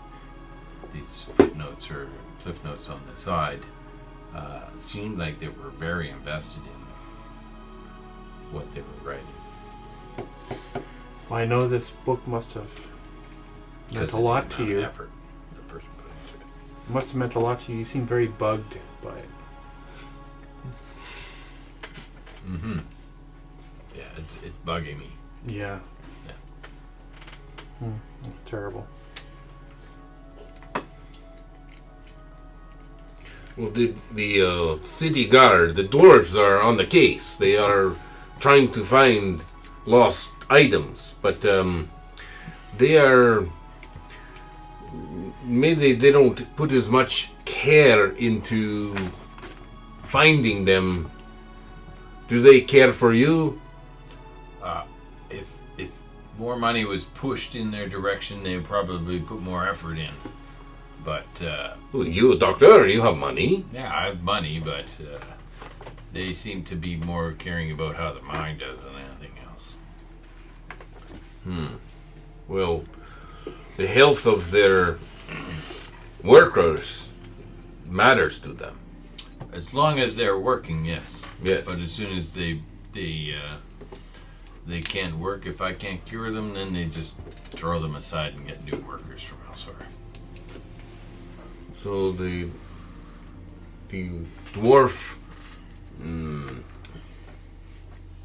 these footnotes or cliff notes on the side uh, seemed like they were very invested in what they were writing. Well, I know this book must have meant Because a of the lot to amount of you. effort the person put into it. Must have meant a lot to you. You seem very bugged by it. Mm-hmm. Yeah, it's, it's bugging me. Yeah. Yeah. Hmm, that's terrible. Well, the the uh, city guard, the dwarves are on the case. They are trying to find lost items, but um, they are maybe they don't put as much care into finding them. Do they care for you? If if more money was pushed in their direction, they would probably put more effort in. But uh, Well, you, a doctor, you have money. yeah, I have money, but uh, they seem to be more caring about how the mind does than anything else. Well, the health of their workers matters to them. As long as they're working, yes. Yes. But as soon as they they uh, they can't work, if I can't cure them, then they just throw them aside and get new workers from elsewhere. So the the dwarf, mm,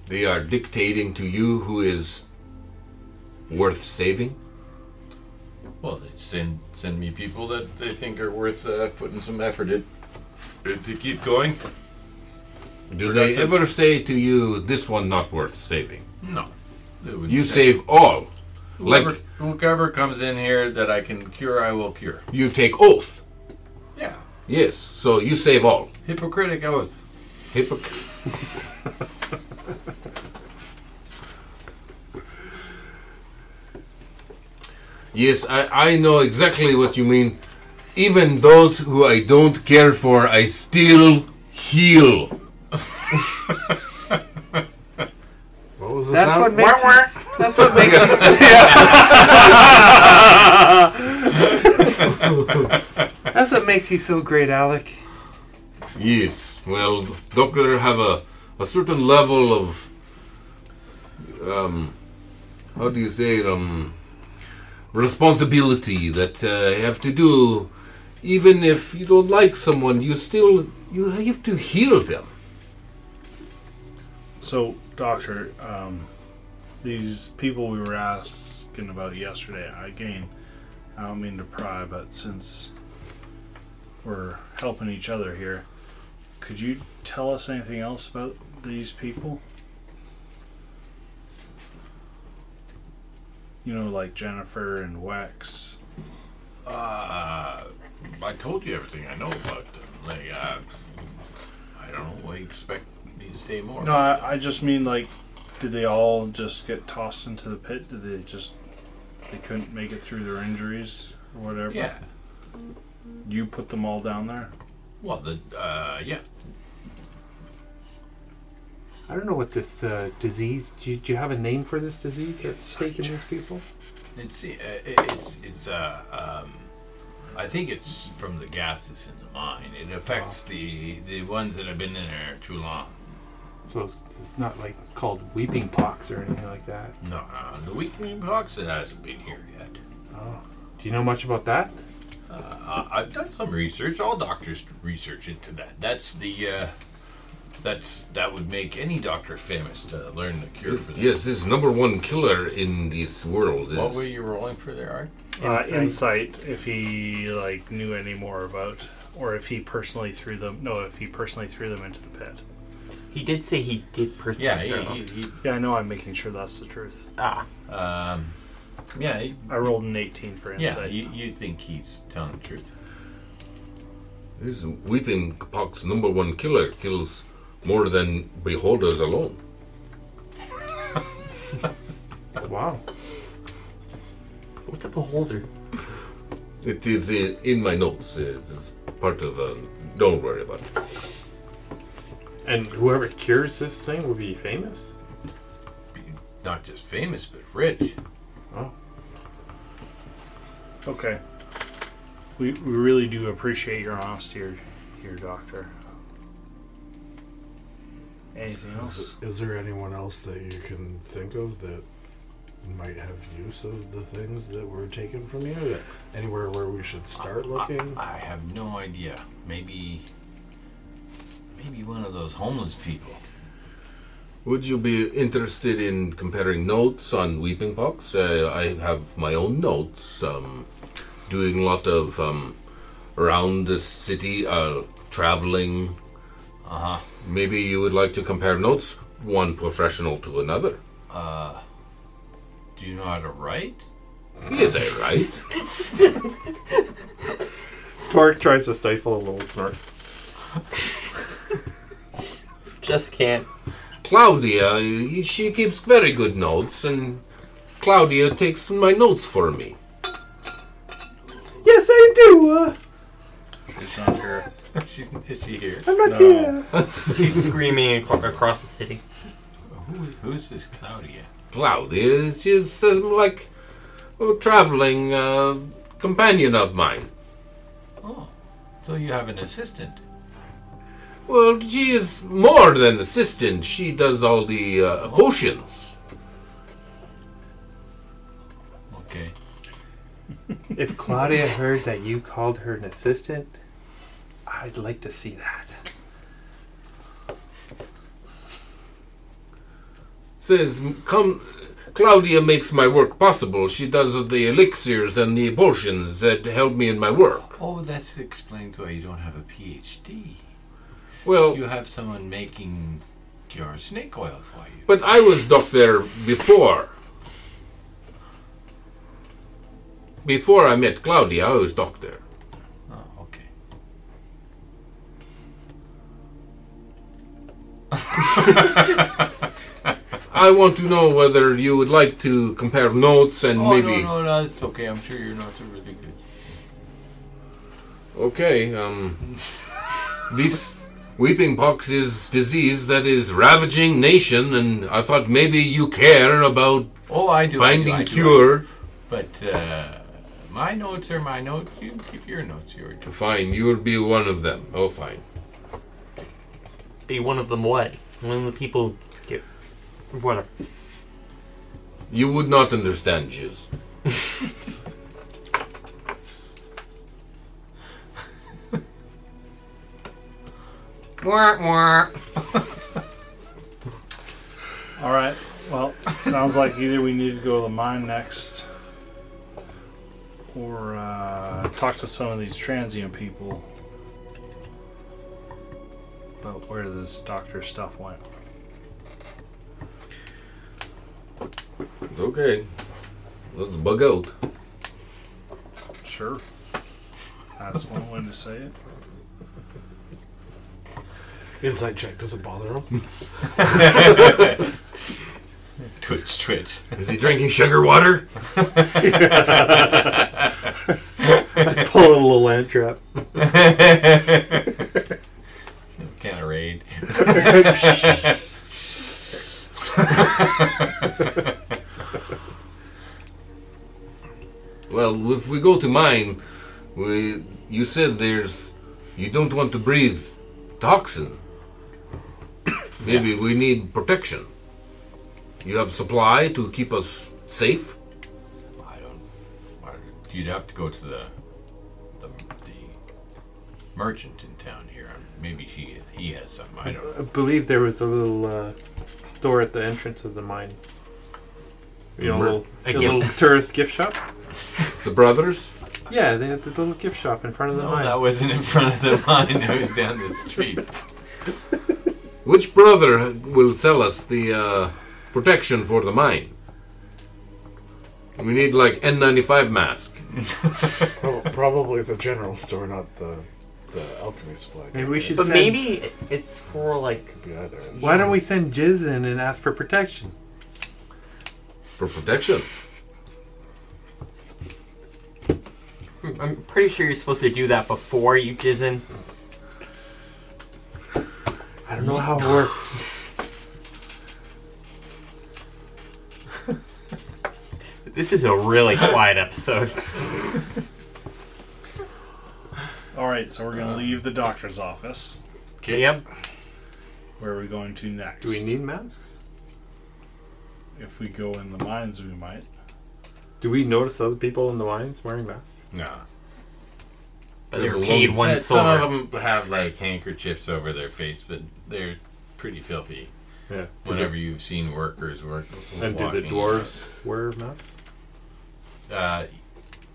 they are dictating to you who is worth saving. Well, they send send me people that they think are worth uh, putting some effort in to keep going. Do they ever say to you, "This one not worth saving"? No, They would You say, save all. whoever, like- whoever comes in here that I can cure, I will cure. You take oath. Yeah, Yes. So you save all. Hippocratic oath. Hypoc- Yes, I, I know exactly what you mean. Even those who I don't care for, I still heal. What was the That's sound? what makes you, s- that's what makes you s- That's what makes you so great, Alec. Yes. Well, doctor have a, a certain level of um, how do you say it, um responsibility that uh, have to do. Even if you don't like someone, you still you have to heal them. So, doctor, um, these people we were asking about yesterday, again, I don't mean to pry, but since we're helping each other here, could you tell us anything else about these people? You know, like Jennifer and Wex. Uh, I told you everything I know about them. Like, uh, I don't know what you expect me to say more. No, I, I just mean like, did they all just get tossed into the pit? Did they just they couldn't make it through their injuries or whatever? Yeah. You put them all down there. Well, the uh, yeah. I don't know what this uh, disease. Do you, do you have a name for this disease that's taking these people? It's uh, it's it's uh, um, I think it's from the gases in the mine. It affects the the ones that have been in there too long. So it's, it's not like called weeping pox or anything like that. No, uh, the weakening box that hasn't been here yet. Oh. Do you know much about that? Uh, I've done some research. All doctors research into that. That's the uh, that's that would make any doctor famous to learn the cure for that. Yes, this is number one killer in this world. Is, What were you rolling for there, Art? Uh, insight, if he like knew any more about, or if he personally threw them. No, if he personally threw them into the pit. He did say he did pursue Yeah, them. he, he, Yeah, I know. I'm making sure that's the truth. ah, he, um, yeah, he, I rolled an 18 for yeah. insight. You, you think he's telling the truth? This is weeping pox number one killer kills more than beholders alone. Wow. what's a beholder? It is uh, in my notes. uh, It is part of. Uh, don't worry about it. And whoever cures this thing will be famous. Not just famous, but rich. Okay. We, we really do appreciate your honesty, here, here, doctor. Anything else? Is there anyone else that you can think of that might have use of the things that were taken from you? That- Anywhere where we should start looking? I, I have no idea. Maybe, maybe one of those homeless people. Would you be interested in comparing notes on weeping pox? Uh, I have my own notes. Um, doing a lot of um, around the city, uh, traveling. Uh huh. Maybe you would like to compare notes, one professional to another. Uh, Do you know how to write? Is that right? Torque tries to stifle a little snort. Just can't. Claudia, uh, she keeps very good notes, and Claudia takes my notes for me. Yes, I do. Uh, It's not her. She's is she here? I'm not here. She's screaming ac- across the city. Who, who's this Claudia? Claudia, she's um, like a traveling uh, companion of mine. Oh, so you have an assistant. Well, she is more than assistant. She does all the uh, potions. Okay. If Claudia heard that you called her an assistant, I'd like to see that. Says, come, Claudia makes my work possible. She does the elixirs and the potions that help me in my work. Oh, that explains why you don't have a PhD. Well, You have someone making your snake oil for you. but I was doctor before. Before I met Claudia, I was doctor. Oh, okay. I want to know whether you would like to compare notes and Oh, maybe. no, no, no, it's okay. I'm sure your notes are really good. Okay, um. this weeping pox is disease that is ravaging nation, and I thought maybe you care about Oh, I do. I do, finding I do, I do. cure. But uh, my notes are my notes. You keep your notes. Your Fine, you will be one of them. Oh, fine. Be one of them what? One of the people get whatever. You would not understand, Jizz. All right. Well, sounds like either we need to go to the mine next, or uh, talk to some of these transient people about where this doctor stuff went. Okay, let's bug out. Sure. That's one way to say it. Insight check doesn't bother him. twitch, twitch. Is he drinking sugar water? Pull a little ant trap. Kind of raid. Well, if we go to mine, we you said there's you don't want to breathe toxin. Maybe we need protection. You have supply to keep us safe. I don't. I, you'd have to go to the, the the merchant in town here. Um, Maybe he he has something. I don't. know. I believe there was a little uh, store at the entrance of the mine. You know, a Mer- little, A a gift- little tourist gift shop. The brothers. Yeah, they had the little gift shop in front of the No, mine. that wasn't in front of the mine. It was down the street. Which brother will sell us the uh, protection for the mine? We need like N95 mask. Prob- Probably the general store, not the the alchemy supply. Maybe we should. But send, maybe it's for like Could be either. Why don't we send Jizz in and ask for protection? For protection. I'm pretty sure you're supposed to do that before you jizzin. I don't know how it works. This is a really quiet episode. All right. So we're Uh, gonna leave the doctor's office. Yep. Where are we going to next? Do we need masks? If we go in the mines, we might. Do we notice other people in the mines wearing masks? No. But There's they're a paid long- one Uh, some silver. of them have like handkerchiefs over their face, but they're pretty filthy. Yeah. Whenever you've seen workers work, And do the walking. dwarves wear masks? Uh,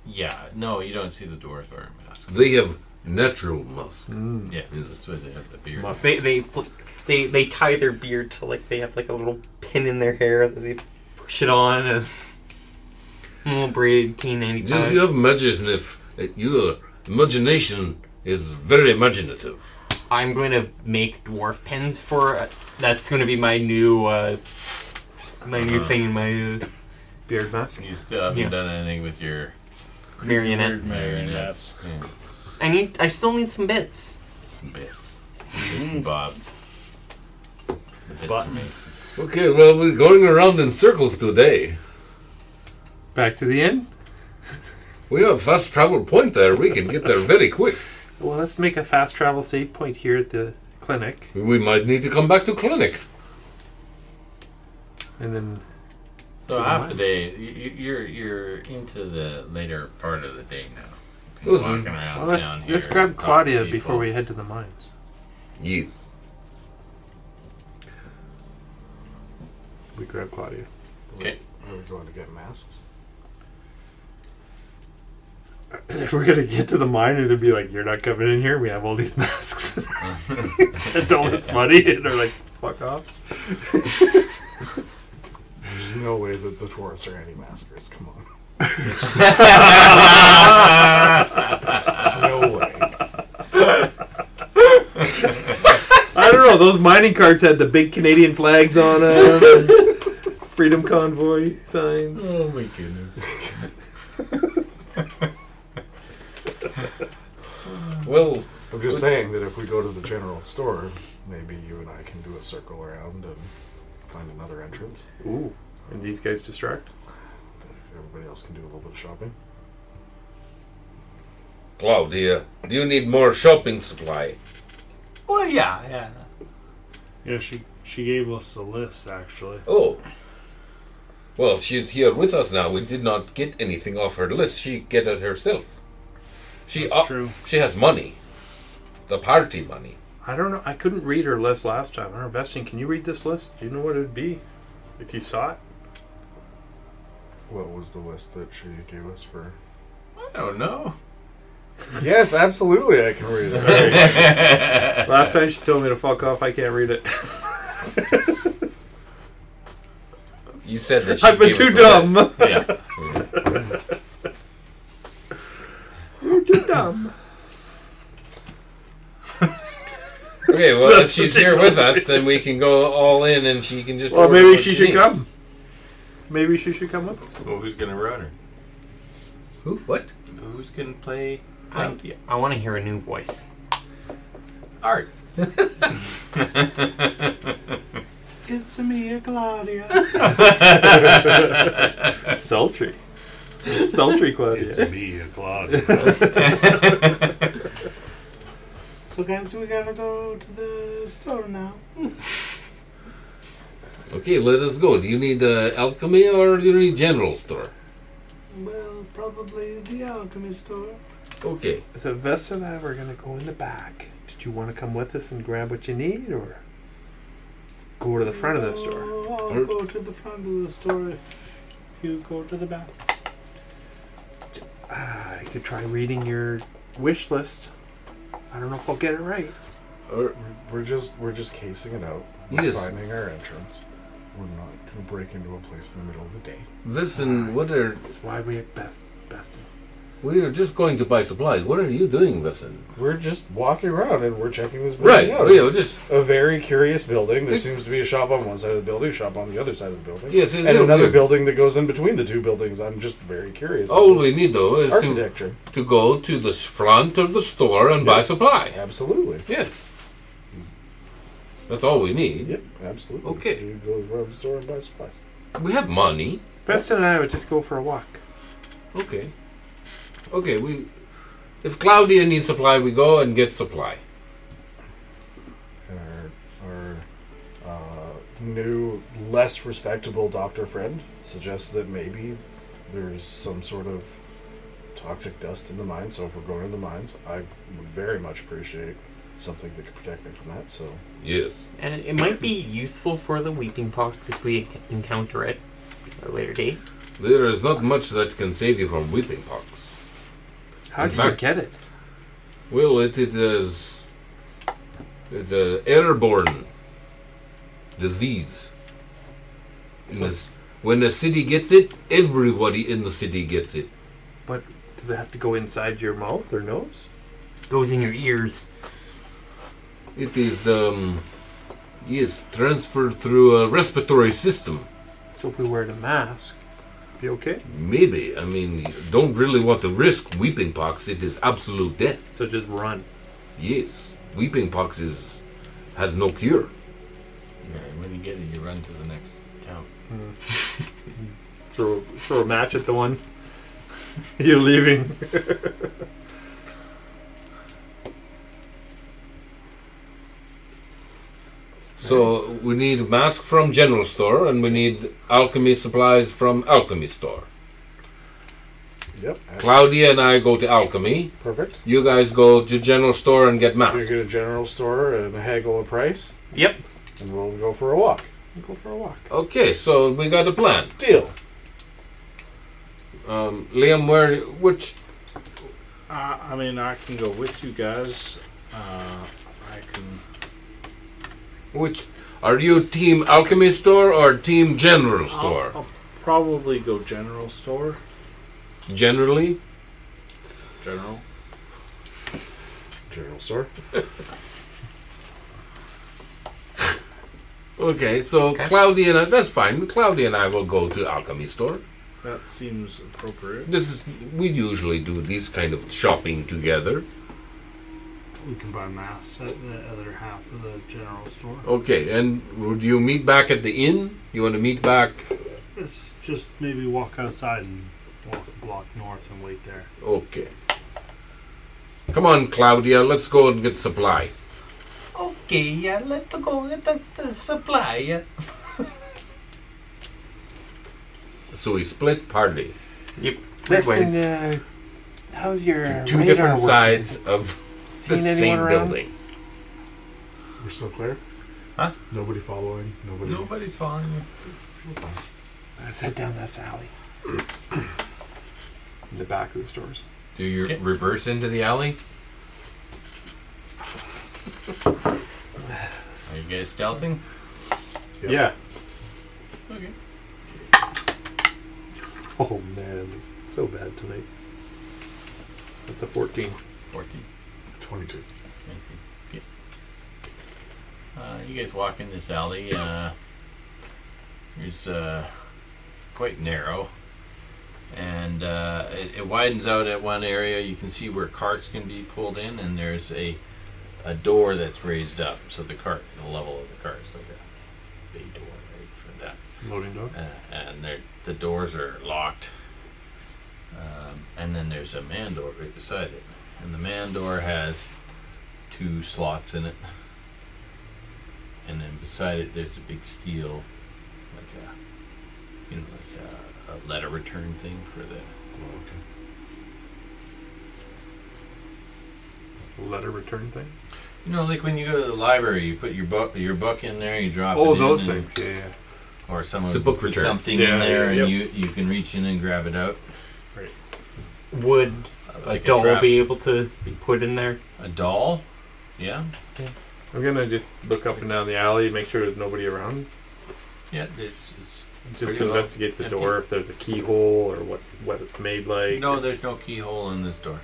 yeah, no, you don't see the dwarves wearing masks. They have natural mask. Yeah, that's why they have the beard. Hmm. Must. They they fl- they they tie their beard to like they have like a little pin in their hair that they push it on and a little braid. Just 1995. you have imaginative. Your imagination is very imaginative. I'm going to make dwarf pins for. Uh, that's going to be my new uh, my new thing in my uh, Beard masks? You still haven't Yeah. done anything with your marionettes. marionettes. Yeah, I need. I still need some bits. some bits, some bits and bobs. The bits are Buttons. Okay, well, we're going around in circles today. Back to the inn? We have a fast travel point there. We can get there very quick. Well, let's make a fast travel save point here at the clinic. We might need to come back to clinic. And then, made. So half the day, you- you- you're you're into the later part of the day now. You're Listen, Walking around well, let's, town here let's grab and talking to Claudia people. before we head to the mines. Yes. We grab Claudia. Okay. Are we going to get masks? We're gonna get to the mine and they'll be like, "You're not coming in here. We have all these masks. Spent all this money." And they're like, "Fuck off." There's no way that the dwarves are anti-maskers. Come on. no way. I don't know. Those mining carts had the big Canadian flags on them. Freedom Convoy signs. Oh my goodness. Well, I'm just saying that if we go to the general store, maybe you and I can do a circle around and find another entrance. Ooh. And these guys distract. Everybody else can do a little bit of shopping. Claudia, do you need more shopping supply? Well, yeah, yeah. Yeah, she she gave us the list actually. Oh. Well, she's here with us now. We did not get anything off her list. She get it herself. She That's uh, true. she has money. The party money. I don't know. I couldn't read her list last time. I don't know, Vestin, can you read this list? Do you know what it would be if you saw it? What was the list that she gave us for? I don't know. yes, absolutely, I can read it. Last time she told me to fuck off. I can't read it. You said that she I've been gave too us a list. dumb. Yeah. too dumb. Okay, well, if That's she's what she here with told us, then we can go all in and she can just. Well, order maybe what she should needs. come. Maybe she should come with us. Well, who's gonna run her? Who? What? Who's gonna play I- Claudia? I want to hear a new voice. Art. It's me, Claudia. Sultry. Sultry it's Claudia. me, Claudia. so guys, we gotta go to the store now. Okay, let us go. Do you need uh, alchemy or do you need general store? Well, probably the alchemy store. Okay. So Vess and I were gonna go in the back. Did you want to come with us and grab what you need, or go to the front of the store? Oh, I'll Or- go to the front of the store if you go to the back. Ah, I could try reading your wish list. I don't know if I'll get it right. Or We're just we're just casing it out. We're Yes. finding our entrance. We're not gonna break into a place in the middle of the day. listen, what are That's why we have Beth Beston. we are just going to buy supplies? What are you doing, listen? We're just walking around and we're checking this building Right. Oh, out. We are just a very curious building. There It's- seems to be a shop on one side of the building, a shop on the other side of the building, yes. Is and it another weird? building that goes in between the two buildings. I'm just very curious. All about we this need though Oh, is to architecture. to go to the s- front of the store and buy Yeah. supply. Absolutely. Yes. That's all we need. Yep. Absolutely. Okay. You go to the front of the store and buy supplies. We have money. Beston and I would just go for a walk. Okay. Okay. We if Claudia needs supply, we go and get supply. and our, our uh, new, less respectable doctor friend suggests that maybe there's some sort of toxic dust in the mine. So if we're going to the mines, I would very much appreciate something that could protect me from that. So Yes. And it might be useful for the Weeping Pox if we enc- encounter it at a later date. There is not much that can save you from weeping pox. How'd In you fact- get it? Well, it, it is it's a airborne disease. In this, when a city gets it, everybody in the city gets it. But does it have to go inside your mouth or nose? Goes in your ears. It is um, yes, transferred through a respiratory system. So if we wear a mask, be okay. Maybe I mean you don't really want to risk weeping pox. It is absolute death. So just run. Yes, weeping pox is has no cure. Yeah, when you get it, you run to the next town. Throw throw a match at the one. You're leaving. So we need mask from general store, and we need alchemy supplies from alchemy store. yep, Claudia and I go to alchemy. perfect. You guys go to general store and get You mask. get a general store and haggle a price, Yep. and we'll go for a walk. Go for a walk. Okay, so we got a plan. Deal. Um, Liam, where which? Uh, I mean, I can go with you guys. Uh, I can. Which are you team alchemy store or team general store? I'll, I'll probably go general store. Generally, General. General store. Okay, so Cloudy and I, that's fine. Cloudy and I will go to alchemy store. That seems appropriate. This is we usually do this kind of shopping together. We can buy masks at the other half of the general store. Okay, and would you meet back at the inn? You want to meet back? Let's just maybe walk outside and walk a block north and wait there. Okay. Come on, Claudia. Let's go and get supply. Okay, yeah, let's go get the, the supply. Yeah. So we split party. Yep. Listen, uh, how's your Two radar different working? sides of the Seen anyone same around? building. We're still clear? Huh? Nobody following? Nobody. Nobody's following you. Let's head down this alley. In the back of the stores. Do you Okay. reverse into the alley? Are you guys stealthing? Yep. Yeah. Okay. Oh man, it's so bad tonight. That's a 14. 14. 22. Okay. Uh, you guys walk in this alley. Uh, it's, uh, it's quite narrow. And uh, it, it widens out at one area. You can see where carts can be pulled in, and there's a a door that's raised up. So the cart, the level of the cart is like a big door right for that. Loading door. Uh, and they're- the doors are locked. Um, and then there's a man door right beside it. And the man door has two slots in it. And then beside it, there's a big steel, like a, you know, like a, a letter return thing for the. Oh, Letter return thing. You know, like when you go to the library, you put your book, your book in there, you drop. Oh, it in those and- things. Yeah, yeah. Or someone It's a book put return. something Yeah, in there, yeah, and you you can reach in and grab it out. Would Like a a doll trap. be able to be put in there? A doll. Yeah. I'm gonna just look up and down the alley, make sure there's nobody around. Yeah. It's, it's Just Pretty low. investigate the Empty. door if there's a keyhole or what what it's made like. No, there's no keyhole in this door.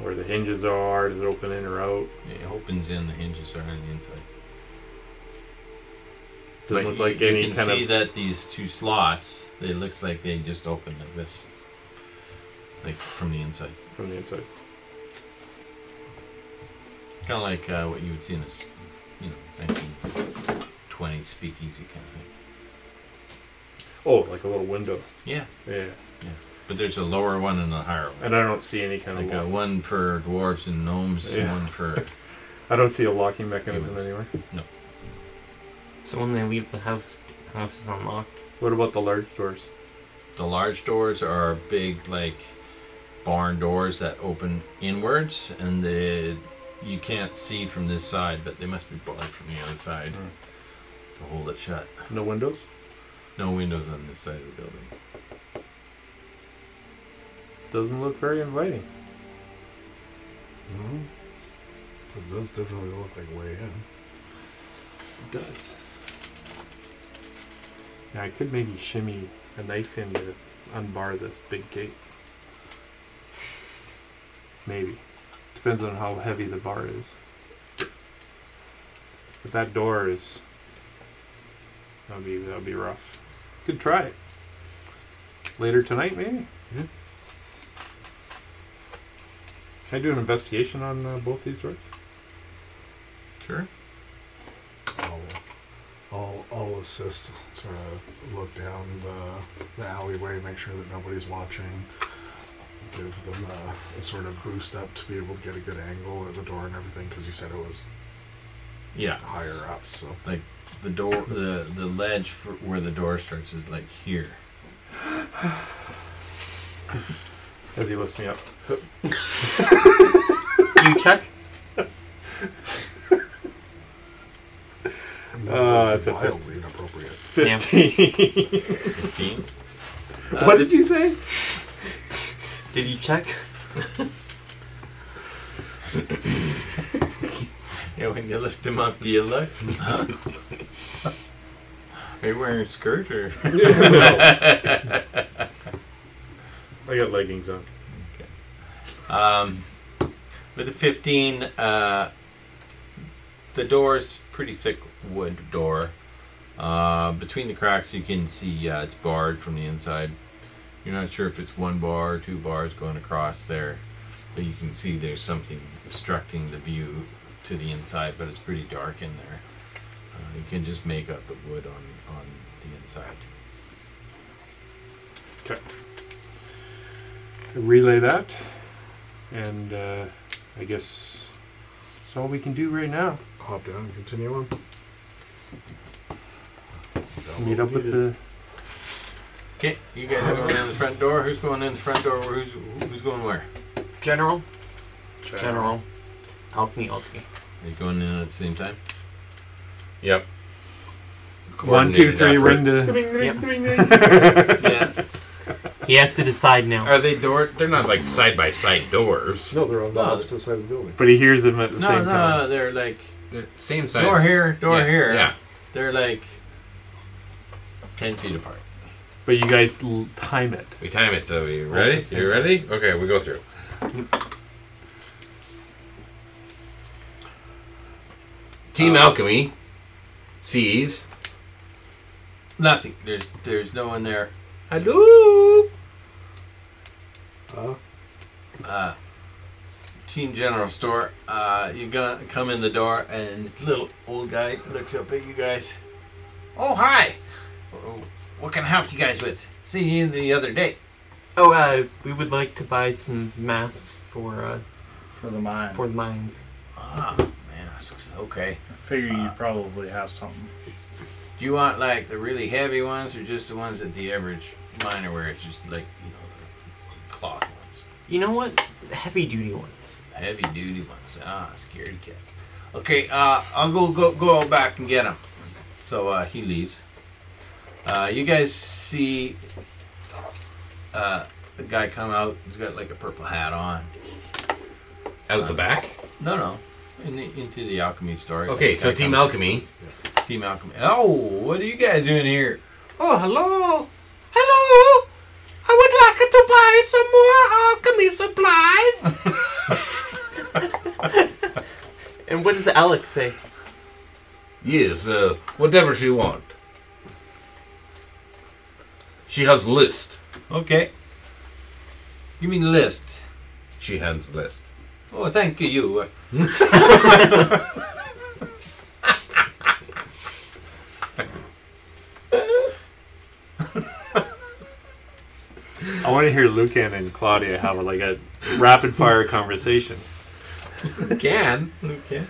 Where the hinges are, does it open in or out? It opens in, the hinges are on the inside. Doesn't look you- like you any can kind see of that these two slots, it looks like they just open like this. Like from the inside. from the inside. Kind of like uh, what you would see in a, s- you know, 1920s speakeasy kind of thing. Oh, like a little window. Yeah, Yeah. but there's a lower one and a higher one. And I don't see any kind Like of uh, lock. one for dwarves and gnomes, and Yeah. one for. I don't see a locking mechanism Humans. anywhere. So when they leave the house, the house is unlocked. What about the large doors? The large doors are big, like barn doors that open inwards, and the you can't see from this side, but they must be barred from the other side to hold it shut. No windows? No windows on this side of the building. Doesn't look very inviting. Mm-hmm. It does definitely look like way in. It does. Yeah, I could maybe shimmy a knife in to unbar this big gate. Maybe. Depends on how heavy the bar is. But that door is that'll be that'll be rough. Could try it. Later tonight maybe? Yeah. Can I do an investigation on uh, both these doors? Sure. I'll, I'll, I'll assist to look down the, the alleyway, make sure that nobody's watching. Give them a, a sort of boost up to be able to get a good angle at the door and everything, because you said it was Yeah. higher up. So The door, the the ledge for where the door starts is like here. As he lifts me up. You check. Uh, it's a wildly inappropriate. Yeah. Fifteen. Fifteen. what did you say? Did you check? Yeah, when you lift him up, do you look? Are you wearing a skirt or? I got leggings on. Um, with the 15, uh, the door's pretty thick wood door. Uh, between the cracks, you can see yeah, it's barred from the inside. You're not sure if it's one bar or two bars going across there, but you can see there's something obstructing the view to the inside. But it's pretty dark in there. Uh, you can just make up the wood on on the inside. relay that, and uh, I guess that's all we can do right now. Hop down and continue on. Meet up with the. Okay, you guys are going in the front door. Who's going in the front door? Who's who's going where? General? General. Alchemy, alchemy. Are you going in at the same time? Yep. One, two, three, Coordinated ring the. yeah. He has to decide effort. now. Are they door? They're not like side by side doors. No, they're on Uh, the No. opposite side of the building. But he hears them at the No, same no, time. they're like They're same side. door here, door yeah, here. Yeah. They're like ten feet apart. But you guys l- time it. We time it. So you ready? that's You it. ready? Okay, we go through. Team Alchemy sees. Nothing. There's there's no one there. Hello. Uh, Team General Store. Uh, you gonna come in the door and little old guy looks up at you guys. Oh hi. Oh, What can I help you guys with? See you the other day. Oh, uh, we would like to buy some masks for uh, for the mine. for the mines. Ah man, I was- okay. I figure you Uh, probably have something. Do you want like the really heavy ones or just the ones that the average miner wears? Just like, you know, the cloth ones. You know what? Heavy duty ones. Heavy duty ones. Ah, scaredy cat. Okay, uh, I'll go go go back and get him. So uh, he leaves. Uh, you guys see uh, a guy come out. He's got like a purple hat on. Out the back. No, no, in the, into the alchemy store. Okay, so Guy Team comes- Alchemy. Team Alchemy. Oh, what are you guys doing here? Oh, hello. Hello. I would like to buy some more alchemy supplies. And what does Alex say? Yes, uh, whatever she want. She has list. okay. Give me the list. She hands list. Oh, thank you. I want to hear Lucan and Claudia have a, like a rapid fire conversation. Can.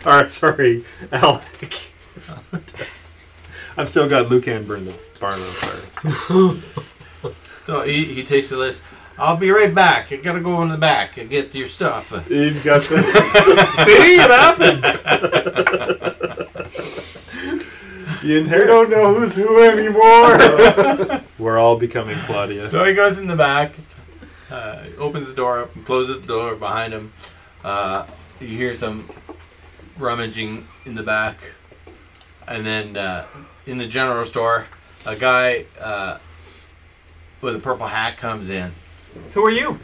All right, sorry, Alec. I've still got Lucan burn the barn on fire. So he, he takes the list. I'll be right back. You gotta go in the back and get your stuff. You've got the. See, it happens. you inherit. don't know who's who anymore. We're all becoming Claudia. So he goes in the back, uh, opens the door up, and closes the door behind him. Uh, you hear some rummaging in the back, and then uh, in the general store, a guy uh, with a purple hat comes in. Who are you?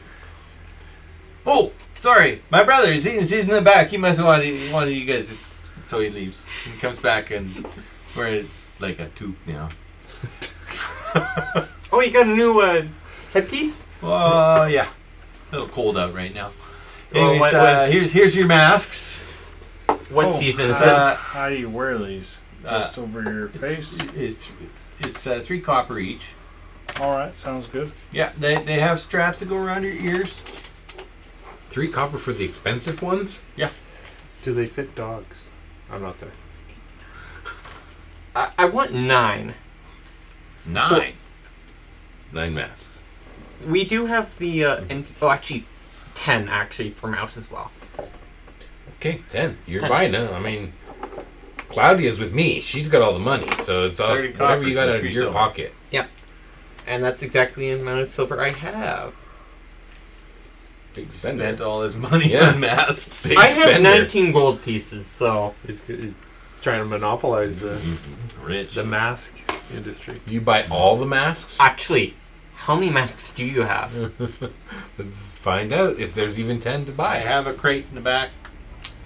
Oh, sorry, my brother. He's, he's in the back. He must want one of you guys. So he leaves. He comes back and we're like a toque now. Oh, you got a new uh, headpiece? Well, Oh, yeah. A little cold out right now. Well, Anyways, what- uh, what- here's here's your masks. What Oh, season is that? Uh, uh, How do you wear these? Just over your face? It's it's uh, three copper each. All right, sounds good. Yeah, they, they have straps that go around your ears. Three copper for the expensive ones? Do they fit dogs? I'm not there. I, I want nine. Nine. Nine masks. We do have the uh, MP- oh, actually, ten actually for mouse as well. Okay, ten. You're Ten. buying it. I mean, Claudia's with me. She's got all the money, so it's all, Thirty whatever copper you got for out of three your silver. pocket. And that's exactly the amount of silver I have. Big Spent spender. all his money Yeah. on masks. Big I have spender. 19 gold pieces, so He's, he's trying to monopolize the, Rich. the mask industry. You buy all the masks? actually, how many masks do you have? Let's find out if there's even ten to I buy. have a crate in the back.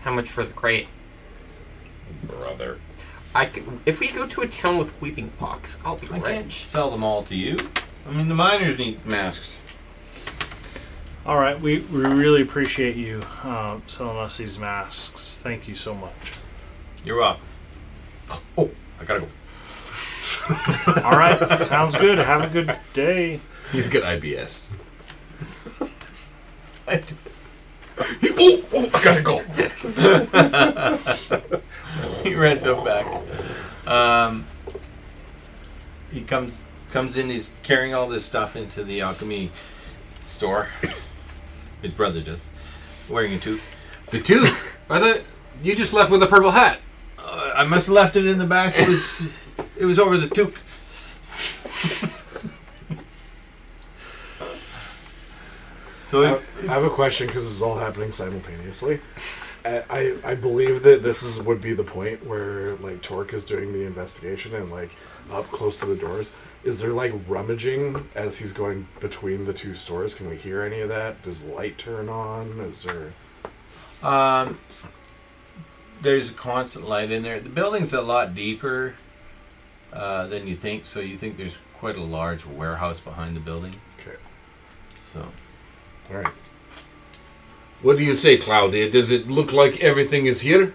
How much for the crate? Brother. I could, if we go to a town with weeping pox, I'll be I can't rich. sell them all to you. I mean, the miners need masks. All right, we, we really appreciate you um, selling us these masks. Thank you so much. You're welcome. Oh, I gotta go. All right, sounds good. Have a good day. He's got IBS. oh, oh, I gotta go. he runs up back. Um, he comes comes in. He's carrying all this stuff into the alchemy store. His brother does, wearing a toque. The toque? I thought you just left with a purple hat. Uh, I must have left it in the back. It was it was over the toque. So I I have a question because this is all happening simultaneously. I, I, I believe that this is would be the point where like Torque is doing the investigation and like up close to the doors. Is there like rummaging as he's going between the two stores? Can we hear any of that? Does light turn on? Is there Um, there's constant light in there. The building's a lot deeper uh, than you think, so you think there's quite a large warehouse behind the building. Okay. So, all right. What do you say, Claudia? Does it look like everything is here?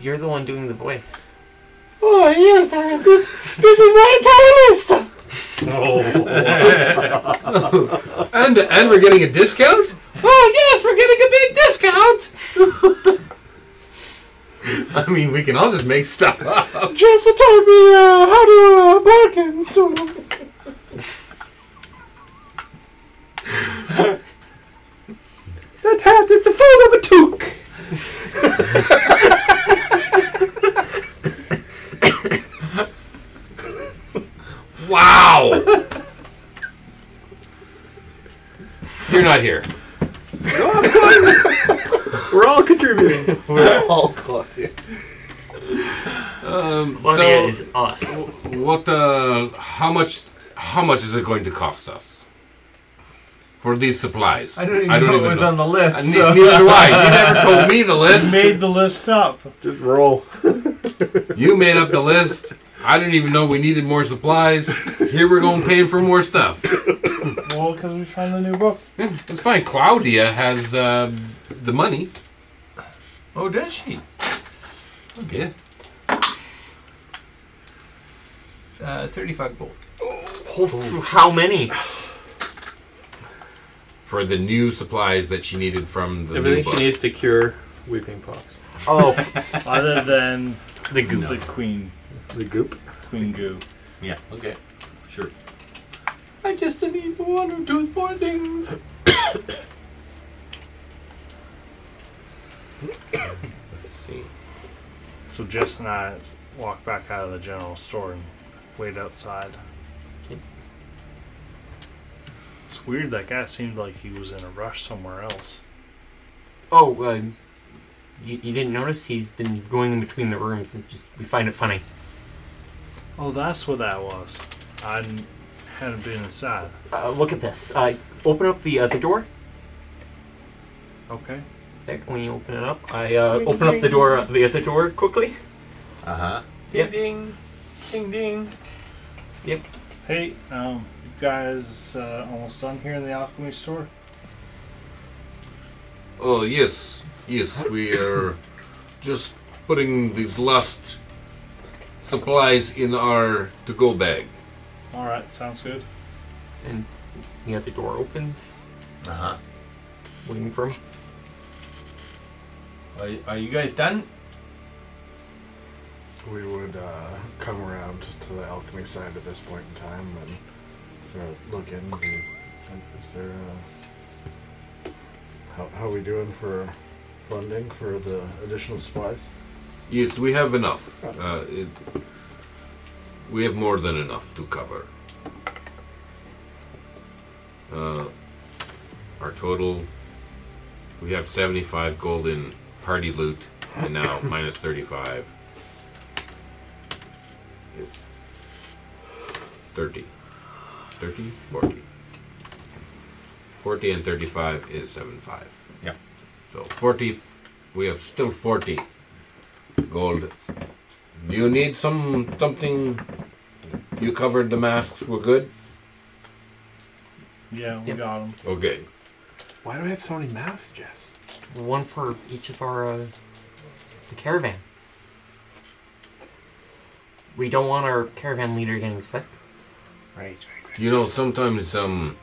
You're the one doing the voice. Oh yes, I have good. This is my entire list. and and we're getting a discount? Oh yes, we're getting a big discount. I mean, we can all just make stuff up. Jessa told me uh, how to uh, bargain, so That hat, it's the form of a toque. Wow! You're not here. We're all contributing. We're all Claudia. Um, Claudia so, is us. What? Uh, how much? How much is it going to cost us for these supplies? I don't even know it was on the list, I, Uh, ne- so- Neither do I. You never told me the list. You made the list up. Just roll. You made up the list. I didn't even know we needed more supplies. Here we're going paying for more stuff. Well, because we found the new book. It's fine. Claudia has uh, the money. oh, does she? Yeah. Uh, 35 gold. How many? For the new supplies that she needed from the new Everything book. she needs to cure weeping pox. Oh, other than the goop. the queen, The goop. queen goo. Yeah, okay. Sure. I just need one or two more things. Let's see. So Jess and I walk back out of the general store and wait outside. It's weird. That guy seemed like he was in a rush somewhere else. Oh, uh, you, you didn't notice he's been going in between the rooms and just we find it funny. Oh, that's what that was. I n- hadn't been inside. Uh, look at this. Uh, open up the other door. Okay. There, When you open it up, I uh, open up the door, the other door quickly. Uh Uh-huh. huh. Yep. Ding, ding, ding. Yep. Hey, um, you guys uh, almost done here in the alchemy store? Oh yes, yes, we are just putting these last supplies in our to-go bag. All right, sounds good. And the other door opens, Uh huh. waiting for him. Are, are you guys done? We would uh, come around to the alchemy side at this point in time and sort of look in. the- Is there a, how how we doing for funding for the additional supplies? Yes, we have enough. Uh, it, we have more than enough to cover. Uh, our total, we have 75 gold in party loot, and now minus 35 is 30. 30? 40. 40 and 35 is 75. Yeah. So 40, we have still 40 Gold. Do you need some something? You covered the masks. We're good. Yeah, we got 'em. Okay. Why do I have so many masks, Jess? One for each of our uh, the caravan. We don't want our caravan leader getting sick. Right. You know, sometimes um,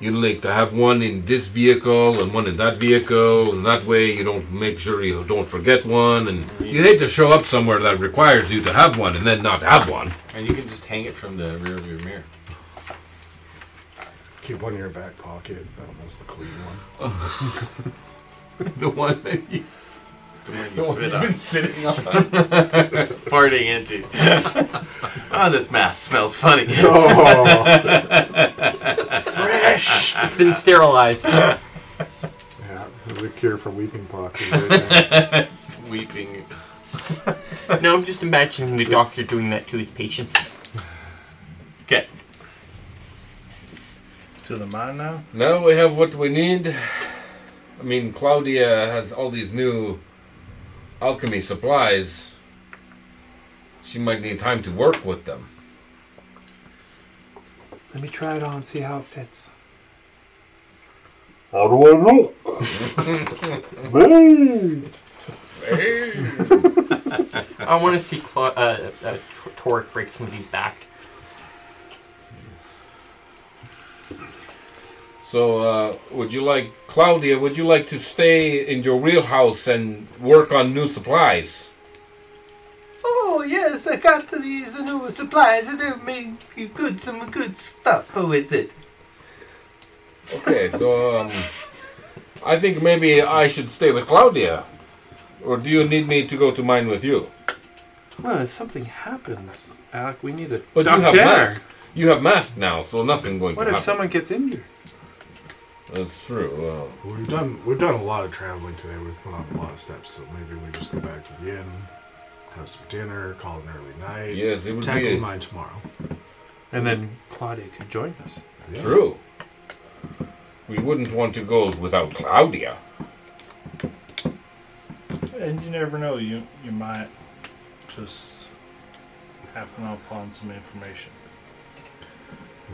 you like to have one in this vehicle and one in that vehicle, and that way you don't make sure you don't forget one, and you hate to show up somewhere that requires you to have one and then not have one. And you can just hang it from the rear of your mirror. Keep one in your back pocket. That Oh, one's the clean one. the one that you, The one you The one sit you've been on. sitting on. Farting into. oh, this mask smells funny. Oh. Fresh. It's been sterilized. yeah, the cure for weeping pox. is right there. Weeping. no, I'm just imagining the doctor doing that to his patients. Okay. To the mine now? Now we have what we need. I mean, Claudia has all these new alchemy supplies. She might need time to work with them. Let me try it on, see how it fits. How do I look? Hey. I want to see Cla- uh, uh, Torek break somebody's back. So, uh, would you like, Claudia, would you like to stay in your real house and work on new supplies? Oh yes, I got these new supplies and they make you good some good stuff with it. Okay, so um, I think maybe I should stay with Claudia. Or do you need me to go to mine with you? Well, if something happens, Alec, we need a But doctor. you have mask. You have mask now, so nothing going What to if happen. someone gets injured? That's true. Uh, We've done we've done a lot of traveling today. We've put on a lot of steps, so maybe we just go back to the inn, have some dinner, call it an early night. Yes, it would be tackle a- mine tomorrow. And then Claudia could join us. Yeah. True. We wouldn't want to go without Claudia. And you never know, you you might just happen upon some information.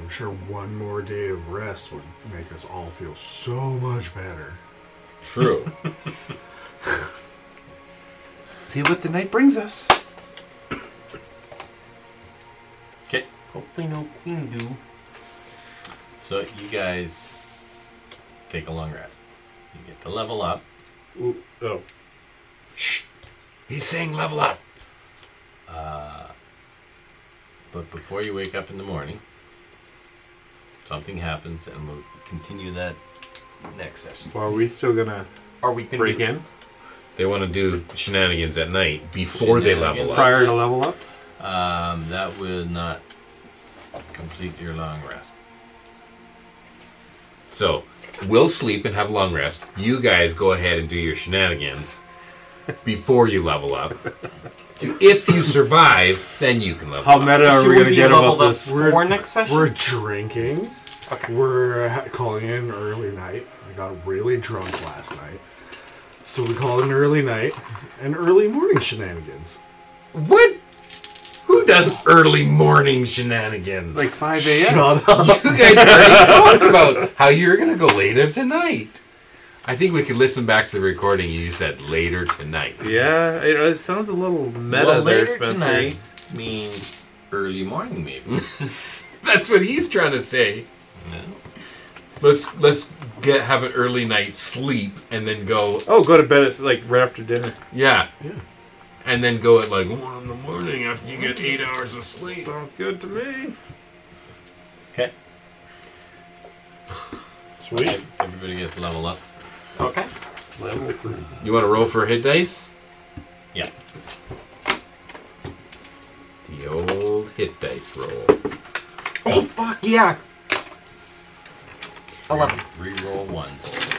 I'm sure one more day of rest would make us all feel so much better. True. See what the night brings us. Okay. Hopefully, no queen do. So you guys take a long rest. You get to level up. Ooh, oh. He's saying level up. Uh, but before you wake up in the morning, something happens, and we'll continue that next session. Well, are we still gonna? Are we gonna break do- in They want to do shenanigans at night before they level up. Prior to level up? Um, that would not complete your long rest. So we'll sleep and have long rest. You guys go ahead and do your shenanigans before you level up. if you survive, then you can level How up. meta are we gonna get about this? for next session? We're drinking. We're ha- calling it an early night. I got really drunk last night. So we call it an early night and early morning shenanigans. What? Who does early morning shenanigans? Like 5 a.m. Shut up. You guys already talked about how you're going to go later tonight. I think we could listen back to the recording. You said later tonight. Yeah, it, it sounds a little meta well, there, later Spencer. tonight means early morning, maybe. That's what he's trying to say. Let's let's get have an early night sleep and then go. Oh, go to bed. It's like right after dinner. Yeah. And then go at like one in the morning after you get eight hours of sleep. Sounds good to me. Okay. Sweet. Everybody gets level up. Okay. Level three. You want to roll for hit dice? Yeah. The old hit dice roll. Oh fuck yeah! Eleven. Reroll ones.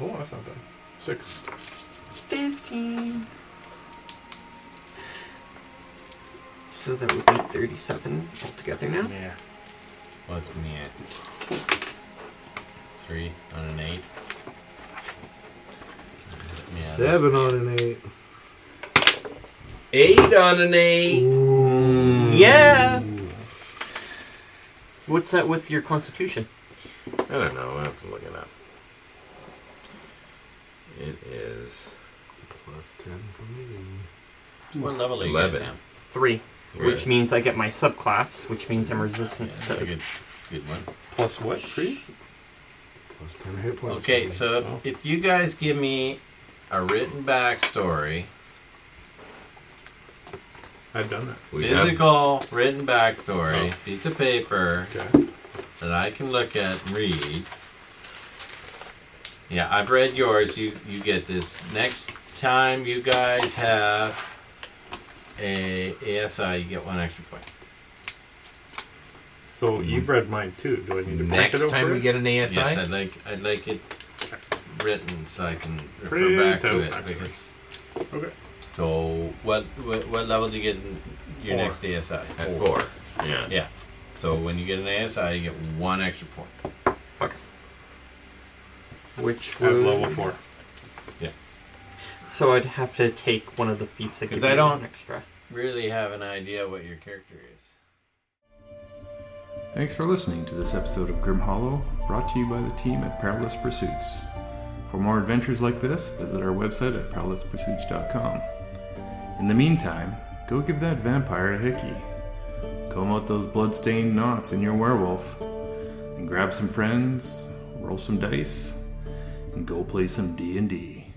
Oh, that's not bad. Six. Fifteen. So that would be thirty-seven altogether now. Yeah. What's me at? Three on an eight. Me Seven on an eight. Eight on an eight. Mm. Yeah. What's that with your constitution? I don't know. I have to look it up. It is plus ten for me. What level are you at now? Three. Three. Which means I get my subclass, which means I'm resistant Yeah, to. good, good one. Plus what? Three? Plus ten hit points. Okay, so if, if you guys give me a written backstory, I've done that. We have- physical written backstory, Oh. piece of paper that I can look at and read. Yeah, I've read yours. You you get this next time. You guys have a ASI. You get one extra point. So you've read mine too. Do I need to print it Next over? time we it? get an ASI, Yes, I'd like I'd like it written so I can refer Print back to out it. backstory. Because, Okay. So what, what what level do you get in your Four. next ASI? At four. Yeah. Yeah. So when you get an ASI, you get one extra point. Which I have would- level four. So I'd have to take one of the feats that Because gives I me don't an extra. really have an idea what your character is. Thanks for listening to this episode of Grim Hollow, brought to you by the team at Perilous Pursuits. For more adventures like this, visit our website at perilouspursuits.com. In the meantime, go give that vampire a hickey. Comb out those bloodstained knots in your werewolf, and grab some friends, roll some dice, and go play some D&D.